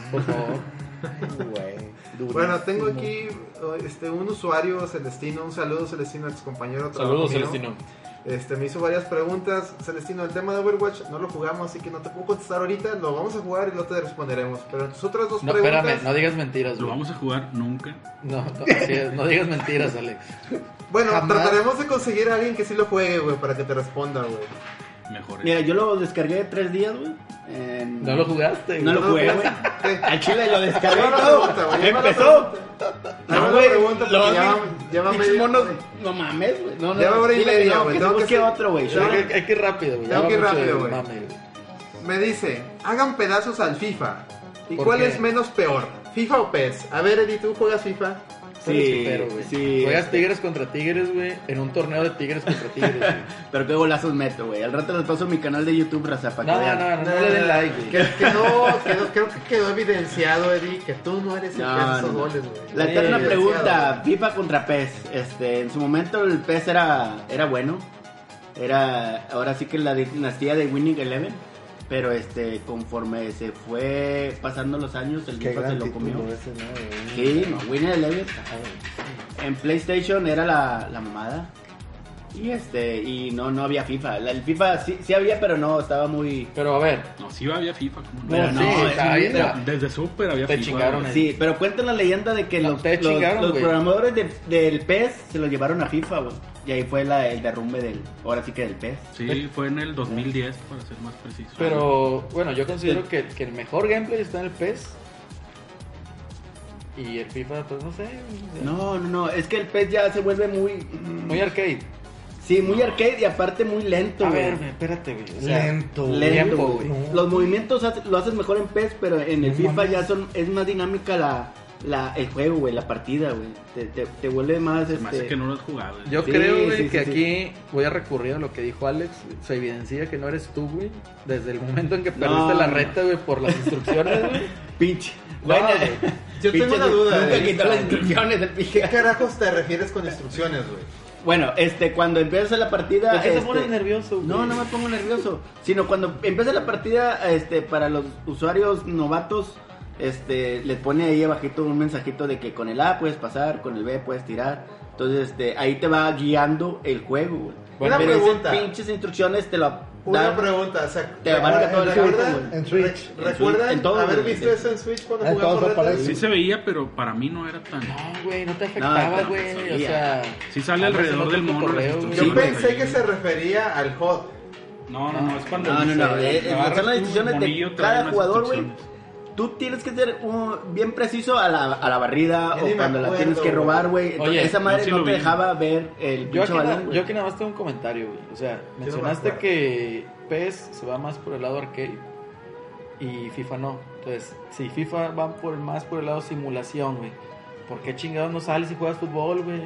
Por favor. Ay, güey. Bueno, tengo aquí oh, este, un usuario, Celestino. Un saludo, Celestino, ex compañero. de trabajo Saludos, mío. Celestino. Este, me hizo varias preguntas. Celestino, el tema de Overwatch no lo jugamos, así que no te puedo contestar ahorita. Lo vamos a jugar y luego te responderemos. Pero tus otras dos No, preguntas. espérame, no digas mentiras, Lo güey. vamos a jugar nunca. No, no, así es, no digas mentiras, Alex. Bueno, Jamás. trataremos de conseguir a alguien que sí lo juegue, güey, para que te responda, güey. Mejor. Mira, yo lo descargué tres días, güey. en- No lo jugaste. No lo No, jugué, no, güey. ¿Qué? Al chile lo descargué Ahí va y la todo. pregunta, güey, ahí va la Empezó. Ahí va la güey, pregunta, lo- porque ya va- ya va pinches media- monos, No mames, güey. No, no. Ya va hora y dile media, que no, güey, que tengo te que busque hacer- otro, güey. Tengo Hay que, hay que ir rápido, güey. ya Tengo va que ir mucho rápido, del güey. mame, güey. Me dice, hagan pedazos al FIFA. ¿Y ¿Por cuál qué? es menos peor? ¿FIFA o PES? A ver, Eddie, ¿tú juegas FIFA? Sí, Pero, güey. sí. Juegas tigres contra tigres, güey. En un torneo de tigres contra tigres, güey. Pero qué golazos meto, güey. Al rato les paso mi canal de YouTube, raza, para No, que no, vean. no, no le den like, Que, güey. quedó, quedó- creo que quedó evidenciado, Eddie, que tú no eres el No, que hace esos no, no. goles, güey. La eterna Sí, pregunta, FIFA contra PES. Este, en su momento el PES era, era bueno. Era ahora sí que la dinastía de Winning Eleven. Pero este, conforme se fue pasando los años, el Qué FIFA se gran lo comió. título ese, ¿no? güey? Sí, no, Winning Eleven. En PlayStation era la, la mamada. Y este, y no, no había FIFA. La- el FIFA sí, sí había, pero no, estaba muy. Pero a ver, No, sí había FIFA. ¿cómo no? no, Pero no, sí, es está bien, Mira, la- Desde Super había Te FIFA. chingaron güey. Sí, pero cuenta la leyenda de que No, los, te los- chingaron, los güey. programadores de- del PES se los llevaron a FIFA, güey. Y ahí fue la, el derrumbe del, ahora sí que del PES. Sí, fue en el 2010, para ser más preciso. Eh. Pero bueno, yo considero que, que el mejor gameplay está en el PES. Y el FIFA, pues no sé. No, no, no, es que el PES ya se vuelve muy... Muy arcade. Sí, muy arcade y aparte muy lento, A güey. ver, güey, espérate, güey. O sea, Lento. güey. Lento, tiempo, güey. güey. Los movimientos hace- lo haces mejor en PES, pero en el No FIFA mames. ya son es más dinámica la, la el juego, güey, la partida, güey. Te, te, te vuelve más Se me hace este, que no lo has jugado. güey. Yo Sí, creo, güey, sí, sí, que sí. aquí voy a recurrir a lo que dijo Alex. Se evidencia que no eres tú, güey. Desde el momento en que perdiste No, la no. reta, güey, por las instrucciones, güey. pinche. No, Bueno, güey. Yo tengo pinche- una duda. Nunca Eddie. quitó las instrucciones del ¿Qué pinche. carajos te refieres con instrucciones, güey? Bueno, este, cuando empieza la partida. ¿Por qué te este, pones nervioso, güey? No, no me pongo nervioso. Sino cuando empieza la partida, este, para los usuarios novatos, este, les pone ahí abajito un mensajito de que con el A puedes pasar, con el B puedes tirar. Entonces, este, ahí te va guiando el juego, güey. Una Pero esas pregunta. pinches instrucciones te lo Una dan. pregunta, o sea, Te abarca todo el ¿recuerdan- campo, güey. En Switch. re- ¿Recuerdan En todo, haber güey. visto eso en Switch cuando Ah, en jugamos todo Red Dead? aparece. Sí se veía, pero para mí no era tan. No, güey, no te No, afectaba, no, güey. sabía. o sea, Sí sale Ah, alrededor no, del no, mono. correo, las güey. Yo instrucciones pensé ahí. que se Ah, refería al HOT. No, no, no, es cuando. No, no, no. eh, eh, agarras son las tu decisiones monillo, de te dan cada unas jugador, güey. instrucciones. Tú tienes que ser un- bien preciso a la, a la barrida Ya ni o me cuando la acuerdo, tienes que güey. robar, güey. Entonces, Oye, Esa madre yo sí no lo te vi. dejaba ver el Yo pinche aquí, balón, na- güey. yo aquí nada más tengo un comentario, güey. O sea, me mencionaste acuerdo. que PES se va más por el lado arcade y FIFA no. Entonces, si FIFA va por, más por el lado simulación, güey, ¿por qué chingados no sales y juegas fútbol, güey?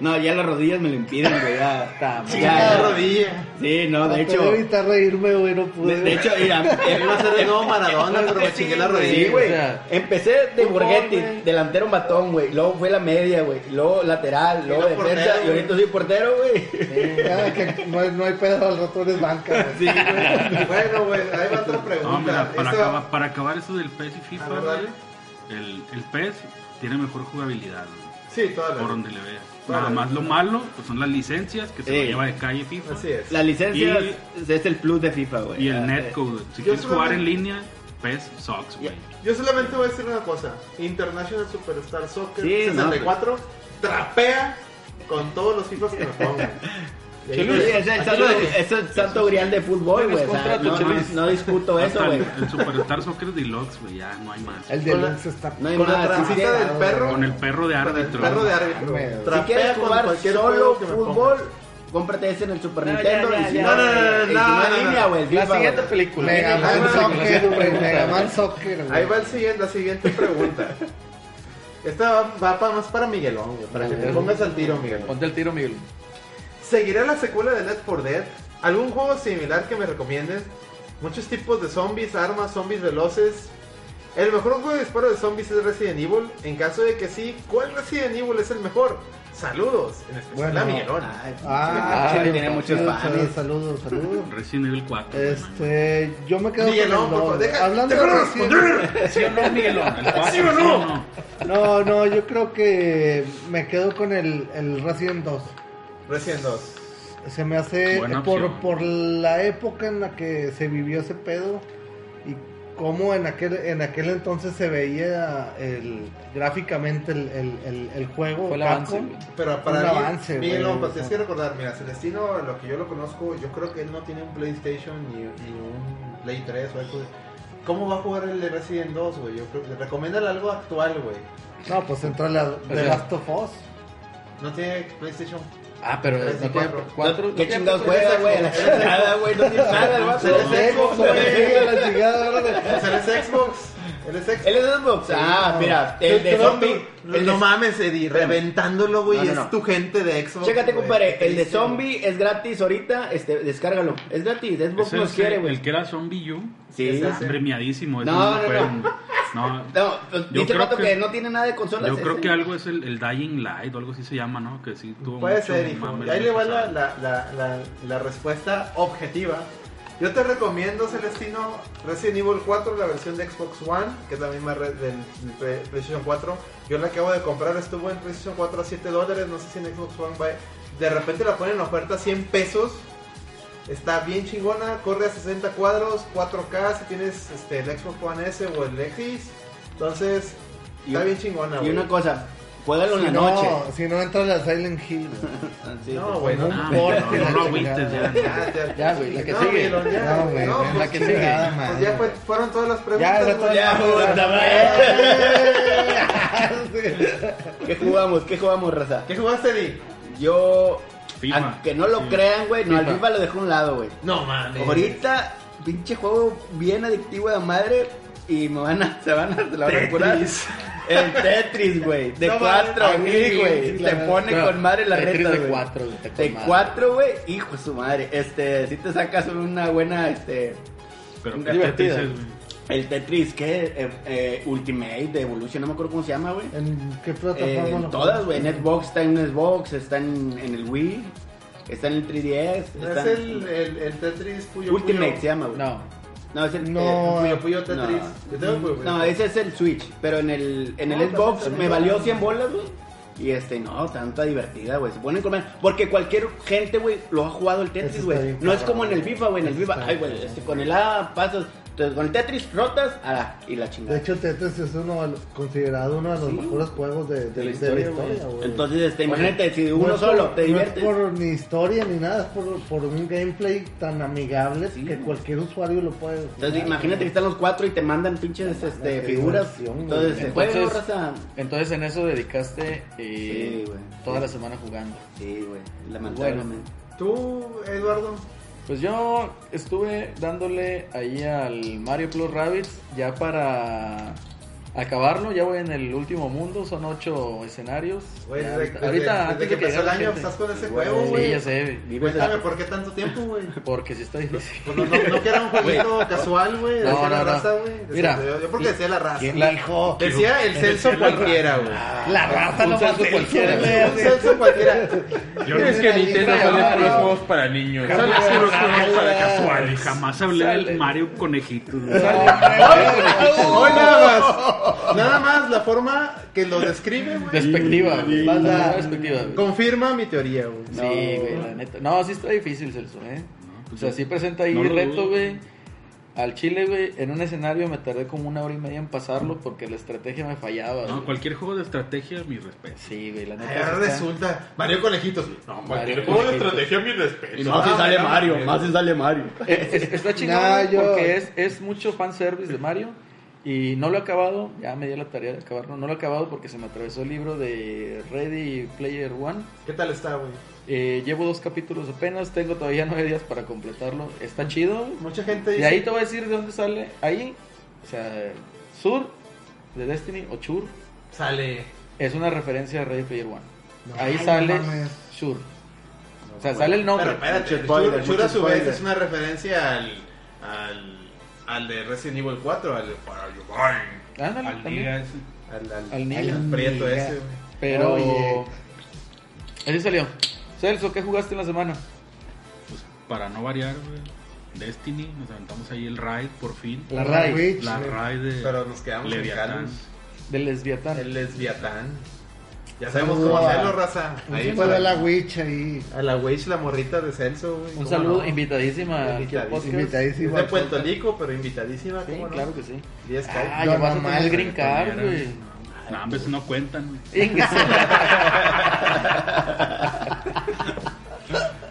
No, ya las rodillas me lo impiden, güey. Ya, Ta ya, madre. La ya. rodilla. Sí, no, de Traté de hecho. evitar reírme, güey, no De, pude. de hecho, mira, em- Iba a ser de nuevo Maradona, pero me chingué la sí, rodilla. güey. o sea, Empecé de fútbol, Burguetti, güey. delantero matón, güey. Luego fue la media, güey. Luego lateral, luego luego defensa. portero, y ahorita soy portero, güey. Ya, que no, hay- no hay pedo, al rato eres banca, güey. Bueno, güey, ahí va otra No, pregunta. mira, para Esta- acabar, para acabar eso del PES y A FIFA, ver, güey, dale. el, el PES tiene mejor jugabilidad, güey, Sí, todas las- por donde le veas. Claro. Nada más lo malo pues son las licencias que se Sí. lo lleva de calle FIFA. Así es. La licencia Y- es- es el plus de FIFA, güey. Y Ah, el eh, netcode. Si Yo quieres jugar solamente- en línea, PES Socks, güey. Yo solamente voy a decir una cosa. International Superstar Soccer Sí, 64 trapea con todos los FIFAs que me pongan. Y ahí Sí, lo dejo. es el santo, es el santo grial de fútbol, güey. o sea, contrato, no, no, Chelis. no discuto eso, Hasta güey. el, el Superstar Soccer Deluxe, güey, ya no hay más. El Con la- deluxe está. No hay Con la más. si transita quieres- del perro. Con el perro de Con el árbitro. perro de Mames. árbitro. Si quieres Trapea con jugar cualquier solo solo que me fútbol, pongan. cómprate ese en el Super No, ya, Nintendo. ya, y si ya, no, ya, ya, en ya, primera ya, ya. línea, güey. el La FIFA, siguiente güey. película. Mega Ahí Man va- Soccer, güey. Mega Man Soccer, güey. Ahí va el siguiente, la siguiente pregunta. Esta va, va pa- más para Miguelón, güey, para que te pongas al tiro, Miguelón. Ponte el tiro, Miguel. ¿Seguirá la secuela de Left 4 Dead? ¿Algún juego similar que me recomiendes? Muchos tipos de zombies, armas, zombies veloces. El mejor juego de disparo de zombies es Resident Evil. En caso de que sí, ¿cuál Resident Evil es el mejor? Saludos, en especial Bueno, a Miguelón. Ay, Ah, Chile chido, tiene muchos chido, fans. chido, Saludos, saludos. Resident Evil 4. güey, no hay Este, yo me quedo Miguelón, con por el favor, dos. deja- Hablando de déjalo recién- más. ¿Sí o no, Miguelón? ¿El 4? ¿Sí o no? No, no, yo creo que me quedo con el, el Resident 2. Resident 2. Se me hace Buena por, opción. por la época en la que se vivió ese pedo y cómo en aquel, en aquel entonces se veía el, gráficamente el, el, el, el juego. Fue el Capcom. avance, güey. Pero para Un mí, avance, güey, Miguelón, pues o tienes sea. que recordar, mira, Celestino, lo que yo lo conozco, yo creo que él no tiene un PlayStation ni, ni un Play 3 o algo. ¿Cómo va a jugar el de Resident 2, güey? Yo creo que recomiéndale algo actual, güey. No, pues entra la The sea- Last of Us. No tiene PlayStation Ah, pero Tres y no tiene cuatro. cuatro. ¿Qué no tiene chingados cuatro. juega, güey? A la chingada, güey. No tiene nada, el vato. Eres Xbox, güey. La chingada, órale. Pues él es Xbox. Él es Xbox. Él es Xbox. Ah, mira. El de Tú- tú no- zombie. tú- el No de- mames, Eddie. Reventándolo, güey. No, no, es no. tu gente de Xbox. Chécate, güey. compadre. El de Triste. zombie es gratis ahorita. Este, descárgalo. Es gratis. Xbox Es el, nos quiere, el güey. que era Zombie U. Sí. Es premiadísimo. ese No, no, no, pueden- no. No, dice el creo vato que, que- no tiene nada de consolas. Yo creo ese. que algo es el, el Dying Light o algo así se llama, ¿no? Que sí tuvo Puede mucho ser, hijo. mame Y ahí el le año va la, pasado. la, la, la, la respuesta objetiva. Yo te recomiendo, Celestino, Resident Evil 4, la versión de Xbox One, que es la misma red del Play- PlayStation 4. Yo la acabo de comprar, estuvo en PlayStation 4 a 7 dólares, no sé si en Xbox One va... De repente la ponen en oferta a 100 pesos. Está bien chingona, corre a 60 cuadros, 4K, si tienes este, el Xbox One S o el X. Entonces, Y- está bien chingona, Y güey. una cosa, juégalo en la no, noche. si no entra la Silent Hill. güey. Ah, sí, No, pues, güey, no. Ah, Por no, no, la lo chingada. agüites ya. Ya, ya, Ya, güey, la que no, sigue. Miguelón, ya, No, güey, güey, no, la pues, que sí, sigue. ya, Madre. pues ya fue- fueron todas las preguntas. Ya, ya, güey. Ya, puta madre. ¿Qué jugamos? ¿Qué jugamos, raza? ¿Qué jugaste, Di? Yo, FIFA. aunque no lo Sí. crean, güey, no, al FIFA. FIFA lo dejé a un lado, güey. No mames. Ahorita, pinche juego bien adictivo de madre. Y me van a, se van a, se la van a curar. El Tetris, güey. De No mames. 4 Ah, mil, güey. Te claro. pone Pero, con madre la Tetris reta, de güey. cuatro, güey, está con De madre. 4, güey. Hijo de su madre. Este, si te sacas una buena, este. Pero ¿qué te Divertido. dices, güey? El Tetris, ¿qué? Eh, eh, Ultimate, de Evolution, no me acuerdo cómo se llama, güey. ¿En qué Eh, plataforma en lo todas, juegas? güey. En Xbox está en Xbox, está en, en el Wii, está en el 3DS. No está es en- el, el, el Tetris Puyo Ultimate se Puyo. llama, güey. No. No, es el. eh, No, Puyo Puyo Tetris. No. Yo tengo Ah, el Puyo Puyo. No, ese es el Switch, pero en el, en No, el también Xbox también me lo valió hago. 100 bolas, güey. Y este, no, tanta divertida, güey. Se ponen con... Porque cualquier gente, güey, lo ha jugado el Eso Tetris, está güey. bien, No es cabrón. como en el FIFA, güey. En el Eso está FIFA, ay, bien, güey, cabrón. este, con el A pasas. Entonces, con el Tetris rotas, ah, y la chingada. De hecho, Tetris es uno de los- considerado uno de los mejores juegos de, de- de la historia, historia, güey. güey. Entonces, este, imagínate, si No uno es por- solo te no diviertes. es por ni historia ni nada, es por, por un gameplay tan amigable Sí, que güey. cualquier usuario lo puede jugar. Entonces, imagínate que están los cuatro y te mandan pinches este, qué figuras. diversión, güey. Entonces, se juega, Entonces- raza. Entonces en eso dedicaste eh, Sí, güey. toda Sí. la semana jugando. Sí, güey, lamentablemente. Tú, Eduardo. Pues yo estuve dándole ahí al Mario Plus Rabbids ya para acabarlo. Ya voy en el último mundo, son ocho escenarios. Güey, Ya ahorita, desde, desde- ahorita desde antes que de que empezó el llegara año gente. estás con ese Güey, juego, Sí, güey. ya sé, Vives Cuéntame a- por qué tanto tiempo, güey. porque si está difícil. Pues no, no, no que era un jueguito casual, güey. No, Decía no, la no. raza, güey. Decía- Mira. Yo, yo porque decía la raza. La- Decía el Celso cualquiera, güey. La raza Un no Celso más de cualquiera. güey. Un Celso cualquiera. Yo creo que Nintendo Ahí está, pone puros no. juegos para niños. Sale Solo hace los juegos para Ay, casuales. Jamás hablé del Mario Conejito. güey. Hoy nada más. Nada más la forma que lo describe, güey. Despectiva, güey. Más la- Nada, despectiva, güey. Confirma mi teoría, güey. Sí, güey, la neta. No, sí está difícil, Celso, ¿eh? o sea, sí presenta ahí pues No lo reto, dudo. güey. Al chile, güey, en un escenario me tardé como una hora y media en pasarlo porque la estrategia me fallaba. No, pues. güey. cualquier juego de estrategia, mi respeto. Sí, güey, la neta. Ahora sí está- resulta. Mario Conejitos. No, Vale, Cualquier juego de estrategia, mi respeto. Y más si sale Mario, más si sale Mario. Eh, Es- es- está chingón Nah, güey, yo- porque es, es mucho fanservice de Mario. Y no lo he acabado, ya me di la tarea de acabarlo. No lo he acabado porque se me atravesó el libro de Ready Player One. ¿Qué tal está, güey? Eh, llevo dos capítulos apenas, tengo todavía nueve días para completarlo. Está chido. Mucha gente Y dice. ahí te voy a decir de dónde sale. Ahí, o sea, Sur de Destiny o Chur Sale. es una referencia a Ready Player One. ahí Ay, sale no mames. Sur. O sea, sale el nombre. Pero espérate, Mucho Shura- spoiler, Shura mucho a su vez spoiler. es una referencia al. al. al de Resident Evil 4, al. al. Ándale, Al también. día ese. al. al, Al Negan. al prieto ese, güey. Pero. Oye. Así salió. Celso, ¿qué jugaste en la semana? Pues para no variar, güey. Destiny, nos aventamos ahí el raid por fin. La raid. Witch, La güey. raid de Pero nos quedamos en Leviatán. Calus. Del lesbiatán. El lesbiatán. Ya sabemos Saludo cómo a- hacerlo, raza. Ahí Fue para- de la Witch ahí. A la Witch, la morrita de Celso, güey. Un ¿cómo saludo, no? invitadísima aquí al Invitadísima. podcast. Es Invitadísima. de Puerto Rico, pero invitadísima, Sí, ¿cómo no? claro que sí. 10 Ah, Don ya vas a Omar, tener el green Compañeras, card, güey. no. No, pues no cuentan, güey. Ingue su madre.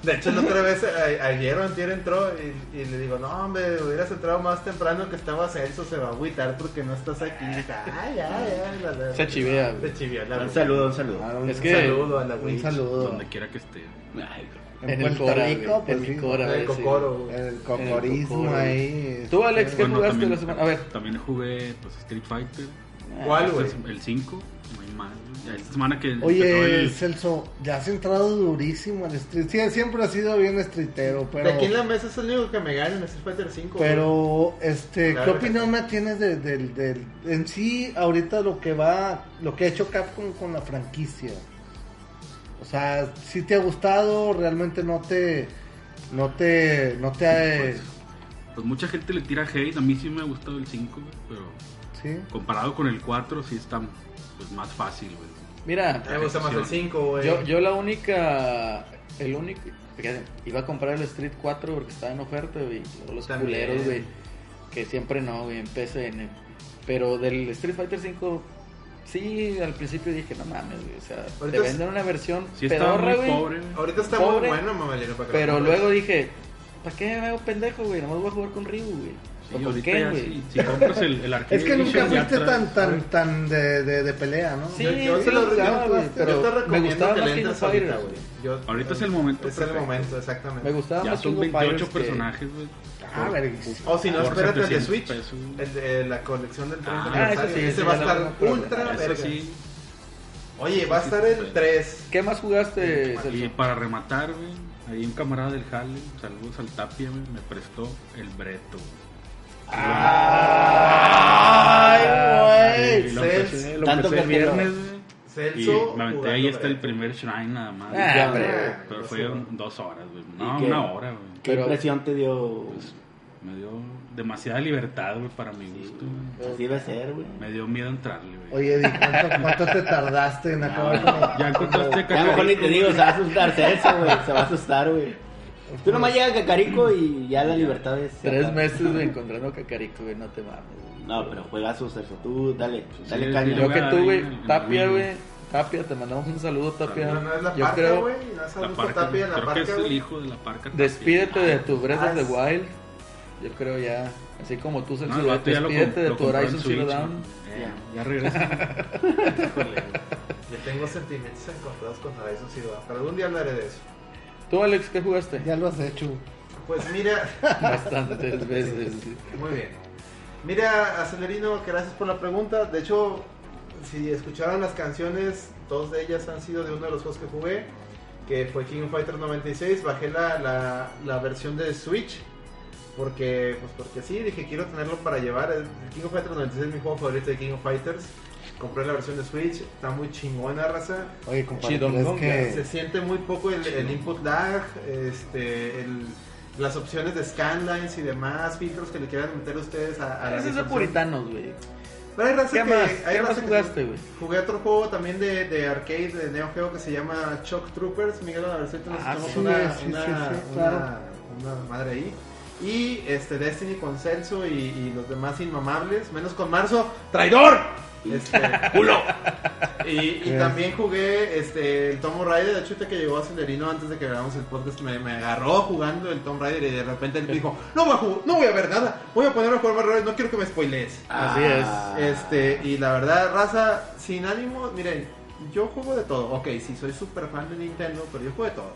De hecho, la otra vez, eh, a- ayer o antier entró y, y le digo, no, hombre, hubieras entrado más temprano que estaba Celso, se va a agüitar porque no estás aquí. Y dice, ay, ay, ay. la- la- Se chivea, güey. Se chivea, la Un Witch. saludo, un saludo. Ah, un Es Un que- saludo a la Un Witch. saludo. Donde quiera que esté. Ay, En el Puerto Cora, Rico, güey. pues En el sí. Cora, El güey, sí. cocoro, güey. El cocorismo cocoro. ahí. Tú, Alex, ¿qué Bueno, jugaste también, la semana? A ver. También jugué pues, Street Fighter. Ah, ¿Cuál, güey? Este es El 5. No hay más, güey. Ya Esta semana que. empezó Oye, el- Celso, ya has entrado durísimo al street. Sí, siempre has sido bien streetero, pero. De aquí en la mesa es el único que me gana en Street Fighter 5. Pero, este, Claro ¿qué que opinión sí. me tienes de- del, del- en sí ahorita lo que va, lo que ha hecho Capcom con la franquicia? O sea, si te ha gustado, realmente no te, no te, no te, ha- Pues mucha gente le tira hate. A mí sí me ha gustado el 5, güey, pero sí. comparado con el 4, sí está pues, más fácil, güey. Mira, Me gusta más el 5, güey. yo, yo la única. El único. fíjate, iba a comprar el Street 4 porque estaba en oferta, güey. Luego Los También. culeros, güey. Que siempre no, güey, en PSN. Pero del Street Fighter 5. Sí, al principio dije, no mames, güey. O sea, Ahorita te es- venden una versión Sí está pedorra, muy güey. pobre, güey. Ahorita está Pobre. muy bueno, mamalino, para que lo Pero compres. luego dije, ¿para qué me hago pendejo, güey? Nomás voy a jugar con Ryu, güey. Sí, ¿O con ahorita Ken, ya güey? sí. Si compras el, el Arcade Es que nunca Edition, ya fuiste traes- tan, tan, tan de, de, de pelea, ¿no? Sí, Yo- yo sí te lo lo jugaba, recomiendo, güey, yo pero te me recomiendo gustaba que más le King of entres ahorita, Fighters. güey. Yo- Ahorita es el momento Es el perfecto. momento, exactamente. Me gustaba Ya más son King of 28 Fighters que- personajes, güey. Ah, verguísimo. O Oh, si no, Por espérate el de 700 Switch. pesos. El de eh, la colección del 30 Ah, aniversario. ese sí, Ese ese va a ya lo estar voy a ultra comprar. Eso verga. sí. Oye, va a estar el 3. ¿Qué más jugaste, Eh, Y Celso? para rematar, güey, ahí un camarada del Jale, saludos al Tapia, güey, me prestó el Breto. Ah, Ay, Ah, Y güey. lo Cels, empecé, lo tanto empecé el que te lo- viernes, güey, Y Celso. me aventé ahí jugando hasta el Breath. primer shrine nada más. Ah, Ya, hombre. güey, No Pero sé, fue un- dos horas, güey. No, ¿Y qué? una hora, güey. ¿Qué Pero- impresión te dio? Pues, me dio demasiada libertad, güey, para mi gusto. güey. Así debe ser, güey. Me dio miedo entrarle, güey. Oye, Eddie, ¿cuánto, cuánto te tardaste en acabar con Ya encontraste Ya mejor ni te cacarico. digo, se va a asustar Celso, güey. Se va a asustar, güey. Tú nomás llegas a Cacarico y ya la libertad es. Tres meses, güey, encontrando a Cacarico, güey, no te mames. güey. No, pero juega su Celso. Tú, dale, dale sí, caña. sí, Yo voy que a tú, ir güey, en- en Tapia, abril. güey, Tapia, te mandamos un saludo, Tapia. No, no es la Yo parca, creo, güey. No es La Augusto parca, Tapia, la creo que es parca, el güey. hijo de la parca. Tapia. despídete de tu Breath of the Ah, sí. Wild. Yo creo ya, así como tú, No, Celso, el vato ya lo despídete compró, de lo tu compró en Horizon Zero Switch, Dawn. güey. Eh, Ya regresa. Híjole, güey. Yo tengo sentimientos encontrados contra eso, sí, va. Pero algún día hablaré de eso. Tú, Alex, ¿qué jugaste? él? Ya lo has hecho. Pues mira. Bastantes veces. Muy bien. Mira, Acelerino, gracias por la pregunta. De hecho, si escucharon las canciones, dos de ellas han sido de uno de los juegos que jugué, que fue King of Fighters 96. Bajé la, la- la versión de Switch, porque, pues porque sí, dije quiero tenerlo para llevar. El King of Fighters 96 es mi juego favorito de King of Fighters. Compré la versión de Switch, está muy chingona raza. Oye, compadre, Chidón pero Gonga, es Se que... siente muy poco el, el input lag, este, el- las opciones de scanlines y demás filtros que le quieran meter ustedes a, a la Es de animación. puritanos, güey. Pero hay raza ¿Qué que. más? hay ¿Qué raza más que- jugaste, güey? Jugué otro juego también de, de arcade de Neo Geo que se llama Shock Troopers. Miguel, a ver si te nos Ah, echamos sí, una, sí, una, sí, sí, una- claro. una madre ahí. Y este Destiny con Celso y, y los demás inmamables, menos con Marzo. ¡Traidor! Este, ¡Culo! Y, y también jugué este, el Tomb Raider. De hecho, ahorita que llegó a Senderino antes de que grabamos el podcast, me, me agarró jugando el Tomb Raider y de repente él dijo: No voy a, jugar- no voy a ver nada, voy a poner a jugar más errores, no quiero que me spoilees. Así es. Este, y la verdad, raza, sin ánimo, miren, yo juego de todo. Ok, sí, soy súper fan de Nintendo, pero yo juego de todo.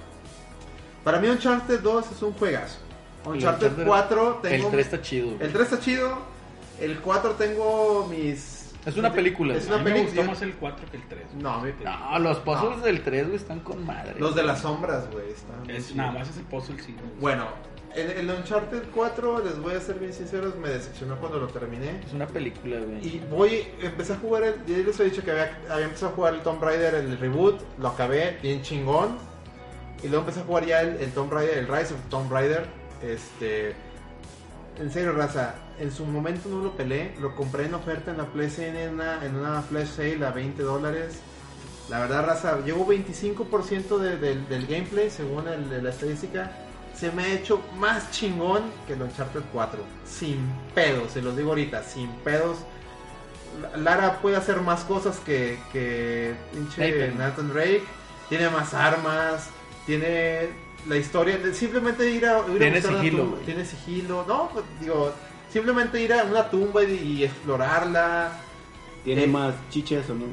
Para mí Uncharted 2 es un juegazo. Uncharted Uncharted- 4 tengo... El 3 está chido. güey. el 3 está chido. El 4 tengo mis... Es una película, Es güey. A una mí me película. gustó más el 4 que el 3. No, a mí- No, los puzzles del 3, güey, están con madre. Los de las sombras, güey. están muy Es, chidos. nada más es el puzzle, sí. güey. Bueno, el, el Uncharted 4, les voy a ser bien sinceros, me decepcionó cuando lo terminé. Es una película, güey. Y voy, empecé a jugar el. Ya les he dicho que había, había empezado a jugar el Tomb Raider, el reboot, lo acabé bien chingón. Y luego empecé a jugar ya el, el Tomb Raider, el Rise of Tomb Raider. Este. En serio, raza, en su momento no lo pelé, lo compré en oferta en la PlayStation en una, en una flash sale a 20 dólares. La verdad, raza, llevo 25% de- del- del gameplay según el- de la estadística. Se me ha hecho más chingón que el Uncharted 4. Sin pedos, se los digo ahorita, sin pedos. La- Lara puede hacer más cosas que, que pinche Nathan. Nathan Drake. Tiene más armas, tiene la historia. de Simplemente ir a, ir a Tiene buscar la sigilo, tumba. güey. Tiene sigilo. No, pues, digo, simplemente ir a una tumba y, y explorarla. Tiene Eh. más chiches o no.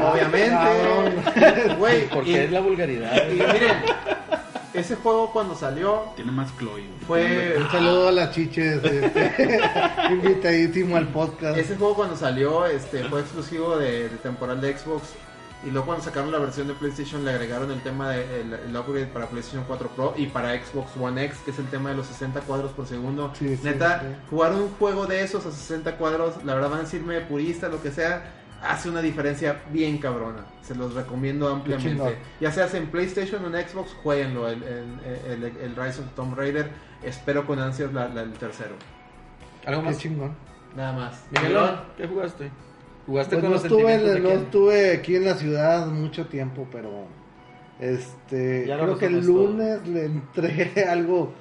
Ah, Obviamente. Güey, Porque y- es la vulgaridad. y güey. miren, ese juego cuando salió Tiene más Chloe. güey. fue. Un saludo a las chiches. este, invitadísimo al podcast. Ese juego cuando salió este, fue exclusivo de, de temporal de Xbox. Y luego cuando sacaron la versión de PlayStation le agregaron el tema del de, el- el upgrade para PlayStation 4 Pro y para Xbox One X, que es el tema de los 60 cuadros por segundo. Sí, sí, Neta, sí. jugar un juego de esos a 60 cuadros, la verdad van a decirme purista, lo que sea, hace una diferencia bien cabrona. Se los recomiendo chingón. ampliamente. Ya sea en PlayStation o en Xbox, jueguenlo, el, el, el- el Rise of Tomb Raider. Espero con ansias la- la- el tercero. Algo Qué más. chingón. Nada más. Miguelón, ¿qué jugaste? ¿Jugaste Este Pues con no los estuve, sentimientos de no quién? estuve aquí en la ciudad mucho tiempo, pero este Ya lo creo que el resumes todo. lunes le entré algo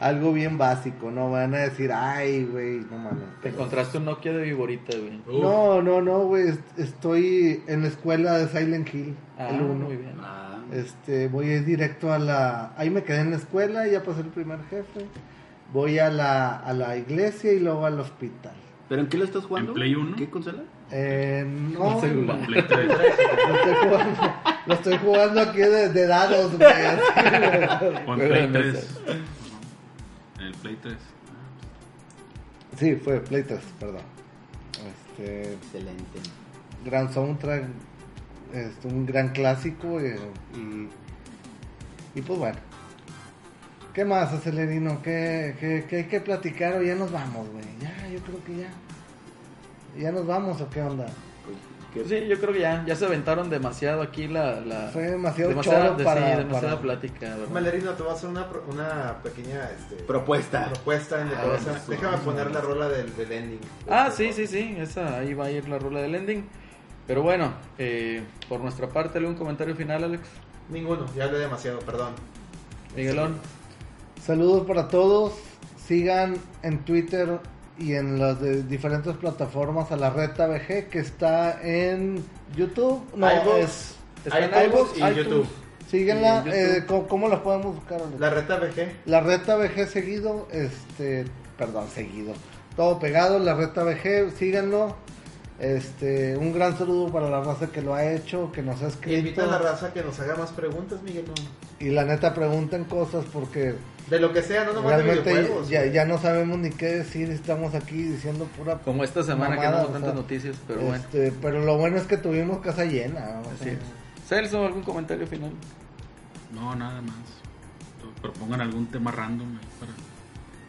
algo bien básico, no van a decir, "Ay, güey, no mames." Te encontraste un Nokia de Viborita, güey. Uf. No, no, no, güey, est- estoy en la escuela de Silent Hill, Ah, el uno. muy bien. Ah, Este, voy a ir directo a la. Ahí me quedé en la escuela, ya pasé el primer jefe. Voy a la, a la iglesia y luego al hospital. ¿Pero en qué lo estás jugando? ¿En Play uno? ¿Qué consola? Eh, no, Un celular. Play 3. Lo estoy jugando, lo estoy jugando aquí de, de dados, güey. así, güey. Con Juego de Play mesa. 3. En el Play 3. Sí, fue Play 3, perdón. Este, Excelente. gran soundtrack, este, un gran clásico eh, y, y pues bueno. ¿Qué más, Acelerino? ¿Qué, qué, qué hay que platicar o ya nos vamos, güey? Ya, yo creo que ya. ¿Ya nos vamos o qué onda? ¿Qué- Sí, yo creo que ya, ya se aventaron demasiado aquí la... la Fue demasiado demasiada, choro de- sí, para- demasiada para- plática, ¿verdad? Malerino, te voy a hacer una, pro- una pequeña este, Propuesta. propuesta en lo que Ah, vas a- pues. sí. Déjame poner la rola del, del ending. Ah, sí, sí, sí, esa, ahí va a ir la rola del ending. Pero bueno, eh, por nuestra parte, ¿algún comentario final, Alex? Ninguno, ya hablé demasiado, perdón. Miguelón, Saludos para todos. Sigan en Twitter y en las de- diferentes plataformas a la Reta BG que está en YouTube. No, iVoox, es. está en iVoox iVoox, y iTunes. YouTube. Síguenla. y en YouTube. eh, ¿cómo, cómo la podemos buscar? Alex? La reta VG. La Reta BG seguido, este, perdón, seguido. Todo pegado, la Reta BG, síganlo. Este, un gran saludo para la raza que lo ha hecho, que nos ha escrito. Invita a la raza que nos haga más preguntas, Miguel. Y la neta pregunten cosas porque De lo que sea, no nomás de realmente videojuegos. ya, güey. ya no sabemos ni qué decir, estamos aquí diciendo pura como esta semana que no Mamada, hubo o tantas sea, noticias, pero bueno. Este, pero lo bueno es que tuvimos casa llena. o Así sea, es. Celso, ¿algún comentario final? No, nada más. Propongan algún tema random ahí para el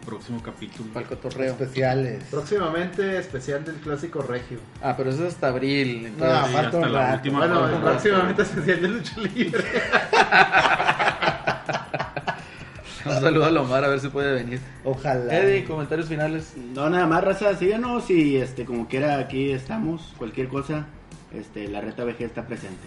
próximo capítulo. Para el cotorreo. especiales. Próximamente especial del clásico regio. Ah, pero eso es hasta abril. No, entonces- Ah, Sí, falta hasta un la rato. última. Bueno, parte. próximamente especial de lucha libre. pues, Un saludo a Lomar, a ver si puede venir. Ojalá. Eddie, comentarios finales. No, nada más, raza, síganos y este, como quiera, aquí estamos. Cualquier cosa, este, la reta VG está presente.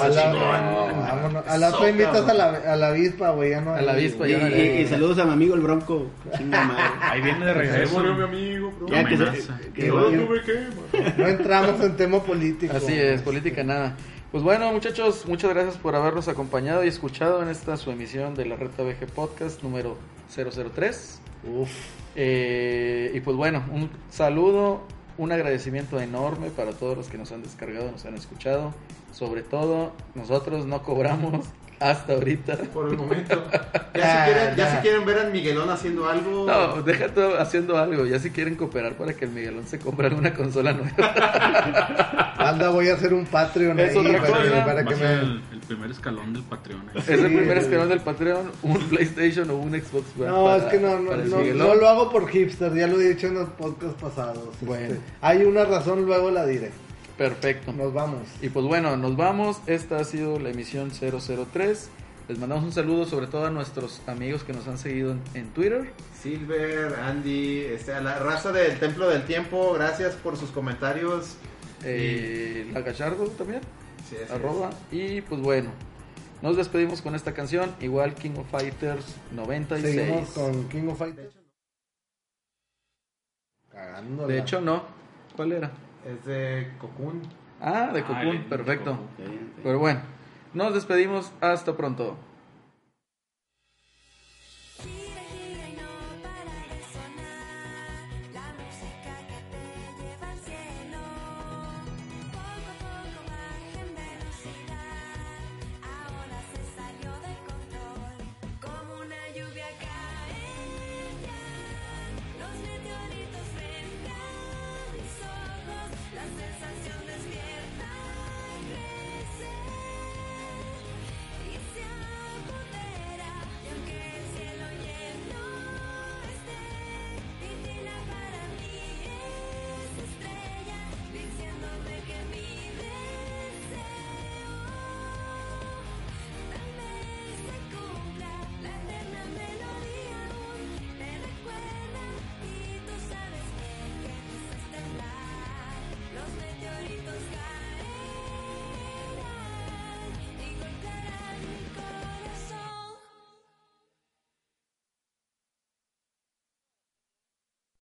a la, vámonos. A la otra invitas a la, a la avispa, güey. Ya no A la avispa, Y, ya no y- le- y saludos a mi amigo el Bronco. Chinga madre. Ahí viene de Ahí regreso. murió mi amigo, bro. Ya que se, amenaza. que- No, Yo- no me quema. No entramos en tema político. Así es, política nada. Pues bueno, muchachos, muchas gracias por habernos acompañado y escuchado en esta su emisión de la Reta BG Podcast número 003. Uf. Eh, y pues bueno, un saludo, un agradecimiento enorme para todos los que nos han descargado, nos han escuchado. Sobre todo, nosotros no cobramos hasta ahorita. Por el momento. Ah, Ya, si quieren, ya ya. si quieren ver al Miguelón haciendo algo. No, deja todo haciendo algo. Ya si quieren cooperar para que el Miguelón se compre alguna consola nueva. Anda, voy a hacer un Patreon Es ahí otra para, que- cosa. para Va que a ser me. el, el primer escalón del Patreon. ahí. Es el Sí, primer güey. escalón del Patreon, un PlayStation o un Xbox. para- No, es que no, no, para el no, Miguelón. no lo hago por hipster, ya lo he dicho en los podcasts pasados. este, Bueno. hay una razón, luego la diré. Perfecto. Nos vamos. Y pues bueno, nos vamos. Esta ha sido la emisión 003. Les mandamos un saludo sobre todo a nuestros amigos que nos han seguido en, en Twitter. Silver, Andy, este, a la raza del Templo del Tiempo, gracias por sus comentarios. Eh, La Gallardo también, Sí, así arroba. Y pues bueno, nos despedimos con esta canción. Igual King of Fighters 96. Seguimos con King of Fighters. Cagándola. De hecho, no. ¿Cuál era? es. Es de Cocoon. Ah, de Ah, Cocoon, el- perfecto. Cocoon. Sí, sí. Pero bueno, nos despedimos. Hasta pronto. este,